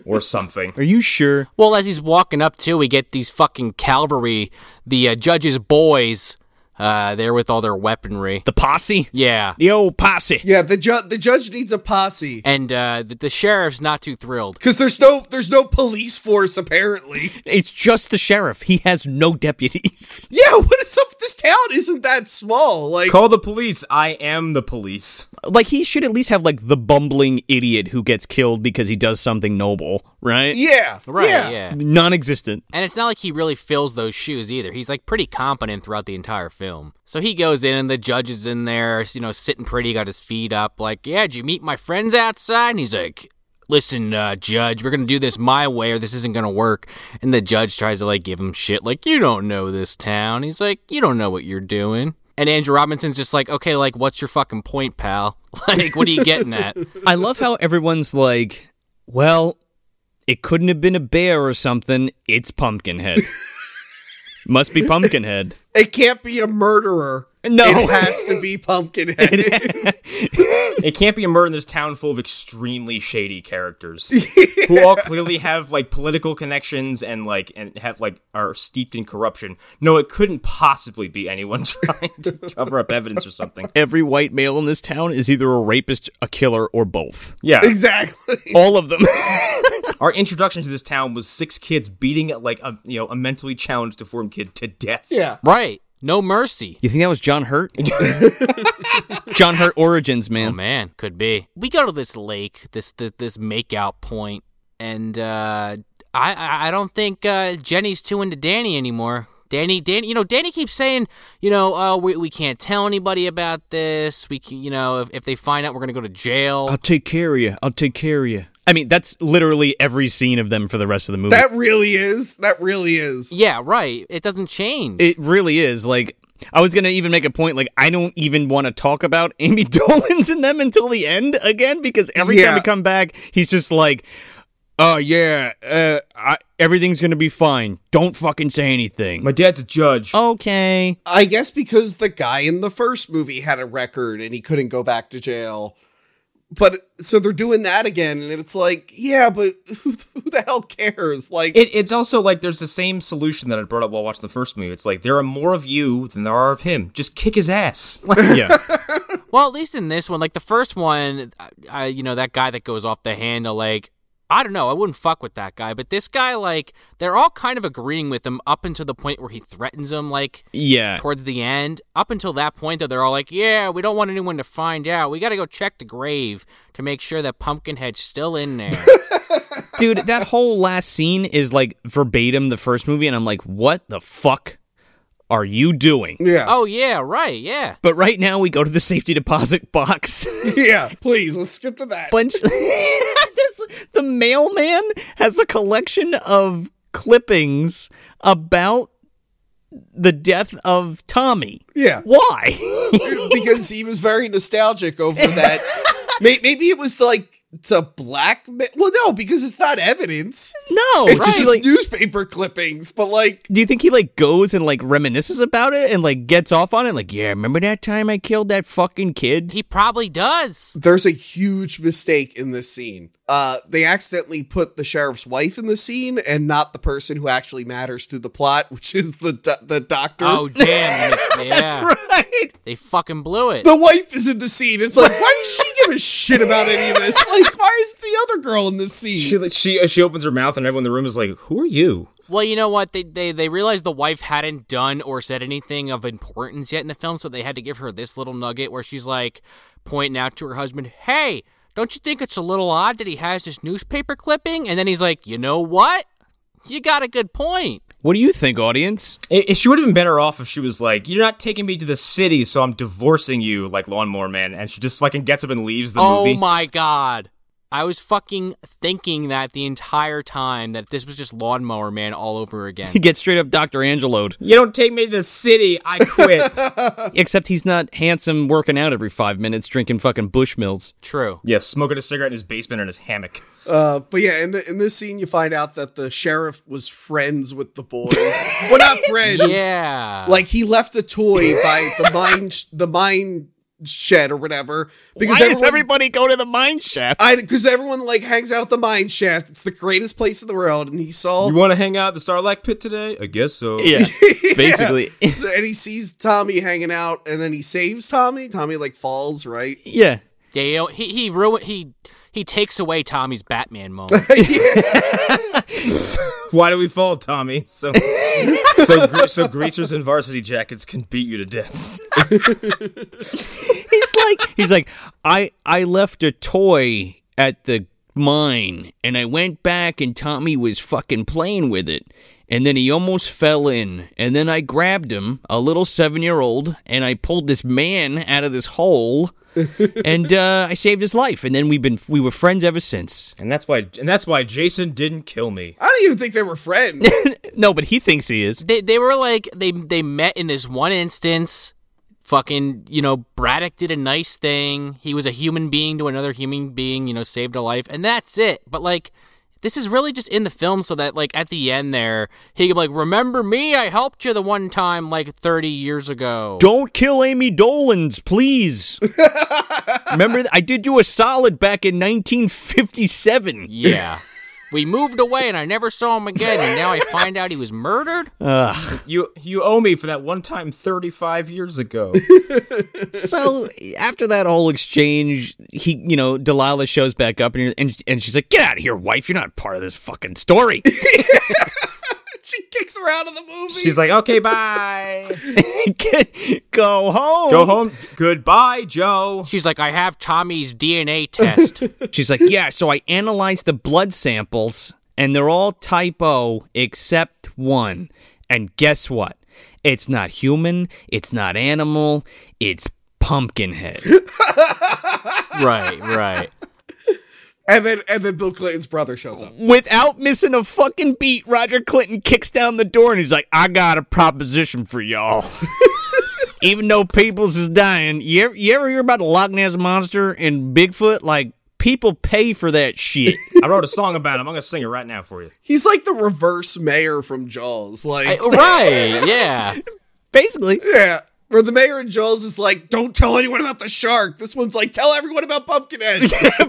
or something. Are you sure? Well, as he's walking up too, we get these fucking cavalry, the uh, judge's boys, uh, there with all their weaponry. The posse? Yeah. The old posse. Yeah, the judge the judge needs a posse. And uh, the, the sheriff's not too thrilled. Cause there's no there's no police force apparently. It's just the sheriff. He has no deputies. Yeah, what is up? with This town isn't that small. Like Call the police. I am the police. like he should at least have like the bumbling idiot who gets killed because he does something noble, right? yeah, Right, yeah. Non-existent. And it's not like he really fills those shoes either. He's like pretty competent throughout the entire film. So he goes in and the judge is in there, you know, sitting pretty, got his feet up, like, yeah, did you meet my friends outside? And he's like, listen, uh, judge, we're going to do this my way or this isn't going to work. And the judge tries to like give him shit, like, you don't know this town. He's like, you don't know what you're doing. And Andrew Robinson's just like, okay, like, what's your fucking point, pal? Like, what are you getting at? I love how everyone's like, well, it couldn't have been a bear or something. It's Pumpkinhead. Must be Pumpkinhead. It can't be a murderer. No. It has to be Pumpkinhead. It can't be a murder in this town full of extremely shady characters who all clearly have like political connections and like and have like are steeped in corruption. No, it couldn't possibly be anyone trying to cover up evidence or something. Every white male in this town is either a rapist, a killer, or both. Yeah. exactly. All of them. Our introduction to this town was six kids beating like a you know a mentally challenged deformed kid to death. Yeah. Right. No mercy. you think that was John Hurt? John Hurt Origins, man. Oh man, could be. We go to this lake, this this, this makeout point, and uh, I I I don't think uh, Jenny's too into Danny anymore. Danny, Danny, you know, Danny keeps saying, you know, uh, we, we can't tell anybody about this. We can, you know, if, if they find out, we're gonna go to jail. I'll take care of you. I'll take care of you. I mean, that's literally every scene of them for the rest of the movie. That really is. That really is. yeah, right. It doesn't change. it really is. Like, I was going to even make a point, like, I don't even want to talk about Amy Dolan's in them until the end again, because every time Yeah. we come back, he's just like, oh, yeah, uh, I, everything's going to be fine. Don't fucking say anything. My dad's a judge. okay. I guess because the guy in the first movie had a record and he couldn't go back to jail. But so they're doing that again, and it's like, yeah, but who, who the hell cares? Like, It, it's also like there's the same solution that I brought up while watching the first movie. It's like there are more of you than there are of him. Just kick his ass. Yeah. Well, at least in this one, like the first one, I- I, you know, that guy that goes off the handle, like, I don't know, I wouldn't fuck with that guy. But this guy, like, they're all kind of agreeing with him up until the point where he threatens him, like, yeah. towards the end. Up until that point, though, they're all like, yeah, we don't want anyone to find out. We got to go check the grave to make sure that Pumpkinhead's still in there. Dude, that whole last scene is like verbatim the first movie, and I'm like, what the fuck are you doing? yeah, oh, yeah, right, yeah. But right now, we go to the safety deposit box. yeah. Please, let's skip to that. bunch. This- the mailman has a collection of clippings about the death of Tommy. Yeah. Why? because he was very nostalgic over that. May- Maybe it was like to blackmail. Well, no, because it's not evidence. No, It's right. just newspaper clippings. But like, do you think he like goes and like reminisces about it and like gets off on it? Like, yeah, remember that time I killed that fucking kid? He probably does. there's a huge mistake in this scene. Uh, they accidentally put the sheriff's wife in the scene and not the person who actually matters to the plot, which is the do- the doctor. Oh damn! yeah. Right. They fucking blew it. the wife is in the scene. It's like, why does she give a shit about any of this? Like, why is the other girl in this scene? She she she opens her mouth and everyone in the room is like, "Who are you?" Well, you know what? They, they they realized the wife hadn't done or said anything of importance yet in the film, so they had to give her this little nugget where she's like pointing out to her husband, "Hey, don't you think it's a little odd that he has this newspaper clipping?" And then he's like, "You know what? You got a good point." What do you think, audience? It, it- she would have been better off if she was like, "You're not taking me to the city, so I'm divorcing you," like Lawnmower Man, and she just fucking gets up and leaves the oh movie. my god. I was fucking thinking that the entire time that this was just lawnmower man all over He again. gets straight up Dr. Angelo'd. You don't take me to the city, I quit. Except he's not handsome working out every five minutes drinking fucking Bushmills. True. yeah, smoking a cigarette in his basement in his hammock. Uh, but yeah, in the, in this scene, you find out that the sheriff was friends with the boy. well, not friends. Yeah. Like he left a toy by the mine the mine shed or whatever because everyone go to the mine shaft? because everyone like hangs out at the mine shaft. It's the greatest place in the world, and he saw You want to hang out at the Sarlacc pit today? I guess so. yeah, basically. so- and he sees Tommy hanging out, and then he saves Tommy. Tommy like falls right. Yeah. Yeah, you know, he he ruin he he takes away Tommy's Batman moment. Why do we fall, Tommy? So, so, gre- so greasers in varsity jackets can beat you to death. He's like, he's like, I I left a toy at the mine, and I went back, and Tommy was fucking playing with it, and then he almost fell in, and then I grabbed him, a little seven year old, and I pulled this man out of this hole, and uh, I saved his life, and then we've been we were friends ever since. And that's why, and that's why Jason didn't kill me. I don't even think they were friends. No, but he thinks he is. they they were like they they met in this one instance. Fucking, you know, Braddock did a nice thing. He was a human being to another human being, you know, saved a life, and that's it. But like this is really just in the film so that like at the end there, he could be like, Remember me, I helped you the one time like thirty years ago. Don't kill Amy Dolans, please. Remember, I did you a solid back in 1957. yeah. We moved away and I never saw him again, and now I find out he was murdered? You, you owe me for that one time thirty-five years ago. so after that whole exchange, he, you know, Delilah shows back up and, and and she's like, "Get out of here, wife! You're not part of this fucking story." she kicks her out of the movie. She's like, "Okay, bye, Get- Go home. go home, goodbye, Joe." She's like, I have Tommy's DNA test. She's like, "Yeah." So I analyzed the blood samples, and they're all type O except one. And guess what? It's not human. It's not animal. It's pumpkinhead. right, right. and then and then Bill Clinton's brother shows up. Without missing a fucking beat, Roger Clinton kicks down the door and he's like, I got a proposition for y'all. Even though peoples is dying, you ever, you ever hear about the Loch Ness Monster and Bigfoot? Like, people pay for that shit. I wrote a song about him. I'm gonna sing it right now for you. He's like the reverse mayor from Jaws. Like right, yeah. Basically, Yeah. Where the mayor in Jaws is like, don't tell anyone about the shark. This one's like, tell everyone about Pumpkinhead.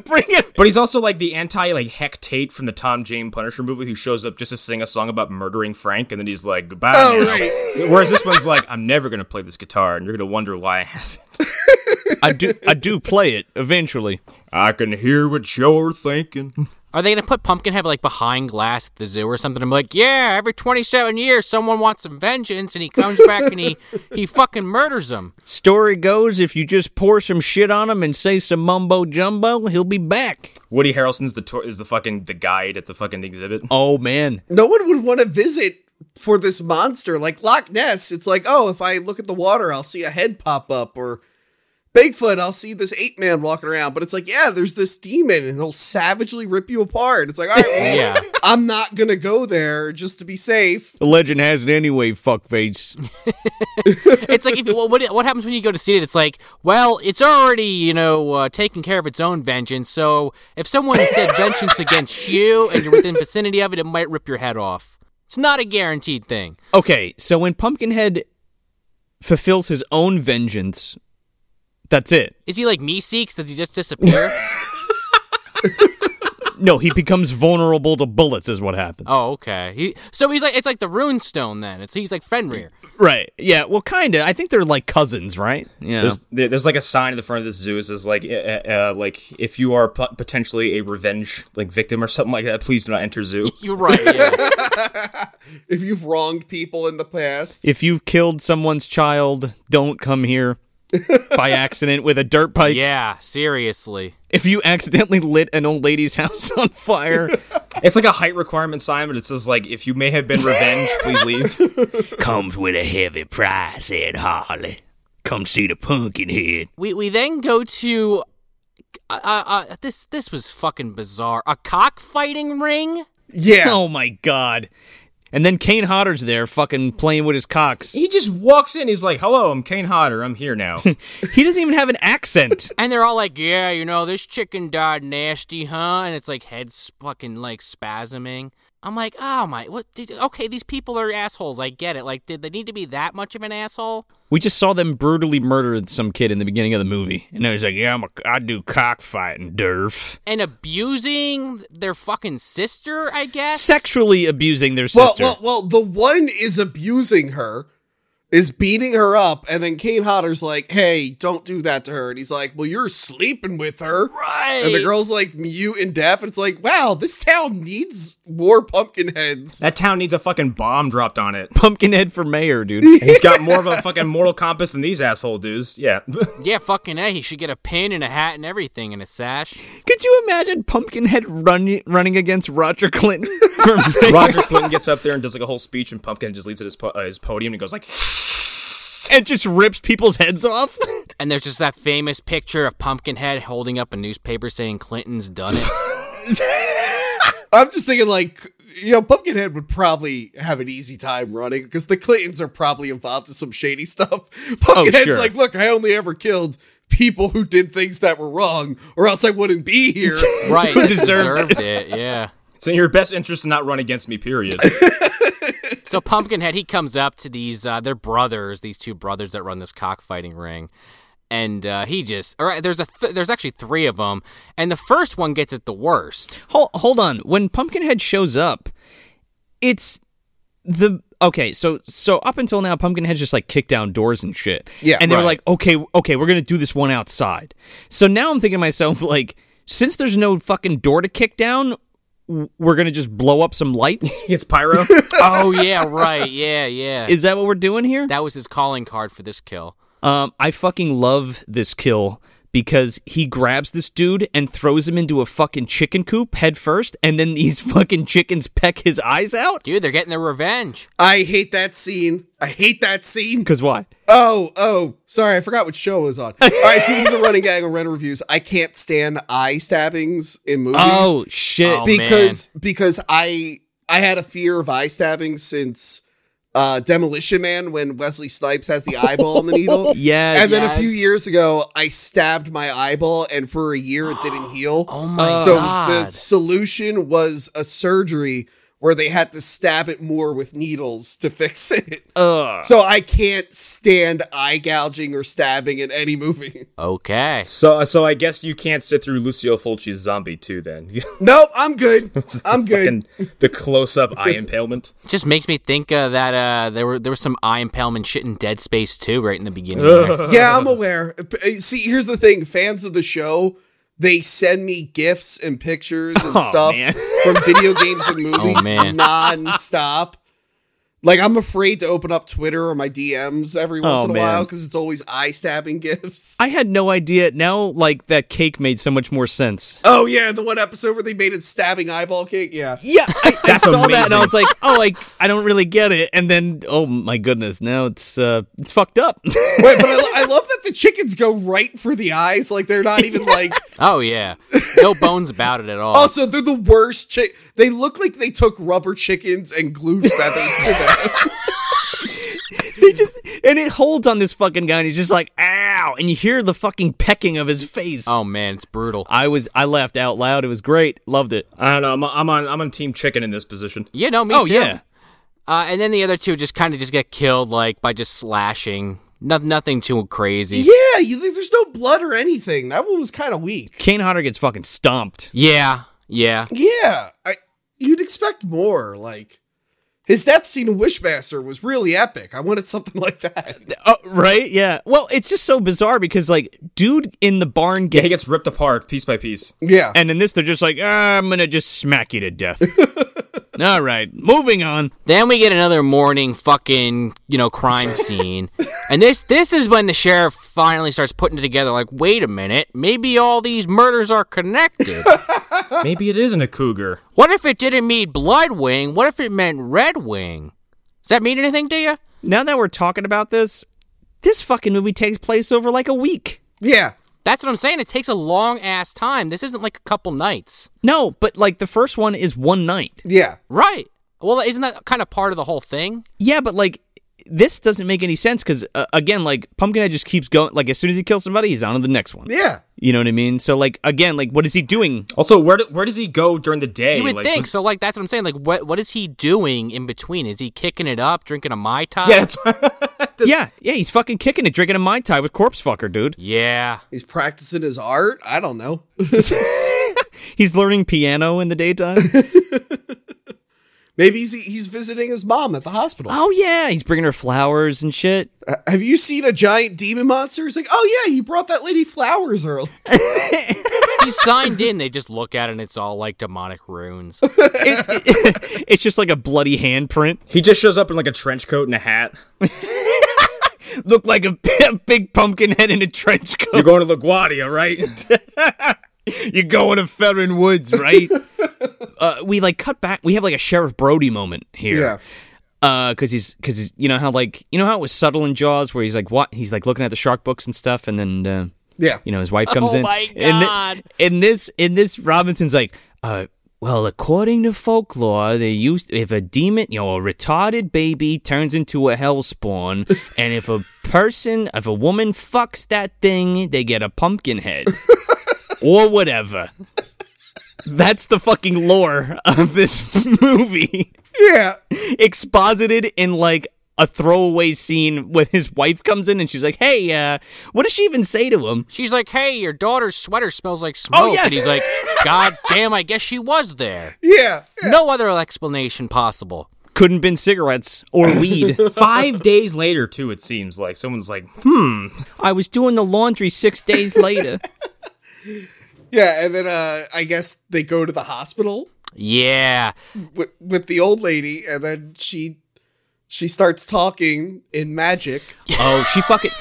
bring it. But he's also like the anti like Heck Tate from the Tom Jane Punisher movie who shows up just to sing a song about murdering Frank and then he's like goodbye. Oh, miss." Whereas this one's like I'm never gonna play this guitar and you're gonna wonder why I haven't. I do, I do play it eventually. I can hear what you're thinking. Are they gonna put Pumpkinhead like behind glass at the zoo or something? I'm like, yeah. Every 27 years, someone wants some vengeance, and he comes back and he he fucking murders them. Story goes if you just pour some shit on him and say some mumbo jumbo, he'll be back. Woody Harrelson's the tour is the fucking the guide at the fucking exhibit. Oh, man. no one would want to visit for this monster. Like Loch Ness, it's like, oh, if I look at the water, I'll see a head pop up or Bigfoot, I'll see this ape man walking around, but it's like, yeah, there's this demon and he'll savagely rip you apart. It's like, all right, well, Yeah. I'm not gonna go there just to be safe. The legend has it anyway, fuckface. It's like if you, what what happens when you go to see it? It's like, well, it's already you know uh, taking care of its own vengeance. So if someone said vengeance against you and you're within vicinity of it, it might rip your head off. It's not a guaranteed thing. Okay, so when Pumpkinhead fulfills his own vengeance, that's it. Is he like me seeks? Does he just disappear? No, he becomes vulnerable to bullets, is what happens. oh, okay. He, so he's like it's like the rune stone then. It's he's like Fenrir. Right. Yeah, well, kind of. I think they're like cousins, right? Oh. Yeah. There's, there, there's like a sign in the front of this zoo that says like uh, uh, like if you are pot- potentially a revenge like victim or something like that, please do not enter zoo. You're right. Yeah. If you've wronged people in the past, if you've killed someone's child, don't come here by accident with a dirt pipe. yeah, seriously. If you accidentally lit an old lady's house on fire, It's like a height requirement sign, but it says like if you may have been revenge, please leave. comes with a heavy price, Ed Harley. Come see the pumpkin head. We we then go to uh, uh, uh, this this was fucking bizarre. A cockfighting ring. yeah, Oh my god. And then Kane Hodder's there fucking playing with his cocks. he just walks in. He's like, "Hello, I'm Kane Hodder. I'm here now." He doesn't even have an accent. And they're all like, yeah, you know, this chicken died nasty, huh? And it's like heads fucking like spasming. I'm like, oh my, what? Did, okay, these people are assholes. I get it. Like, did they need to be that much of an asshole? We just saw them brutally murder some kid in the beginning of the movie. And then he's like, yeah, I'm a, I do cockfighting, derf. And abusing their fucking sister, I guess? Sexually abusing their Well, sister. well, well, the one is abusing her, is beating her up, and then Kane Hodder's like, hey, don't do that to her. And he's like, well, you're sleeping with her. Right. And the girl's like mute and deaf. And it's like, wow, this town needs more pumpkin heads. that town needs a fucking bomb dropped on it. Pumpkinhead for mayor, dude. He's got more of a fucking moral compass than these asshole dudes. Yeah. Yeah, fucking A. He should get a pin and a hat and everything and a sash. Could you imagine Pumpkinhead run, running against Roger Clinton for mayor? Roger Clinton gets up there and does like a whole speech, and Pumpkin just leads at his, po- uh, his podium and goes like, and just rips people's heads off? And there's just that famous picture of Pumpkinhead holding up a newspaper saying Clinton's done it. I'm just thinking, like, you know, Pumpkinhead would probably have an easy time running because the Clintons are probably involved in some shady stuff. Pumpkinhead's Oh, sure. like, look, I only ever killed people who did things that were wrong, or else I wouldn't be here. right. Deserved deserved it. Yeah. "It's in your best interest to not run against me." Period. So Pumpkinhead, he comes up to these, uh, they're brothers, these two brothers that run this cockfighting ring, and uh, he just, all right, there's a, th- there's actually three of them, and the first one gets it the worst. Hold, hold on. When Pumpkinhead shows up, it's the okay. So so up until now, Pumpkinhead's just like kicked down doors and shit. Yeah, and they were right. like, okay, okay, we're gonna do this one outside. So now I'm thinking to myself, like, since there's no fucking door to kick down, w- we're gonna just blow up some lights. He gets pyro. oh yeah, right, yeah, yeah. Is that what we're doing here? that was his calling card for this kill. Um, I fucking love this kill because he grabs this dude and throws him into a fucking chicken coop head first, and then these fucking chickens peck his eyes out. Dude, they're getting their revenge. I hate that scene. I hate that scene. Because why? Oh, oh, sorry, I forgot what show it was on. All right, so this is a running gag on Ren Reviews. I can't stand eye stabbings in movies. Oh shit! Oh, because because I I had a fear of eye stabbing since uh, Demolition Man when Wesley Snipes has the eyeball in the needle. Yes. And then Yes. a few years ago, I stabbed my eyeball, and for a year it didn't heal. Um, Oh my so the god. solution was a surgery where they had to stab it more with needles to fix it. So I can't stand eye gouging or stabbing in any movie. Okay. so, uh, so I guess you can't sit through Lucio Fulci's zombie too. Then nope, I'm good. I'm good. Fucking the close-up eye impalement. Just makes me think uh, that uh, there were there was some eye impalement shit in Dead Space 2 right in the beginning. there. yeah, I'm aware. P- uh, See, here's the thing: fans of the show, they send me gifts and pictures and Oh, stuff man. Oh, from video games and movies man. nonstop. Like I'm afraid to open up Twitter or my DMs every once Oh, in a man. while because it's always eye stabbing gifts. I had no idea. Now, like that cake made so much more sense. oh yeah, the one episode where they made it stabbing eyeball cake. Yeah, Yeah, I, I That's saw that and I amazing. was like, oh, like I don't really get it. And then, oh my goodness, now it's uh, it's fucked up. Wait, but I, lo- I love that the chickens go right for the eyes. Like they're not even like. Oh yeah, no bones about it at all. Also, they're the worst chick. They look like they took rubber chickens and glued feathers to them. they just and it holds on this fucking guy, and he's just like, ow, and you hear the fucking pecking of his face. oh man, it's brutal. I was I laughed out loud. It was great. Loved it. I don't know. I'm, I'm on. I'm on Team Chicken in this position. Yeah, no, me Oh, too. yeah. Uh, and then the other two just kind of just get killed like by just slashing. No- nothing too crazy. Yeah, you, there's no blood or anything. That one was kind of weak. Kane Hodder gets fucking stomped. Yeah, yeah. Yeah, I, you'd expect more. Like his death scene in Wishmaster was really epic. I wanted something like that. Oh, right? Yeah. Well, it's just so bizarre because like dude in the barn gets, He gets ripped apart piece by piece. Yeah, and in this they're just like, "Ah, I'm gonna just smack you to death. All right, moving on. Then we get another morning fucking you know crime scene, and this this is when the sheriff finally starts putting it together. Like, wait a minute, maybe all these murders are connected. Maybe it isn't a cougar. what if it didn't mean Blood Wing? What if it meant Red Wing? Does that mean anything to you? Now that we're talking about this, this fucking movie takes place over like a week. yeah. That's what I'm saying. It takes a long ass time. This isn't like a couple nights, No, but like the first one is one night. Yeah. right? Well, isn't that kind of part of the whole thing? Yeah, but like this doesn't make any sense because uh, again, like Pumpkinhead just keeps going. Like as soon as he kills somebody, he's on to the next one. Yeah. You know what I mean? So like again, like what is he doing? Also, where do, where does he go during the day? You would Like, think was- so. Like that's what I'm saying. Like what what is he doing in between? Is he kicking it up, drinking a mai tai? Yeah, that's yeah, yeah, he's fucking kicking it, drinking a mai tai with corpse fucker, dude. Yeah. He's practicing his art. I don't know. He's learning piano in the daytime. Maybe he's he's visiting his mom at the hospital. oh yeah, he's bringing her flowers and shit. Have you seen a giant demon monster? He's like, oh yeah, he brought that lady flowers early. He's signed in. They just look at it, and it's all like demonic runes. It- it- it's just like a bloody handprint. he just shows up in like a trench coat and a hat. Look like a, a big pumpkin head in a trench coat. You're going to LaGuardia, right? You're going to Ferrin Woods, right? uh, we like cut back. We have like a Sheriff Brody moment here. Yeah. Because he's because he's you know how like you know how it was subtle in Jaws where he's like what he's like looking at the shark books and stuff and then uh, Yeah. you know his wife comes Oh in. my In, thi- God. in this in this Robinson's like. Uh, well, according to folklore, they used if a demon, you know, a retarded baby turns into a hellspawn, and if a person, if a woman fucks that thing, they get a pumpkin head or whatever. That's the fucking lore of this movie. Yeah. Exposited in like a throwaway scene when his wife comes in and she's like, "Hey, uh, what does she even say to him?" She's like, "Hey, your daughter's sweater smells Oh, like smoke," yes. and he's like, "God damn, I guess she was there." Yeah. No other explanation possible. Couldn't been cigarettes or weed. Five days later, too. It seems like someone's like, hmm. I was doing the laundry 6 days later. Yeah. And then uh, I guess they go to the hospital Yeah. with, with the old lady, and then she she starts talking in magic. oh, she fucking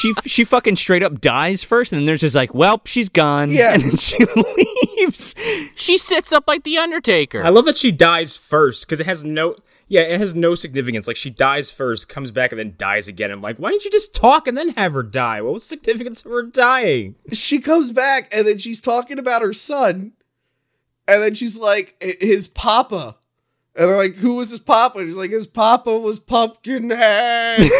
she she fucking straight up dies first and then there's just like, "Well, she's gone." Yeah. And then she leaves. She sits up like the Undertaker. I love that she dies first because it has no. Yeah, it has no significance. Like she dies first, comes back, and then dies again. I'm like, why didn't you just talk and then have her die? What was the significance of her dying? She comes back, and then she's talking about her son, and then she's like, "Hi- his papa. And they're like, who was his papa? And she's like, his papa was Pumpkinhead. so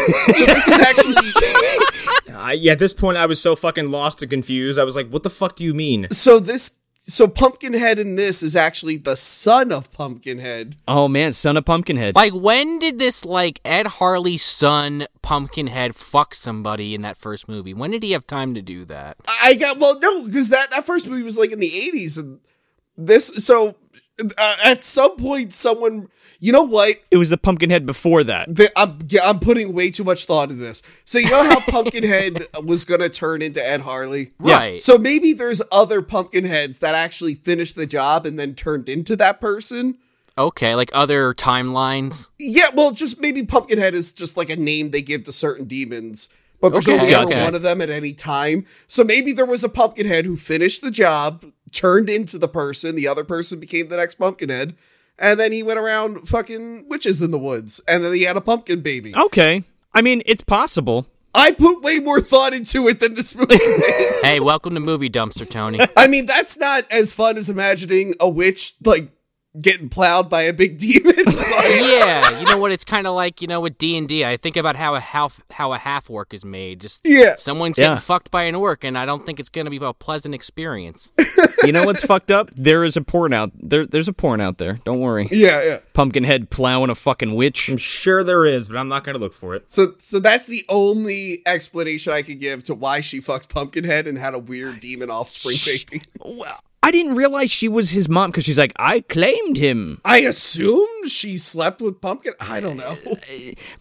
this is actually I, Uh, yeah, at this point, I was so fucking lost and confused. I was like, what the fuck do you mean? so this so Pumpkinhead in this is actually the son of Pumpkinhead. Oh man, son of Pumpkinhead. like when did this like Ed Harley's son Pumpkinhead fuck somebody in that first movie? When did he have time to do that? I got well, no, because that that first movie was like in the eighties, and this so uh, at some point someone, you know what? It was the Pumpkinhead before that. The, I'm yeah, I'm putting way too much thought into this. So you know how Pumpkinhead was gonna turn into Ed Harley. Yeah. Right. So maybe there's other Pumpkinheads that actually finished the job and then turned into that person. Okay, like other timelines. Yeah, well, just maybe Pumpkinhead is just like a name they give to certain demons, but there's Okay, only ever okay. one of them at any time. So maybe there was a Pumpkinhead who finished the job, turned into the person, the other person became the next Pumpkinhead, and then he went around fucking witches in the woods, and then he had a pumpkin baby. Okay. I mean, it's possible. I put way more thought into it than this movie did. Hey, welcome to Movie Dumpster, Tony. I mean, that's not as fun as imagining a witch like getting plowed by a big demon. Like, yeah, you know what? It's kind of like you know with D and D. I think about how a half how a half orc is made. Just Yeah. someone's Yeah. getting fucked by an orc, and I don't think it's gonna be a pleasant experience. You know what's fucked up? There is a porn out there. There's a porn out there. Don't worry. yeah, yeah. Pumpkinhead plowing a fucking witch. I'm sure there is, but I'm not going to look for it. So, so that's the only explanation I could give to why she fucked Pumpkinhead and had a weird demon offspring baby. I didn't realize she was his mom because she's like, I claimed him, I assume she slept with Pumpkin. I don't know.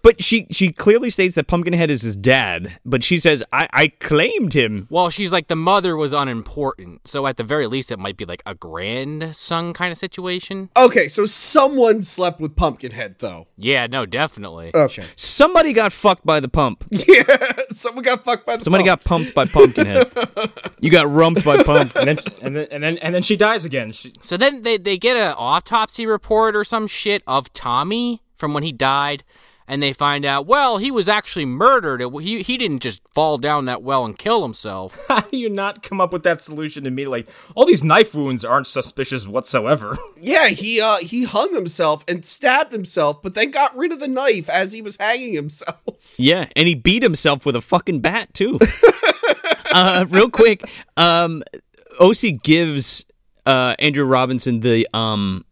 but she she clearly states that Pumpkinhead is his dad, but she says, I I claimed him. Well, she's like the mother was unimportant, so at the very least, it might be like a grandson kind of situation. Okay, so someone slept with Pumpkinhead though. Yeah, no, definitely. Okay. Somebody got fucked by the pump. Yeah, someone got fucked by the. Somebody pump. Oh. got pumped by Pumpkinhead. you got rumped by Pump. And then, and then, and then, and then she dies again. She, So then they, they get an autopsy report or some shit of Tommy from when he died, and they find out, well, he was actually murdered. It- He, he didn't just fall down that well and kill himself. how do you not come up with that solution immediately? Like, all these knife wounds aren't suspicious whatsoever. Yeah, he uh he hung himself and stabbed himself, but then got rid of the knife as he was hanging himself. Yeah, and he beat himself with a fucking bat too. uh, real quick, um, OC gives uh, Andrew Robinson the um,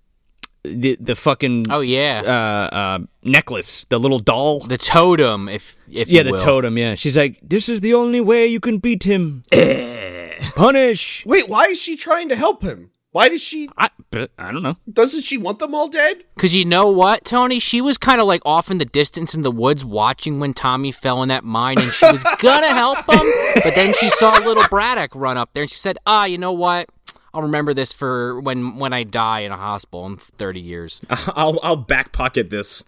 the the fucking Oh, yeah. uh, uh, necklace, the little doll. the totem, if, if yeah, you the will. totem. Yeah, she's like, this is the only way you can beat him. Punish. Wait, why is she trying to help him? Why does she I, but I don't know. doesn't she want them all dead? Because you know what, Tony? She was kind of like off in the distance in the woods watching when Tommy fell in that mine, and she was going to help him, but then she saw little Braddock run up there, and she said, ah, you know what? I'll remember this for when when I die in a hospital in 30 years. I'll, I'll back pocket this.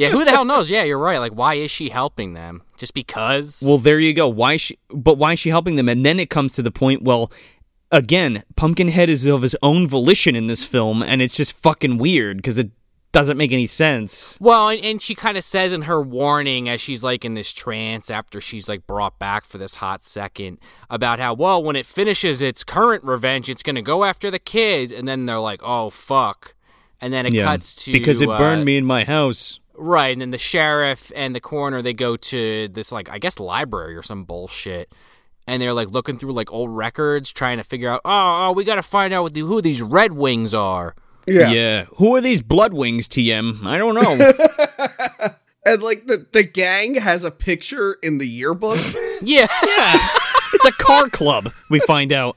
yeah, who the hell knows? Yeah, you're right. Like, why is she helping them? Just because? Well, there you go. Why she? But why is she helping them? And then it comes to the point. Well, again, Pumpkinhead is of his own volition in this film, and it's just fucking weird because it doesn't make any sense. Well, and, and she kind of says in her warning as she's like in this trance after she's like brought back for this hot second about how, well, when it finishes its current revenge, it's going to go after the kids. And then they're like, oh, fuck. And then it cuts to. because it uh, burned me in my house. Right. And then the sheriff and the coroner, they go to this, like, I guess library or some bullshit. And they're like looking through like old records, trying to figure out, oh, oh we got to find out what the, who these Red Wings are. Yeah. Who are these Bloodwings, TM? I don't know. And like the, the gang has a picture in the yearbook. Yeah. it's a car club. We find out.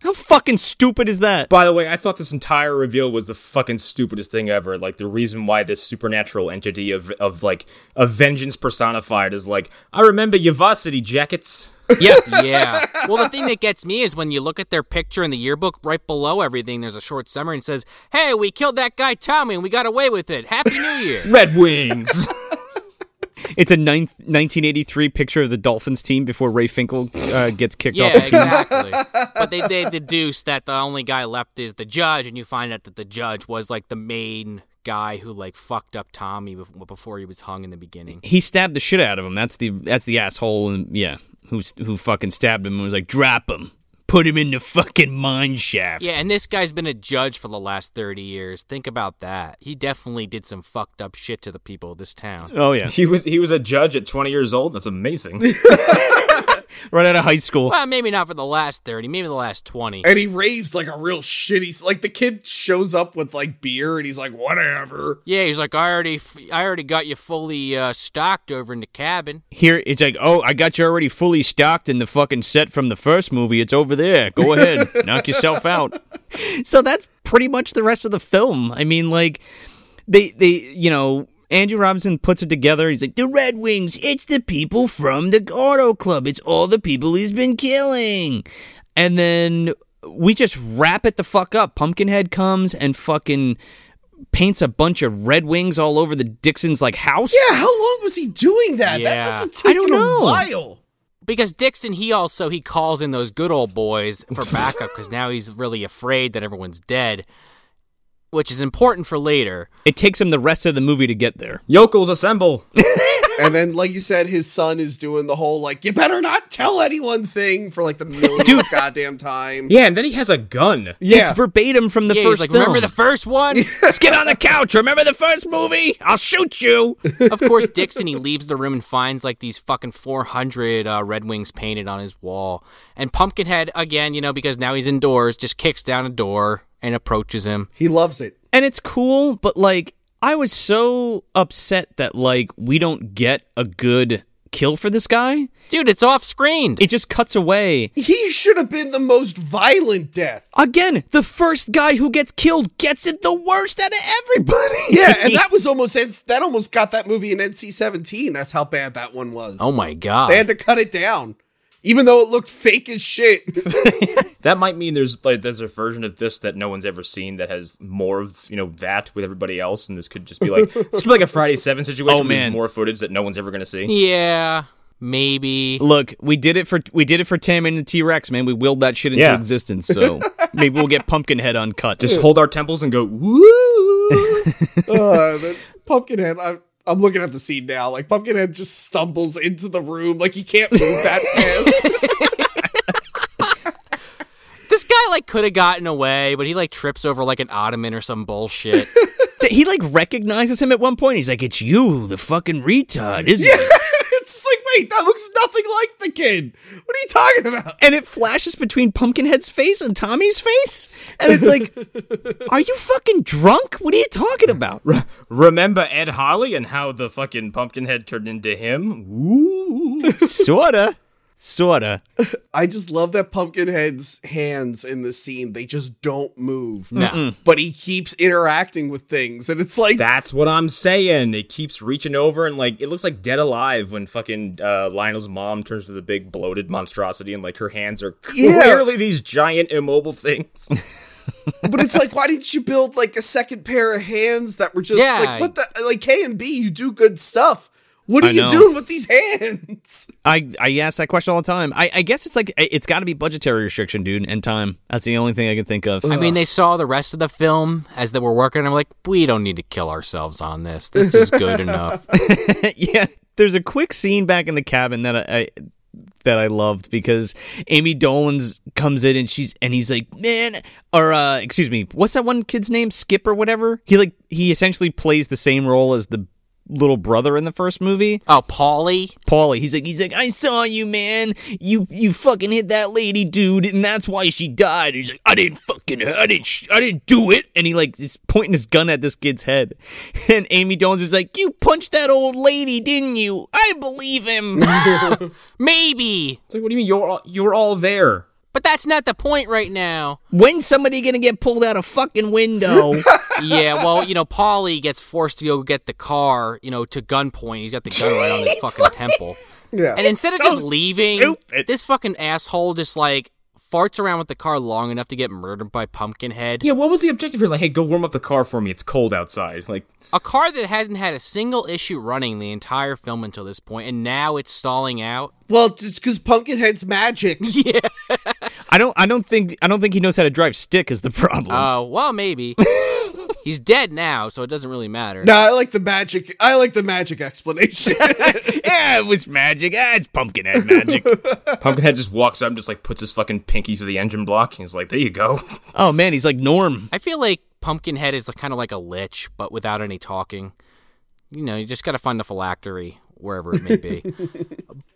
How fucking stupid is that? By the way, I thought this entire reveal was the fucking stupidest thing ever. Like the reason why this supernatural entity of of like a vengeance personified is like, I remember your varsity jackets. yeah. yeah. Well, the thing that gets me is when you look at their picture in the yearbook, right below everything, there's a short summary and says, "Hey, we killed that guy Tommy, and we got away with it. Happy New Year." Red Wings. It's a ninth, 1983 picture of the Dolphins team before Ray Finkel uh, gets kicked off yeah, the team. exactly. But they they deduce that the only guy left is the judge, and you find out that the judge was like the main guy who like fucked up Tommy bef- before he was hung in the beginning. he stabbed the shit out of him. That's the that's the asshole and yeah, who who fucking stabbed him and was like, drop him, put him in the fucking mine shaft. Yeah, and this guy's been a judge for the last 30 years. Think about that. He definitely did some fucked up shit to the people of this town. Oh yeah, he was he was a judge at 20 years old. That's amazing. right out of high school. Well, maybe not for the last 30, maybe the last 20. and he raised like a real shitty like the kid shows up with like beer and he's like, whatever. Yeah, he's like, I already, f- I already got you fully uh, stocked over in the cabin. Here it's like, oh, I got you already fully stocked in the fucking set from the first movie. It's over there. Go ahead, knock yourself out. So that's pretty much the rest of the film. I mean, like they they you know. Andrew Robinson puts it together. He's like, The Red Wings, it's the people from the auto club. It's all the people he's been killing. and then we just wrap it the fuck up. Pumpkinhead comes and fucking paints a bunch of red wings all over the Dixon's like house. Yeah, how long was he doing that? Yeah. That wasn't taking I don't know. a while. because Dixon, he also he calls in those good old boys for backup because now he's really afraid that everyone's dead, which is important for later. It takes him the rest of the movie to get there. Yokels assemble. And then, like you said, his son is doing the whole like "you better not tell anyone" thing for like the millionth goddamn time. yeah, and then he has a gun. Yeah. It's verbatim from the yeah, first he's like, film. remember the first one? Let's get on the couch. Remember the first movie? I'll shoot you. of course, Dixon he leaves the room and finds like these fucking four hundred uh, Red Wings painted on his wall. And Pumpkinhead again, you know, because now he's indoors, just kicks down a door and approaches him. He loves it. and it's cool, but like I was so upset that like we don't get a good kill for this guy. Dude, it's off screen. It just cuts away. He should have been the most violent death. Again, the first guy who gets killed gets it the worst out of everybody. Yeah, and that was almost that almost got that movie an NC-17. That's how bad that one was. oh my god. They had to cut it down, even though it looked fake as shit. That might mean there's like there's a version of this that no one's ever seen that has more of you know that with everybody else, and this could just be like this could be like a Friday Seven situation. Oh, where there's man. more footage that no one's ever gonna see. yeah, maybe. Look, we did it for we did it for Tam and the T Rex, man. We willed that shit into Yeah. existence. So maybe we'll get Pumpkinhead uncut. Just hold our temples and go woo. uh, but Pumpkinhead, I'm, I'm looking at the scene now. Like Pumpkinhead just stumbles into the room, like he can't move that fast. This guy like could have gotten away, but he like trips over like an ottoman or some bullshit. he like recognizes him at one point. He's like, "It's you, the fucking retard, isn't it?" it's like, wait, that looks nothing like the kid. What are you talking about? and it flashes between Pumpkinhead's face and Tommy's face, and it's like, "Are you fucking drunk? What are you talking about?" Remember Ed Harley and how the fucking Pumpkinhead turned into him? Woo. sorta, sorta. I just love that Pumpkinhead's hands in this scene. They just don't move. No. But he keeps interacting with things, and it's like That's what I'm saying. It keeps reaching over and like it looks like dead alive when fucking uh, Lionel's mom turns to the big bloated monstrosity and like her hands are Yeah. clearly these giant immobile things. But it's like, why didn't you build like a second pair of hands that were just Yeah. like what the like K and B? You do good stuff. What are I you know. doing with these hands? I I ask that question all the time. I, I guess it's like I- it's got to be budgetary restriction, dude, and time. That's the only thing I can think of. I mean, they saw the rest of the film as they were working, and I'm like, we don't need to kill ourselves on this. This is good enough. yeah, there's a quick scene back in the cabin that I. I that I loved because Amy Dolan's comes in and she's and he's like, man, or uh, excuse me, what's that one kid's name? Skip or whatever. He like he essentially plays the same role as the little brother in the first movie. Oh, Paulie? Paulie. He's like, he's like, I saw you, man. You you fucking hit that lady, dude, and that's why she died. He's like, I didn't fucking, I didn't, sh- I didn't do it. And he like is pointing his gun at this kid's head, and Amy Jones is like, you punched that old lady, didn't you? I believe him. Maybe. It's like, what do you mean you're all, you're all there? But that's not the point right now. When's somebody gonna get pulled out a fucking window? Yeah, well, you know, Paulie gets forced to go get the car, you know, to gunpoint. He's got the gun right on his fucking temple. Yeah. And instead so of just leaving, stupid. this fucking asshole just like farts around with the car long enough to get murdered by Pumpkinhead. Yeah, what was the objective here? Like, hey, go warm up the car for me. It's cold outside. Like, A car that hasn't had a single issue running the entire film until this point, and now it's stalling out. Well, it's because Pumpkinhead's magic. I don't, I don't think, I don't think he knows how to drive stick is the problem. Oh, well, maybe. He's dead now, so it doesn't really matter. no, I like the magic. I like the magic explanation. yeah, it was magic. Ah, it's Pumpkinhead magic. Pumpkinhead just walks up and just like puts his fucking pinky through the engine block. And he's like, there you go. oh man, he's like Norm. I feel like Pumpkinhead is kind of like a lich, but without any talking. You know, you just got to find the phylactery wherever it may be.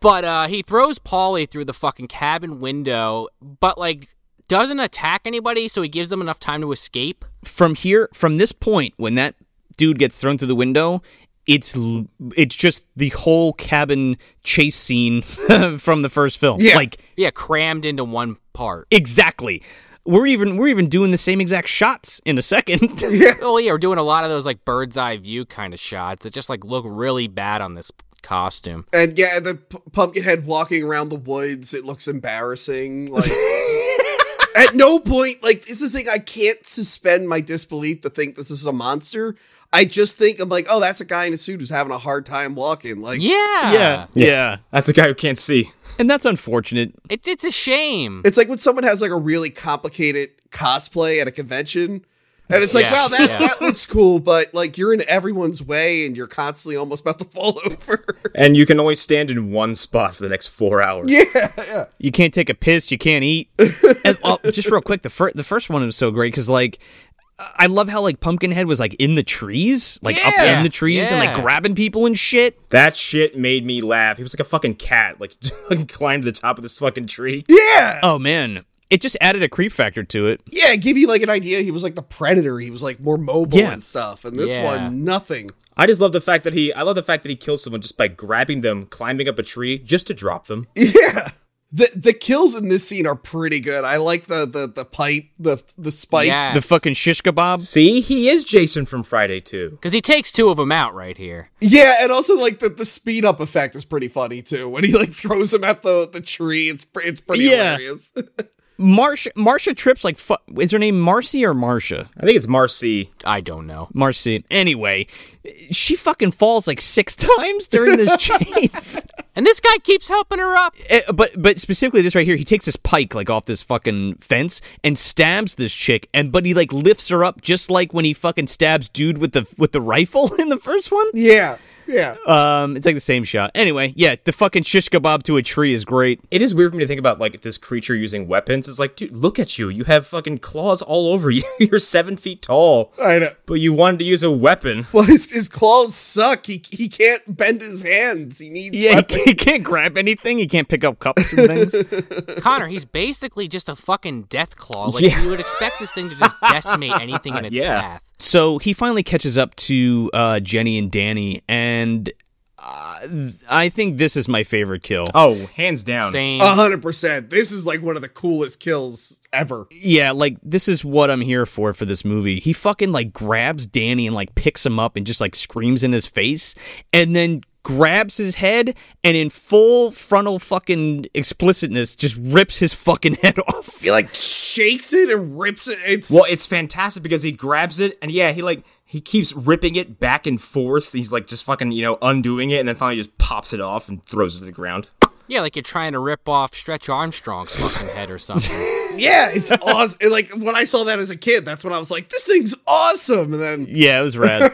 but uh, he throws Polly through the fucking cabin window, but like doesn't attack anybody, so he gives them enough time to escape. from here from this point when that dude gets thrown through the window it's l- it's just the whole cabin chase scene from the first film Yeah. like Yeah, crammed into one part. exactly we're even we're even doing the same exact shots in a second Oh yeah, we're doing a lot of those like bird's eye view kind of shots that just like look really bad on this costume. and yeah, the p- Pumpkinhead walking around the woods. It looks embarrassing. Like, At no point, like this is the thing. I can't suspend my disbelief to think this is a monster. I just think I'm like, oh, that's a guy in a suit who's having a hard time walking. Like, Yeah. yeah, yeah. That's a guy who can't see. And that's unfortunate. It, it's a shame. It's like when someone has like a really complicated cosplay at a convention. And it's like, Yeah, wow, that, yeah. that looks cool, but like you're in everyone's way and you're constantly almost about to fall over. And you can only stand in one spot for the next four hours. You can't take a piss. You can't eat. and, oh, just real quick, the first the first one was so great because like I love how like Pumpkinhead was like in the trees, like up Yeah. in the trees and like Yeah. grabbing people and shit. That shit made me laugh. He was like a fucking cat, like fucking climbed to the top of this fucking tree. Uh, Oh man, it just added a creep factor to it. yeah, give you like an idea. He was like the predator. He was like more mobile Yeah. and stuff. And this Yeah. one, nothing. I just love the fact that he I love the fact that he killed someone just by grabbing them, climbing up a tree just to drop them. The the kills in this scene are pretty good. I like the the the pipe, the the spike. Yeah. The fucking shish kebab. See, he is Jason from Friday too. Because he takes two of them out right here. Yeah, and also like the, the speed up effect is pretty funny too. When he like throws him at the the tree, it's pre- it's pretty Yeah. hilarious. Marsh Marsha trips like fu- is her name Marcy or Marsha? I think it's Marcy. I don't know. Marcy. Anyway, she fucking falls like six times during this chase. And this guy keeps helping her up. Eh, but but specifically this right here, he takes this pike like off this fucking fence and stabs this chick, and but he like lifts her up just like when he fucking stabs dude with the with the rifle in the first one. yeah. Yeah. Um, it's like the same shot. Anyway, yeah, the fucking shish kebab to a tree is great. It is weird for me to think about like this creature using weapons. It's like, dude, look at you. You have fucking claws all over you. You're seven feet tall. I know. But you wanted to use a weapon. Well, his, his claws suck. He he can't bend his hands. He needs Yeah, he weapons. can't, he can't grab anything. He can't pick up cups and things. Connor, he's basically just a fucking death claw. Like, you would expect this thing to just decimate anything in its Yeah. path. so he finally catches up to uh, Jenny and Danny, and uh, th- I think this is my favorite kill. Uh, Oh, hands down. Same. A hundred percent. This is like one of the coolest kills ever. Yeah, like this is what I'm here for for this movie. He fucking like grabs Danny and like picks him up and just like screams in his face and then grabs his head and in full frontal fucking explicitness just rips his fucking head off. He like shakes it and rips it. It's Well, it's fantastic because he grabs it and yeah, he like he keeps ripping it back and forth. He's like just fucking, you know, undoing it and then finally just pops it off and throws it to the ground. Yeah, like you're trying to rip off Stretch Armstrong's fucking head or something. yeah, it's awesome. And, like when I saw that as a kid, that's when I was like, this thing's awesome. And then Yeah, it was rad.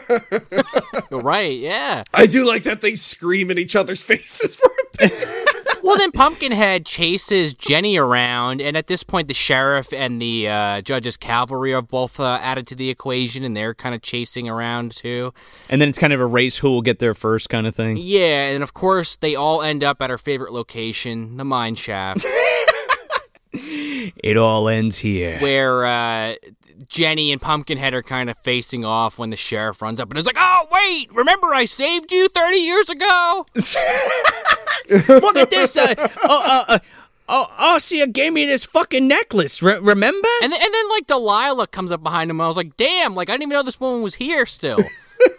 right, yeah. I do like that they scream in each other's faces for a bit. Well, then Pumpkinhead chases Jenny around, and at this point, the sheriff and the uh, judge's cavalry are both uh, added to the equation, and they're kind of chasing around too. and then it's kind of a race who will get there first kind of thing. Yeah, and of course, they all end up at our favorite location, the mine shaft, It all ends here. where uh, Jenny and Pumpkinhead are kind of facing off when the sheriff runs up and is like, Oh, wait, remember I saved you 30 years ago? Look at this. Uh, oh, uh, uh, oh, oh, see, you gave me this fucking necklace. Re- remember? And, th- and then, like, Delilah comes up behind him, and I was like, Damn, like, I didn't even know this woman was here still.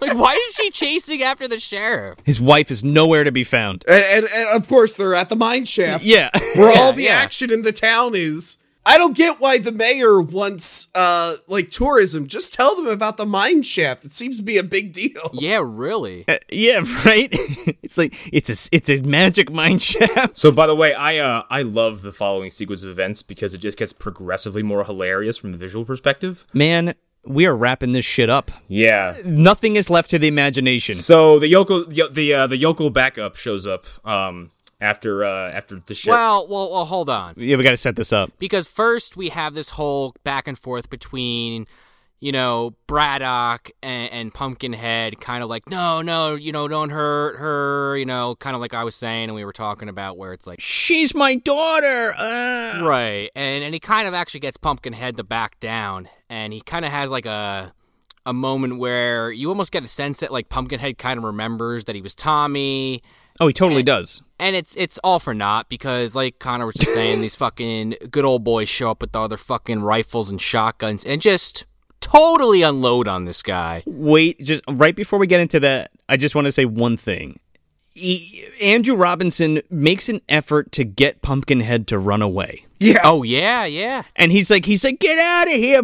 like, why is she chasing after the sheriff? His wife is nowhere to be found. And, and, and of course, they're at the mine shaft Yeah. where all the yeah. action in the town is. I don't get why the mayor wants uh like tourism. Just tell them about the mine shaft. It seems to be a big deal. Yeah, really. Uh, yeah, right. it's like it's a it's a magic mind shaft. So by the way, I uh I love the following sequence of events because it just gets progressively more hilarious from a visual perspective. Man, we are wrapping this shit up. Yeah. Nothing is left to the imagination. So the yokel the the, uh, the yokel backup shows up um after uh after the shit. Well, well, well, hold on. Yeah, we got to set this up. because first we have this whole back and forth between you know Braddock and, and Pumpkinhead, kind of like no, no, you know, don't hurt her, you know, kind of like I was saying, and we were talking about where it's like She's my daughter. Uh. right, and and he kind of actually gets Pumpkinhead to back down, and he kind of has like a a moment where you almost get a sense that like Pumpkinhead kind of remembers that he was Tommy, Oh, he totally does. and it's it's all for naught because like Connor was just saying, these fucking good old boys show up with all their fucking rifles and shotguns and just totally unload on this guy. Wait, just right before we get into that, I just want to say one thing. he- Andrew Robinson makes an effort to get Pumpkinhead to run away. Yeah. Oh yeah, yeah. And he's like, he's like, get out of here,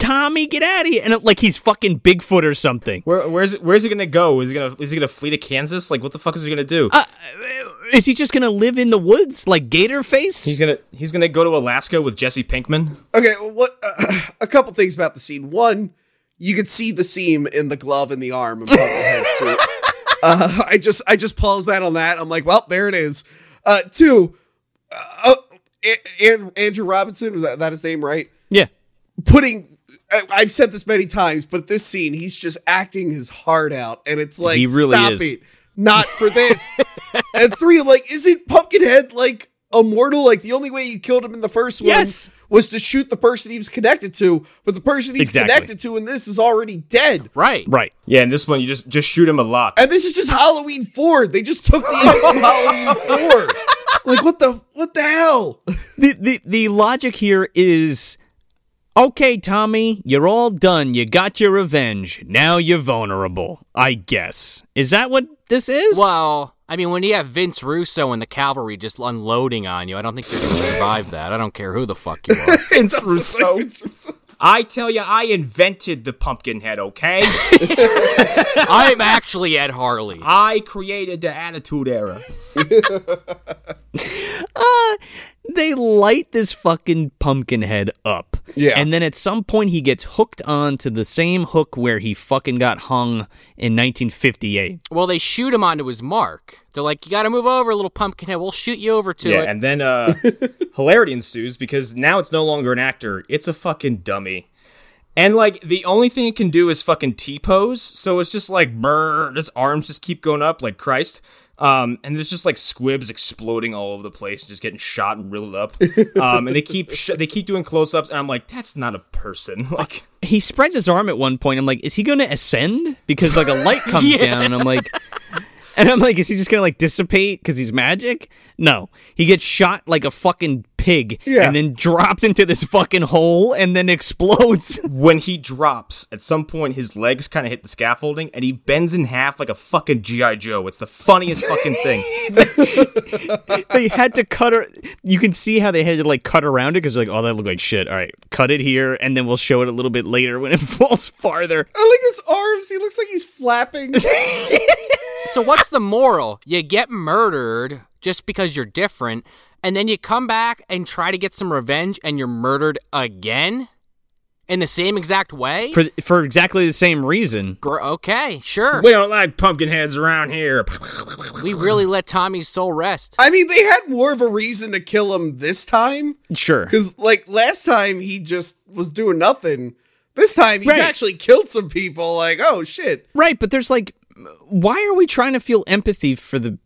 Tommy, get out of here. And it, like he's fucking Bigfoot or something. Where, where's where's he gonna go? Is he gonna is he gonna flee to Kansas? Like what the fuck is he gonna do? Is he just gonna live in the woods like Gator Face? he's gonna he's gonna go to Alaska with Jesse Pinkman. Okay, well, what uh, a couple things about the scene. One, you could see the seam in the glove and the arm in Pumpkinhead's suit. Uh, I just I just paused that on that. I'm like, well, there it is. Uh, two, uh, A- An- Andrew Robinson was that, that his name, right? yeah. Putting I- I've said this many times, but this scene, he's just acting his heart out, and it's like, He really stop is. it, not for this. and three, like, isn't Pumpkinhead like immortal? Like the only way you killed him in the first one Yes. was to shoot the person he was connected to, but the person he's Exactly. connected to in this is already dead. Right. Right. Yeah, and this one you just just shoot him a lot. And this is just Halloween four. They just took the end of Halloween four. Like what the what the hell? the, the the logic here is okay, Tommy, you're all done. You got your revenge. Now you're vulnerable. I guess. Is that what this is? Well, I mean, when you have Vince Russo and the cavalry just unloading on you, I don't think you're gonna survive that. I don't care who the fuck you are. Vince Russo. I tell you, I invented the Pumpkinhead. Okay, I'm actually Ed Harley. I created the Attitude Era. they light this fucking pumpkin head up. Yeah. And then at some point he gets hooked on to the same hook where he fucking got hung in 1958. Well, they shoot him onto his mark. They're like, "You got to move over, little Pumpkinhead. We'll shoot you over to Yeah, it." and then uh, hilarity ensues because now it's no longer an actor; it's a fucking dummy. And like the only thing it can do is fucking T pose, so it's just like brr, his arms just keep going up like Christ. Um, and there's just like squibs exploding all over the place, just getting shot and riddled up. Um, and they keep sh- they keep doing close ups, and I'm like, that's not a person. Like, He spreads his arm at one point. I'm like, is he going to ascend? Because like a light comes down and I'm like and I'm like, is he just going to like dissipate cuz he's magic? No. He gets shot like a fucking pig Yeah. and then dropped into this fucking hole and then explodes. when he drops, at some point his legs kind of hit the scaffolding, and he bends in half like a fucking GI Joe. It's the funniest fucking thing. they had to cut her. You can see how they had to like cut around it because like, oh, that looked like shit. All right, cut it here, and then we'll show it a little bit later when it falls farther. I like his arms. He looks like he's flapping. so what's the moral? You get murdered just because you're different, and then you come back and try to get some revenge, and you're murdered again in the same exact way. For, for exactly the same reason. Gr- okay, sure. We don't like pumpkin heads around here. We really let Tommy's soul rest. I mean, they had more of a reason to kill him this time Sure. because like last time he just was doing nothing. This time he's Right. actually killed some people. Like oh shit. Right, but there's like, why are we trying to feel empathy for the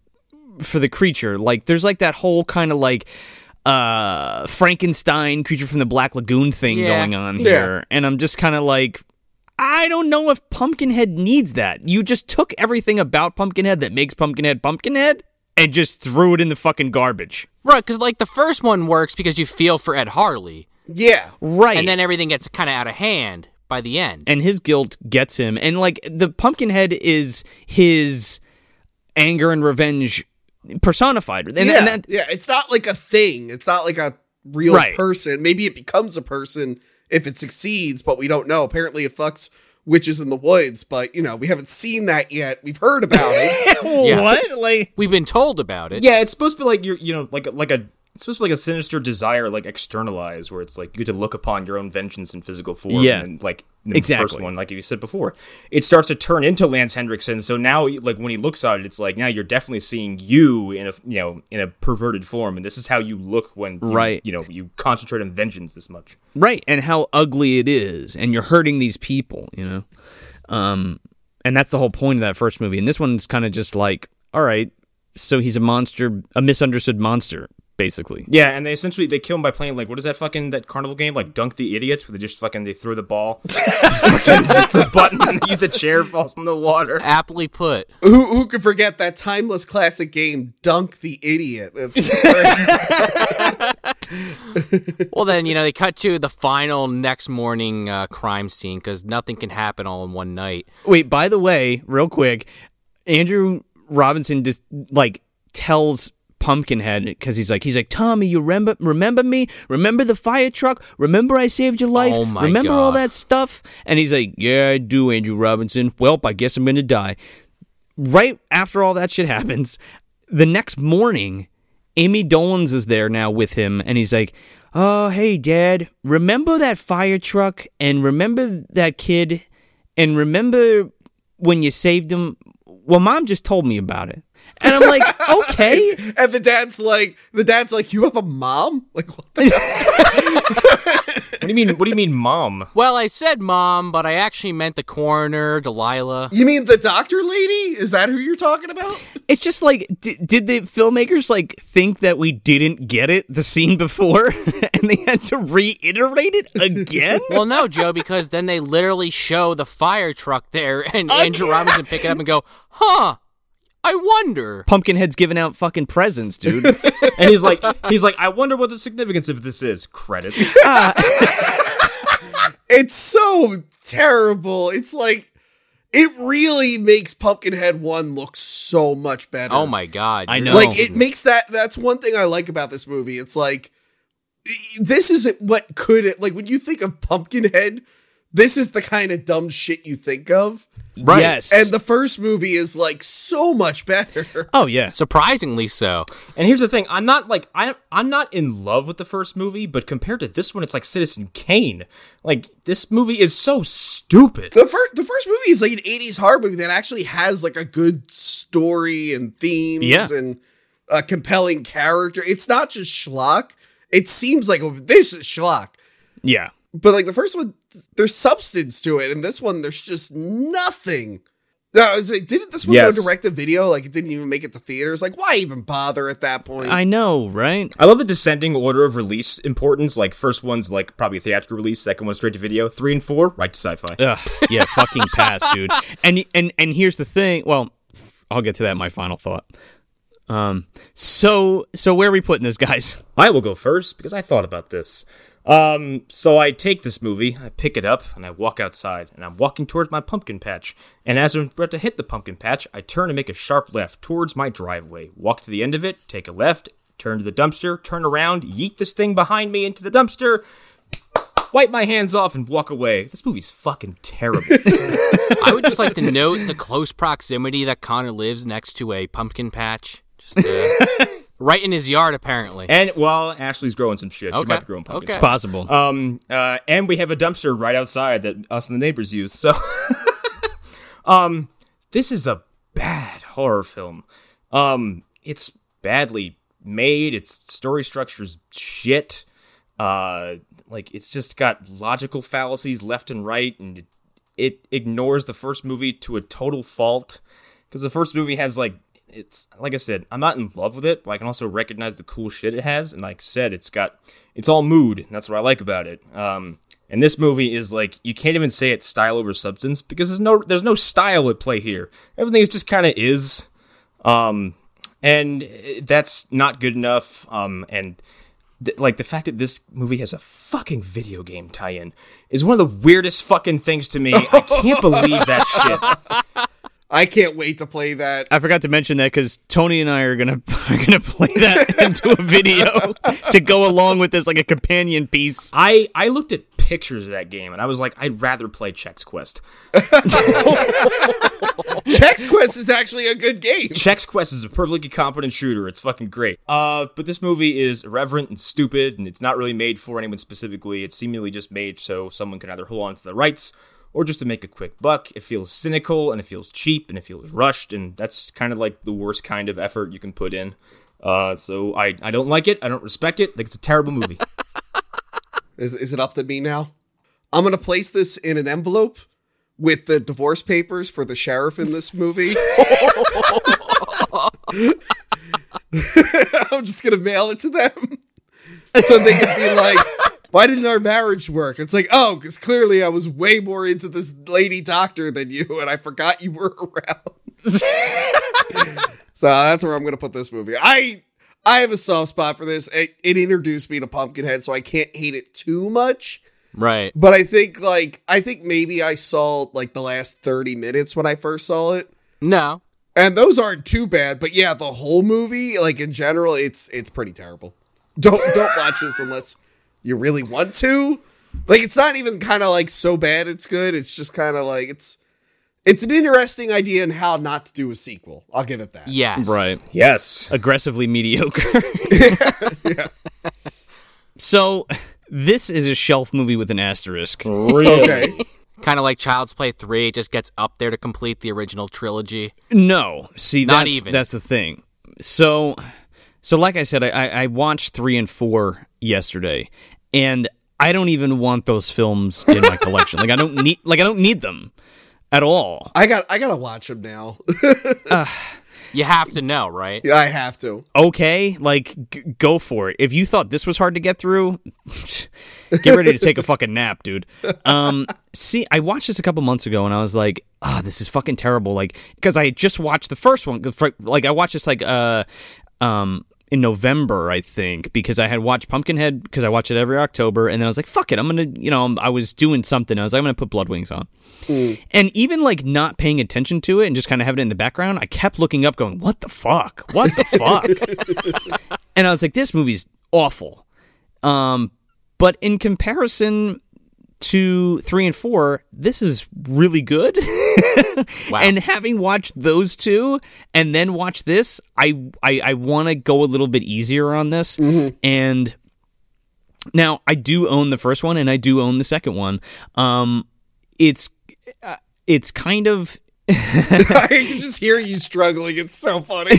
for the creature? Like, there's like that whole kind of like uh Frankenstein creature from the Black Lagoon thing Yeah. going on here, and I'm just kind of like. I don't know if Pumpkinhead needs that. You just took everything about Pumpkinhead that makes Pumpkinhead Pumpkinhead and just threw it in the fucking garbage. Right, because like the first one works because you feel for Ed Harley, Yeah. Right. and then everything gets kind of out of hand by the end. and his guilt gets him and like the pumpkinhead is his anger and revenge personified and, and yeah, that- yeah, it's not like a thing. It's not like a real Right. person. Maybe it becomes a person if it succeeds, but we don't know. Apparently, it fucks witches in the woods, but you know we haven't seen that yet. We've heard about it. what like We've been told about it. Yeah, it's supposed to be like you're, you know, like like a it's supposed to be like a sinister desire, like externalized, where it's like you get to look upon your own vengeance in physical form. Yeah. and like in the Exactly. first one, like you said before, it starts to turn into Lance Hendrickson. So now, like when he looks at it, it's like now you're definitely seeing you in a you know in a perverted form, and this is how you look when you- Right. you know you concentrate on vengeance this much. right and how ugly it is and you're hurting these people you know um and that's the whole point of that first movie and this one's kind of just like all right so he's a monster a misunderstood monster basically Yeah, and they essentially they kill him by playing like what is that fucking that carnival game like Dunk the Idiots where they just fucking they throw the ball, fucking hit the button, and you- the chair falls in the water. Aptly put. who who could forget that timeless classic game, Dunk the Idiot? That's great. Well, then, you know, they cut to the final next morning uh, crime scene because nothing can happen all in one night. Wait, by the way, real quick, Andrew Robinson just like tells Pumpkinhead because he's like he's like Tommy, you remember remember me? Remember the fire truck? Remember I saved your life? Oh my remember all God. that stuff? And he's like, yeah, I do, Andrew Robinson. Welp, I guess I'm gonna die. Right after all that shit happens, the next morning, Amy Dolans is there now with him, and he's like, "Oh, hey, Dad, remember that fire truck, and remember that kid, and remember when you saved him? Well, Mom just told me about it." And I'm like, okay. And the dad's like, the dad's like, you have a mom? Like what the What do you mean? What do you mean, mom? Well, I said mom, but I actually meant the coroner, Delilah. You mean the doctor lady? Is that who you're talking about? It's just like, d- did the filmmakers like think that we didn't get it the scene before, and they had to reiterate it again? Well, no, Joe, because then they literally show the fire truck there and Andrew Robinson pick it up and go, huh, I wonder. Pumpkinhead's giving out fucking presents, dude. And he's like, he's like, I wonder what the significance of this is. Credits. It's so terrible. It's like it really makes Pumpkinhead 1 look so much better. Oh my God. I you're- know. Like it makes that that's one thing I like about this movie. It's like this isn't what could it like when you think of Pumpkinhead, this is the kind of dumb shit you think of. right. Yes. And the first movie is like so much better. oh yeah. Surprisingly so. and here's the thing: I'm not like I'm I'm not in love with the first movie, but compared to this one, it's like Citizen Kane. Like this movie is so stupid. The first the first movie is like an 80s horror movie that actually has like a good story and themes Yeah. and a compelling character. It's not just schlock. It seems like oh, this is schlock. Yeah. But like the first one, there's substance to it, and this one, there's just nothing. No, I was like, didn't this one Yes. go direct to video? Like it didn't even make it to theaters. Like why even bother at that point? I know, right? I love the descending order of release importance. Like first one's like probably a theatrical release, second one straight to video, three and four right to sci-fi. Ugh, yeah, fucking pass, dude. And and and here's the thing. Well, I'll get to that. in My final thought. Um. So so where are we putting this, guys? I will go first because I thought about this. Um, so I take this movie, I pick it up, and I walk outside, and I'm walking towards my pumpkin patch. And as I'm about to hit the pumpkin patch, I turn and make a sharp left towards my driveway. Walk to the end of it, take a left, turn to the dumpster, turn around, yeet this thing behind me into the dumpster, wipe my hands off, and walk away. This movie's fucking terrible. I would just like to note the close proximity that Connor lives next to a pumpkin patch. Just, uh, right in his yard, apparently. and well, Ashley's growing some shit. She Okay, might be growing pumpkins. okay. Possible. Um, uh, and we have a dumpster right outside that us and the neighbors use. So, um, this is a bad horror film. Um, it's badly made. Its story structure's shit. Uh, like it's just got logical fallacies left and right, and it, it ignores the first movie to a total fault. Because the first movie has like it's like I said, I'm not in love with it, but I can also recognize the cool shit it has. And like I said, it's got it's all mood. And that's what I like about it. Um, and this movie is like you can't even say it's style over substance because there's no there's no style at play here. Everything is just kind of is. Um, and uh, that's not good enough. Um, and th- like the fact that this movie has a fucking video game tie-in is one of the weirdest fucking things to me. I can't believe that shit. I can't wait to play that. I forgot to mention that because Tony and I are gonna are gonna play that into a video to go along with this, like a companion piece. I I looked at pictures of that game and I was like, I'd rather play Chex Quest. Chex Quest is actually a good game. Chex Quest is a perfectly competent shooter. It's fucking great. Uh, but this movie is irreverent and stupid, and it's not really made for anyone specifically. It's seemingly just made so someone can either hold on to the rights or just to make a quick buck. It feels cynical and it feels cheap and it feels rushed, and that's kind of like the worst kind of effort you can put in. Uh, so I, I don't like it. I don't respect it. Like it's a terrible movie. Is is it up to me now? I'm gonna place this in an envelope with the divorce papers for the sheriff in this movie. I'm just gonna mail it to them. So they can be like, why didn't our marriage work? It's like, oh, because clearly I was way more into this lady doctor than you, and I forgot you were around. so that's where I'm gonna put this movie. I I have a soft spot for this. It, it introduced me to Pumpkinhead, so I can't hate it too much. right. But I think like I think maybe I saw like the last 30 minutes when I first saw it. No. And those aren't too bad, but yeah, the whole movie, like in general, it's it's pretty terrible. Don't don't watch this unless you really want to. Like it's not even kind of like so bad it's good. It's just kind of like it's it's an interesting idea in how not to do a sequel. I'll give it that. Yes. Right. Yes. Aggressively mediocre. So this is a shelf movie with an asterisk. Okay. Kind of like Child's Play 3, it just gets up there to complete the original trilogy. No, see, Not that's even. that's the thing. So, so like I said, I- I, I watched three and four yesterday, and I don't even want those films in my collection. like I don't need, like I don't need them at all. I got I gotta watch them now. You have to know, right? I have to. Okay, like g- go for it. If you thought this was hard to get through, get ready to take a fucking nap, dude. Um, see, I watched this a couple months ago, and I was like, "Ah, this is fucking terrible." Like, because I had just watched the first one. 'cause fr- Like, I watched this like uh, um, in November, I think, because I had watched Pumpkinhead because I watch it every October, and then I was like, "Fuck it, I'm gonna," you know, I'm- I was doing something. I was like, "I'm gonna put Blood Wings on." and even like not paying attention to it and just kind of having it in the background, I kept looking up, going, "What the fuck? What the fuck?" and I was like, "This movie's awful." Um, but in comparison to three and four, this is really good. And having watched those two and then watch this, I I, I want to go a little bit easier on this and. Now I do own the first one and I do own the second one. Um, it's uh, it's kind of I can just hear you struggling. It's so funny.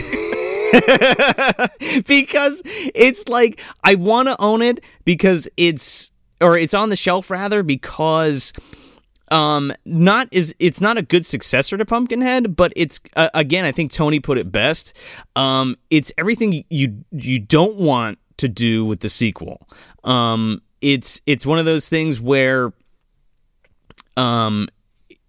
because it's like I want to own it because it's or it's on the shelf rather because um not is it's not a good successor to Pumpkinhead but it's uh, again I think Tony put it best um it's everything you you don't want to do with the sequel um it's it's one of those things where um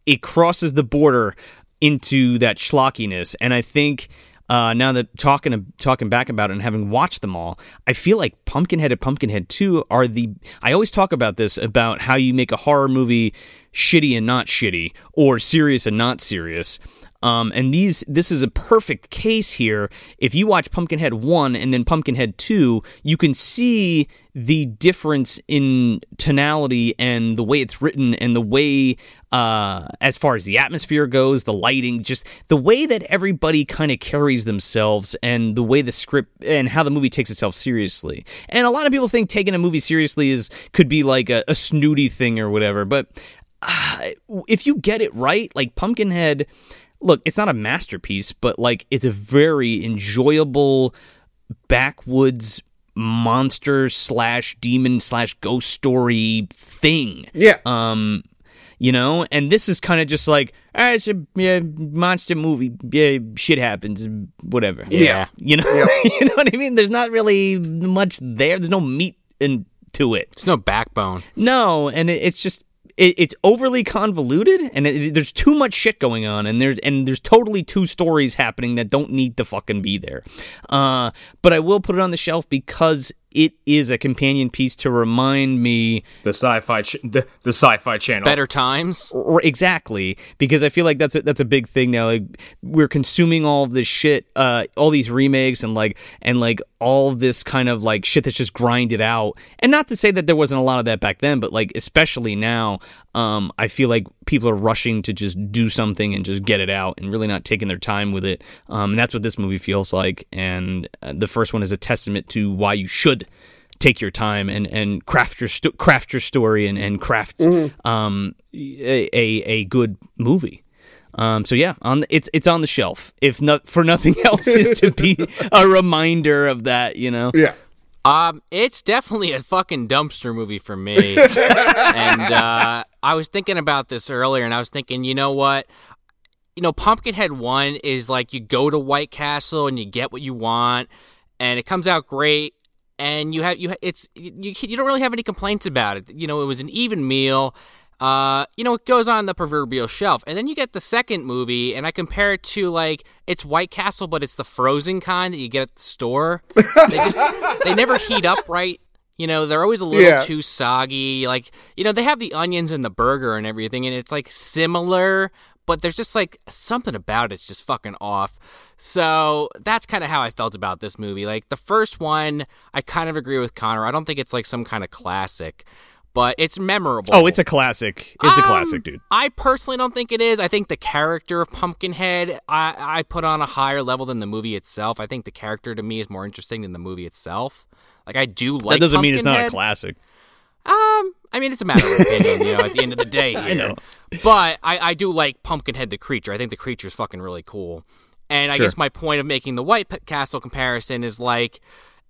it crosses the border into that schlockiness. And I think uh, now that talking talking back about it and having watched them all, I feel like Pumpkinhead and Pumpkinhead Two are the. I always talk about this about how you make a horror movie shitty and not shitty, or serious and not serious. Um, and these, this is a perfect case here. If you watch Pumpkinhead one and then Pumpkinhead two, you can see the difference in tonality and the way it's written and the way, uh, as far as the atmosphere goes, the lighting, just the way that everybody kind of carries themselves and the way the script and how the movie takes itself seriously. And a lot of people think taking a movie seriously is could be like a, a snooty thing or whatever, but if you get it right, like Pumpkinhead, look, it's not a masterpiece, but like it's a very enjoyable backwoods monster slash demon slash ghost story thing Yeah. you know and this is kind of just like ah, it's a yeah, monster movie yeah, shit happens whatever Yeah. you know you know what i mean there's not really much there there's no meat in to it There's no backbone. no, and it, it's just it, it's overly convoluted, and it, there's too much shit going on, and there's and there's totally two stories happening that don't need to fucking be there. Uh, but I will put it on the shelf because it is a companion piece to remind me The sci-fi, ch- the, the sci-fi channel. Better times. or exactly because I feel like that's a, that's a big thing now. Like we're consuming all of this shit, uh, all these remakes and like and like all of this kind of like shit that's just grinded out. And not to say that there wasn't a lot of that back then, but like especially now, um, I feel like people are rushing to just do something and just get it out and really not taking their time with it. Um, and that's what this movie feels like. And uh, the first one is a testament to why you should take your time and and craft your sto- craft your story and and craft Mm-hmm. um a, a a good movie. Um, so yeah, on the, it's it's on the shelf. If not for nothing else, is to be a reminder of that. You know, yeah. Um, it's definitely a fucking dumpster movie for me. and uh, I was thinking about this earlier, and I was thinking, you know what? You know, Pumpkinhead One is like you go to White Castle and you get what you want, and it comes out great. And you have you ha- it's you you don't really have any complaints about it. You know, it was an even meal. Uh, you know, it goes on the proverbial shelf, and then you get the second movie, and I compare it to like it's White Castle, but it's the frozen kind that you get at the store. They just they never heat up right. You know, they're always a little Yeah. too soggy. Like, you know, they have the onions and the burger and everything, and it's like similar, but there's just like something about it's just fucking off. So that's kind of how I felt about this movie. Like the first one, I kind of agree with Connor. I don't think it's like some kind of classic, but it's memorable. Oh, it's a classic. It's a Um, classic, dude. I personally don't think it is. I think the character of Pumpkinhead I, I put on a higher level than the movie itself. I think the character to me is more interesting than the movie itself. Like I do like that doesn't mean it's not a Pumpkinhead. classic. Um, I mean, it's a matter of opinion, you know, at the end of the day. Here. I know. But I, I do like Pumpkinhead the creature. I think the creature's fucking really cool. And I Sure. guess my point of making the White P- Castle comparison is like,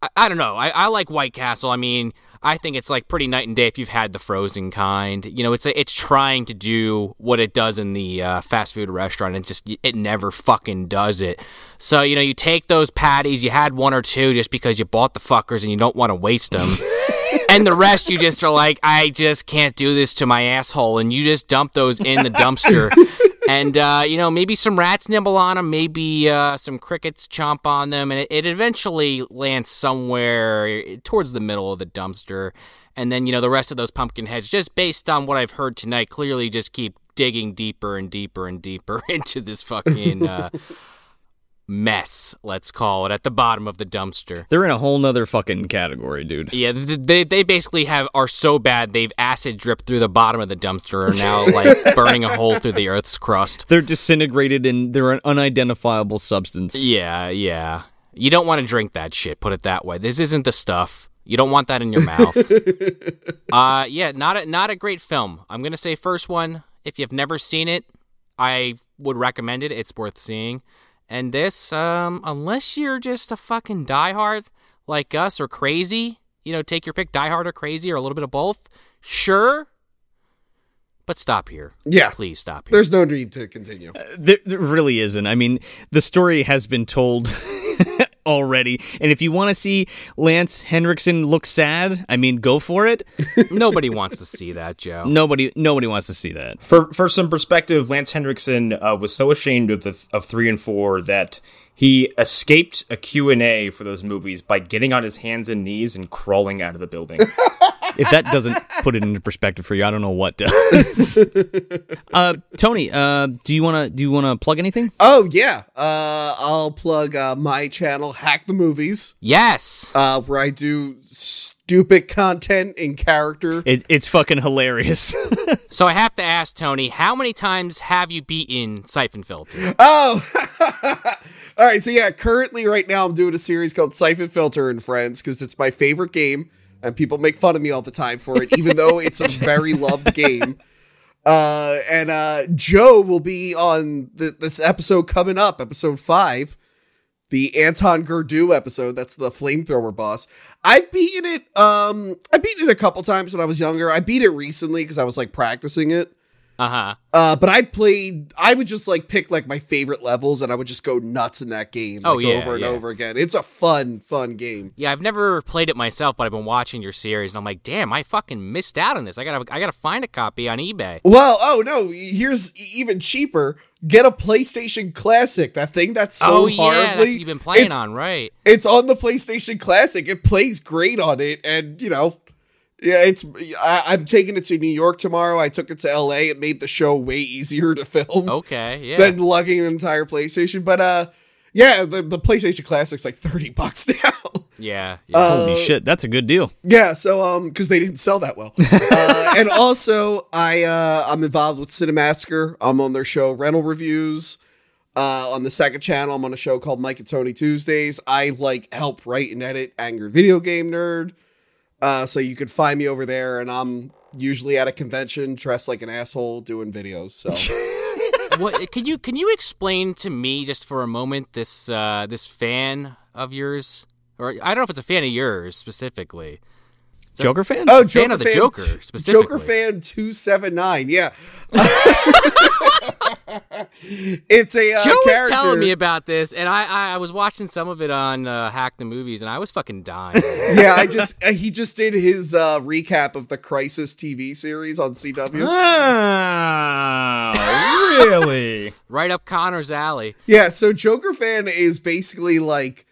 I, I don't know. I, I like White Castle. I mean, I think it's like pretty night and day if you've had the frozen kind. You know, it's a, it's trying to do what it does in the uh, fast food restaurant. It just it never fucking does it. So you know, you take those patties. You had one or two just because you bought the fuckers and you don't want to waste them. and the rest you just are like, I just can't do this to my asshole, and you just dump those in the dumpster. And uh, you know, maybe some rats nibble on them, maybe uh, some crickets chomp on them, and it, it eventually lands somewhere towards the middle of the dumpster. And then you know, the rest of those pumpkin heads, just based on what I've heard tonight, clearly just keep digging deeper and deeper and deeper into this fucking uh, mess. Let's call it at the bottom of the dumpster. They're in a whole nother fucking category, dude. Yeah, th- th- they they basically have are so bad they've acid dripped through the bottom of the dumpster and now like burning a hole through the Earth's crust. They're disintegrated and they're an unidentifiable substance. Yeah, yeah. You don't want to drink that shit. Put it that way. This isn't the stuff. You don't want that in your mouth. uh, yeah, not a not a great film. I'm gonna say first one. If you've never seen it, I would recommend it. It's worth seeing. And this, um, unless you're just a fucking diehard like us or crazy, you know, take your pick, diehard or crazy or a little bit of both. Sure, but stop here. Yeah. please stop here. There's no need to continue. There, there really isn't. I mean, the story has been told already. And if you want to see Lance Henriksen look sad, I mean, go for it. Nobody wants to see that, Joe. Nobody, nobody wants to see that. For for some perspective, Lance Hendrickson uh, was so ashamed of the of three and four that he escaped a Q and A for those movies by getting on his hands and knees and crawling out of the building. If that doesn't put it into perspective for you, I don't know what does. uh, Tony, uh, do you wanna do you wanna plug anything? Oh yeah, uh, I'll plug uh, my channel, Hack the Movies, Yes. uh, where I do stupid content in character. It, it's fucking hilarious. So I have to ask Tony, how many times have you beaten Siphon Filter? Oh, all right. So yeah, currently right now I'm doing a series called Siphon Filter and Friends because it's my favorite game, and people make fun of me all the time for it, even though it's a very loved game. Uh, and uh, Joe will be on th- this episode coming up, episode five, the Anton Gurdu episode. That's the flamethrower boss. I've beaten it. Um, I beat it a couple times when I was younger. I beat it recently because I was like practicing it. Uh huh. Uh, but I played. I would just like pick like my favorite levels, and I would just go nuts in that game. Oh, like, yeah, over and yeah. over again. It's a fun, fun game. Yeah, I've never played it myself, but I've been watching your series, and I'm like, damn, I fucking missed out on this. I gotta, I gotta find a copy on eBay. Well, oh no, here's e- even cheaper. Get a PlayStation Classic. That thing that's so oh yeah, that's what hardly you've been playing it's, on, right? It's on the PlayStation Classic. It plays great on it, and you know, yeah, it's. I, I'm taking it to New York tomorrow. I took it to L.A. It made the show way easier to film. Okay, Oh, yeah. than lugging an entire PlayStation. But uh, yeah, the, the PlayStation Classic's like thirty bucks now. yeah, yeah. uh, Holy shit, that's a good deal. yeah, so um, because they didn't sell that well. uh, and also, I uh, I'm involved with Cinemassacre. I'm on their show Rental Reviews. Uh, on the second channel, I'm on a show called Mike and Tony Tuesdays. I like help write and edit Angry Video Game Nerd. Uh, so you can find me over there, and I'm usually at a convention dressed like an asshole doing videos. So what can you can you explain to me just for a moment this uh, this fan of yours, or I don't know if it's a fan of yours specifically. Joker fan? Oh, Joker Fan of the fan, Joker, t- specifically. Joker fan two seven nine. Yeah, it's a uh, Joe was character. telling me about this, and I, I, I was watching some of it on uh, Hack the Movies, and I was fucking dying. yeah, I just uh, he just did his uh, recap of the Crisis TV series on CW. oh, really? right up Connor's alley. Yeah, so Joker fan is basically like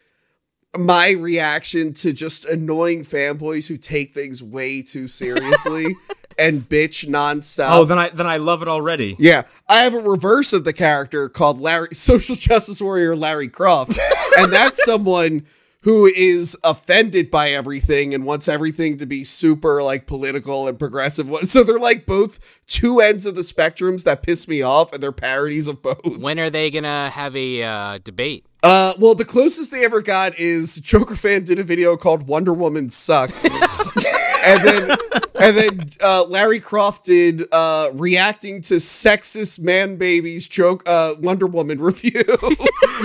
my reaction to just annoying fanboys who take things way too seriously. and bitch nonstop. Oh, then I then I love it already. Yeah, I have a reverse of the character called Larry, social justice warrior Larry Croft, and that's someone who is offended by everything and wants everything to be super like political and progressive. So they're like both two ends of the spectrums that piss me off, and they're parodies of both. When are they gonna have a uh, debate? Uh, well, the closest they ever got is Joker fan did a video called "Wonder Woman Sucks," and then and then uh, Larry Croft did uh, reacting to sexist man babies joke uh, Wonder Woman review,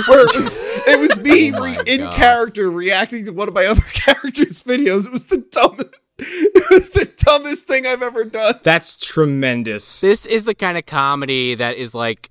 where it was it was me Oh my re- in God. character reacting to one of my other characters' videos. It was the dumbest. It was the dumbest thing I've ever done. That's tremendous. This is the kind of comedy that is like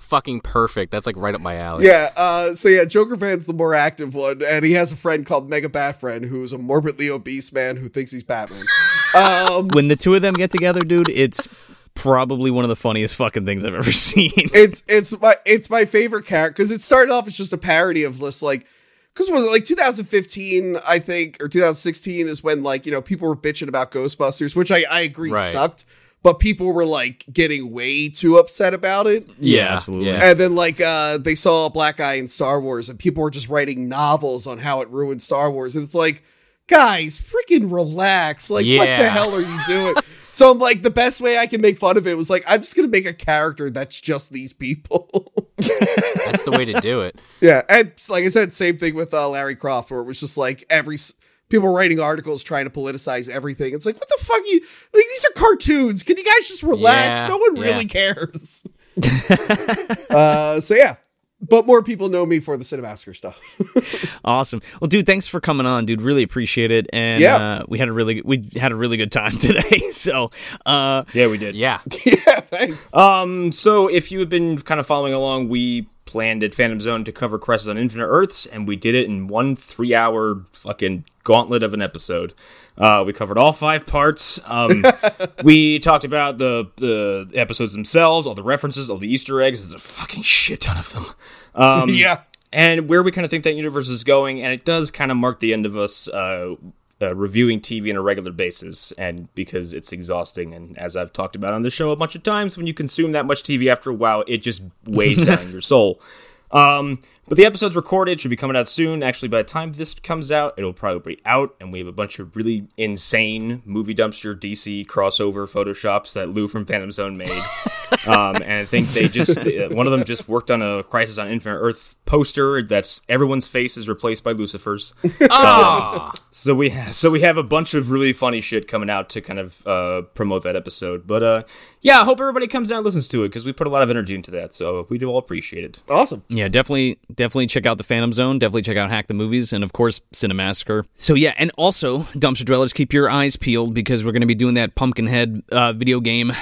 fucking perfect. That's like right up my alley. Yeah, uh, so yeah, Joker fan's the more active one, and he has a friend called Mega Bat Friend, who is a morbidly obese man who thinks he's Batman. Um, When the two of them get together, dude, it's probably one of the funniest fucking things I've ever seen. it's it's my it's my favorite character because it started off as just a parody of this like because was it like 2015 I think or 2016 is when like you know people were bitching about Ghostbusters, which I I agree Right. sucked, but people were like getting way too upset about it. Yeah, absolutely. yeah. And then like uh they saw a black guy in Star Wars and people were just writing novels on how it ruined Star Wars and it's like guys freaking relax like what the Yeah. hell are you doing so I'm like the best way I can make fun of it was like I'm just going to make a character that's just these people That's the way to do it. yeah and like I said same thing with uh, Larry Croft where it was just like every s- people writing articles trying to politicize everything it's like what the fuck you like these are cartoons can you guys just relax Yeah, no one yeah. really cares uh, so yeah, but more people know me for the Cinemasker stuff. Awesome. Well, dude, thanks for coming on, dude. Really appreciate it. And Yeah. uh, we had a really we had a really good time today. So uh, Yeah, we did. Yeah. yeah, thanks. Um, so if you have been kind of following along, we planned at Phantom Zone to cover Crisis on Infinite Earths, and we did it in one three-hour fucking gauntlet of an episode. Uh, we covered all five parts. Um, we talked about the the episodes themselves, all the references, all the Easter eggs. There's a fucking shit ton of them. Um, yeah, and where we kind of think that universe is going, and it does kind of mark the end of us uh, uh, reviewing TV on a regular basis, and because it's exhausting, and as I've talked about on the show a bunch of times, when you consume that much TV after a while, it just weighs down on your soul. Um, but the episode's recorded, should be coming out soon. Actually, by the time this comes out, it'll probably be out, and we have a bunch of really insane movie dumpster DC crossover photoshops that Lou from Phantom Zone made. um, and I think they just uh, one of them just worked on a Crisis on Infinite Earth poster that's everyone's face is replaced by Lucifer's. Um, Ah. So we so we have a bunch of really funny shit coming out to kind of uh, promote that episode. But uh, yeah, I hope everybody comes down and listens to it because we put a lot of energy into that. So we do all appreciate it. awesome. yeah, definitely definitely check out the Phantom Zone. Definitely check out Hack the Movies, and of course Cinemassacre. So yeah, and also Dumpster Dwellers, keep your eyes peeled because we're going to be doing that Pumpkinhead uh, video game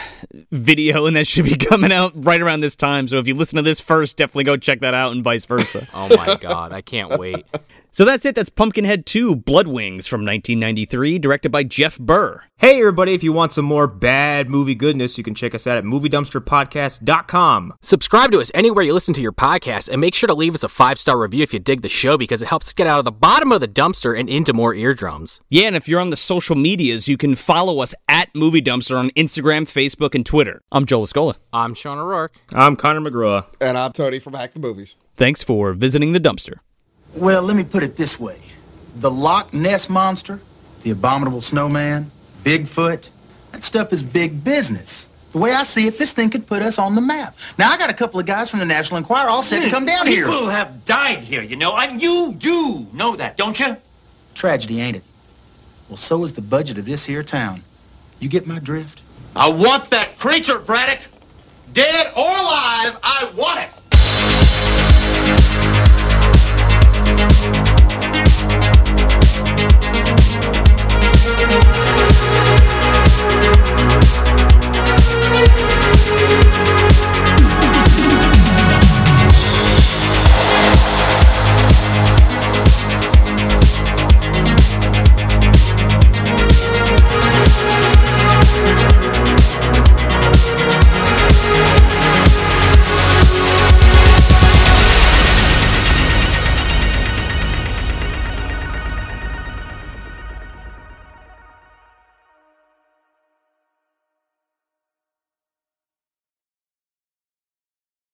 video, and that should be coming out right around this time. So if you listen to this first, definitely go check that out, and vice versa. Oh my god, I can't wait. so that's it. That's Pumpkinhead Two: Blood Wings from 1993, directed by Jeff Burr. Hey everybody, if you want some more bad movie goodness, you can check us out at moviedumpsterpodcast.com. Subscribe to us anywhere you listen to your podcast and make sure to leave us a five star review if you dig the show because it helps us get out of the bottom of the dumpster and into more eardrums. Yeah, and if you're on the social medias, you can follow us at Movie Dumpster on Instagram, Facebook, and Twitter. I'm Joel Escola. I'm Sean O'Rourke. I'm Connor McGraw. And I'm Tony from Hack the Movies. Thanks for visiting the dumpster. Well, let me put it this way the Loch Ness Monster, the Abominable Snowman, Bigfoot, that stuff is big business. The way I see it, this thing could put us on the map. Now, I got a couple of guys from the National Enquirer all set to come down here. Hmm. People have died here, you know, and you do know that, don't you? Tragedy, ain't it? Well, so is the budget of this here town. You get my drift? I want that creature, Braddock. Dead or alive, I want it.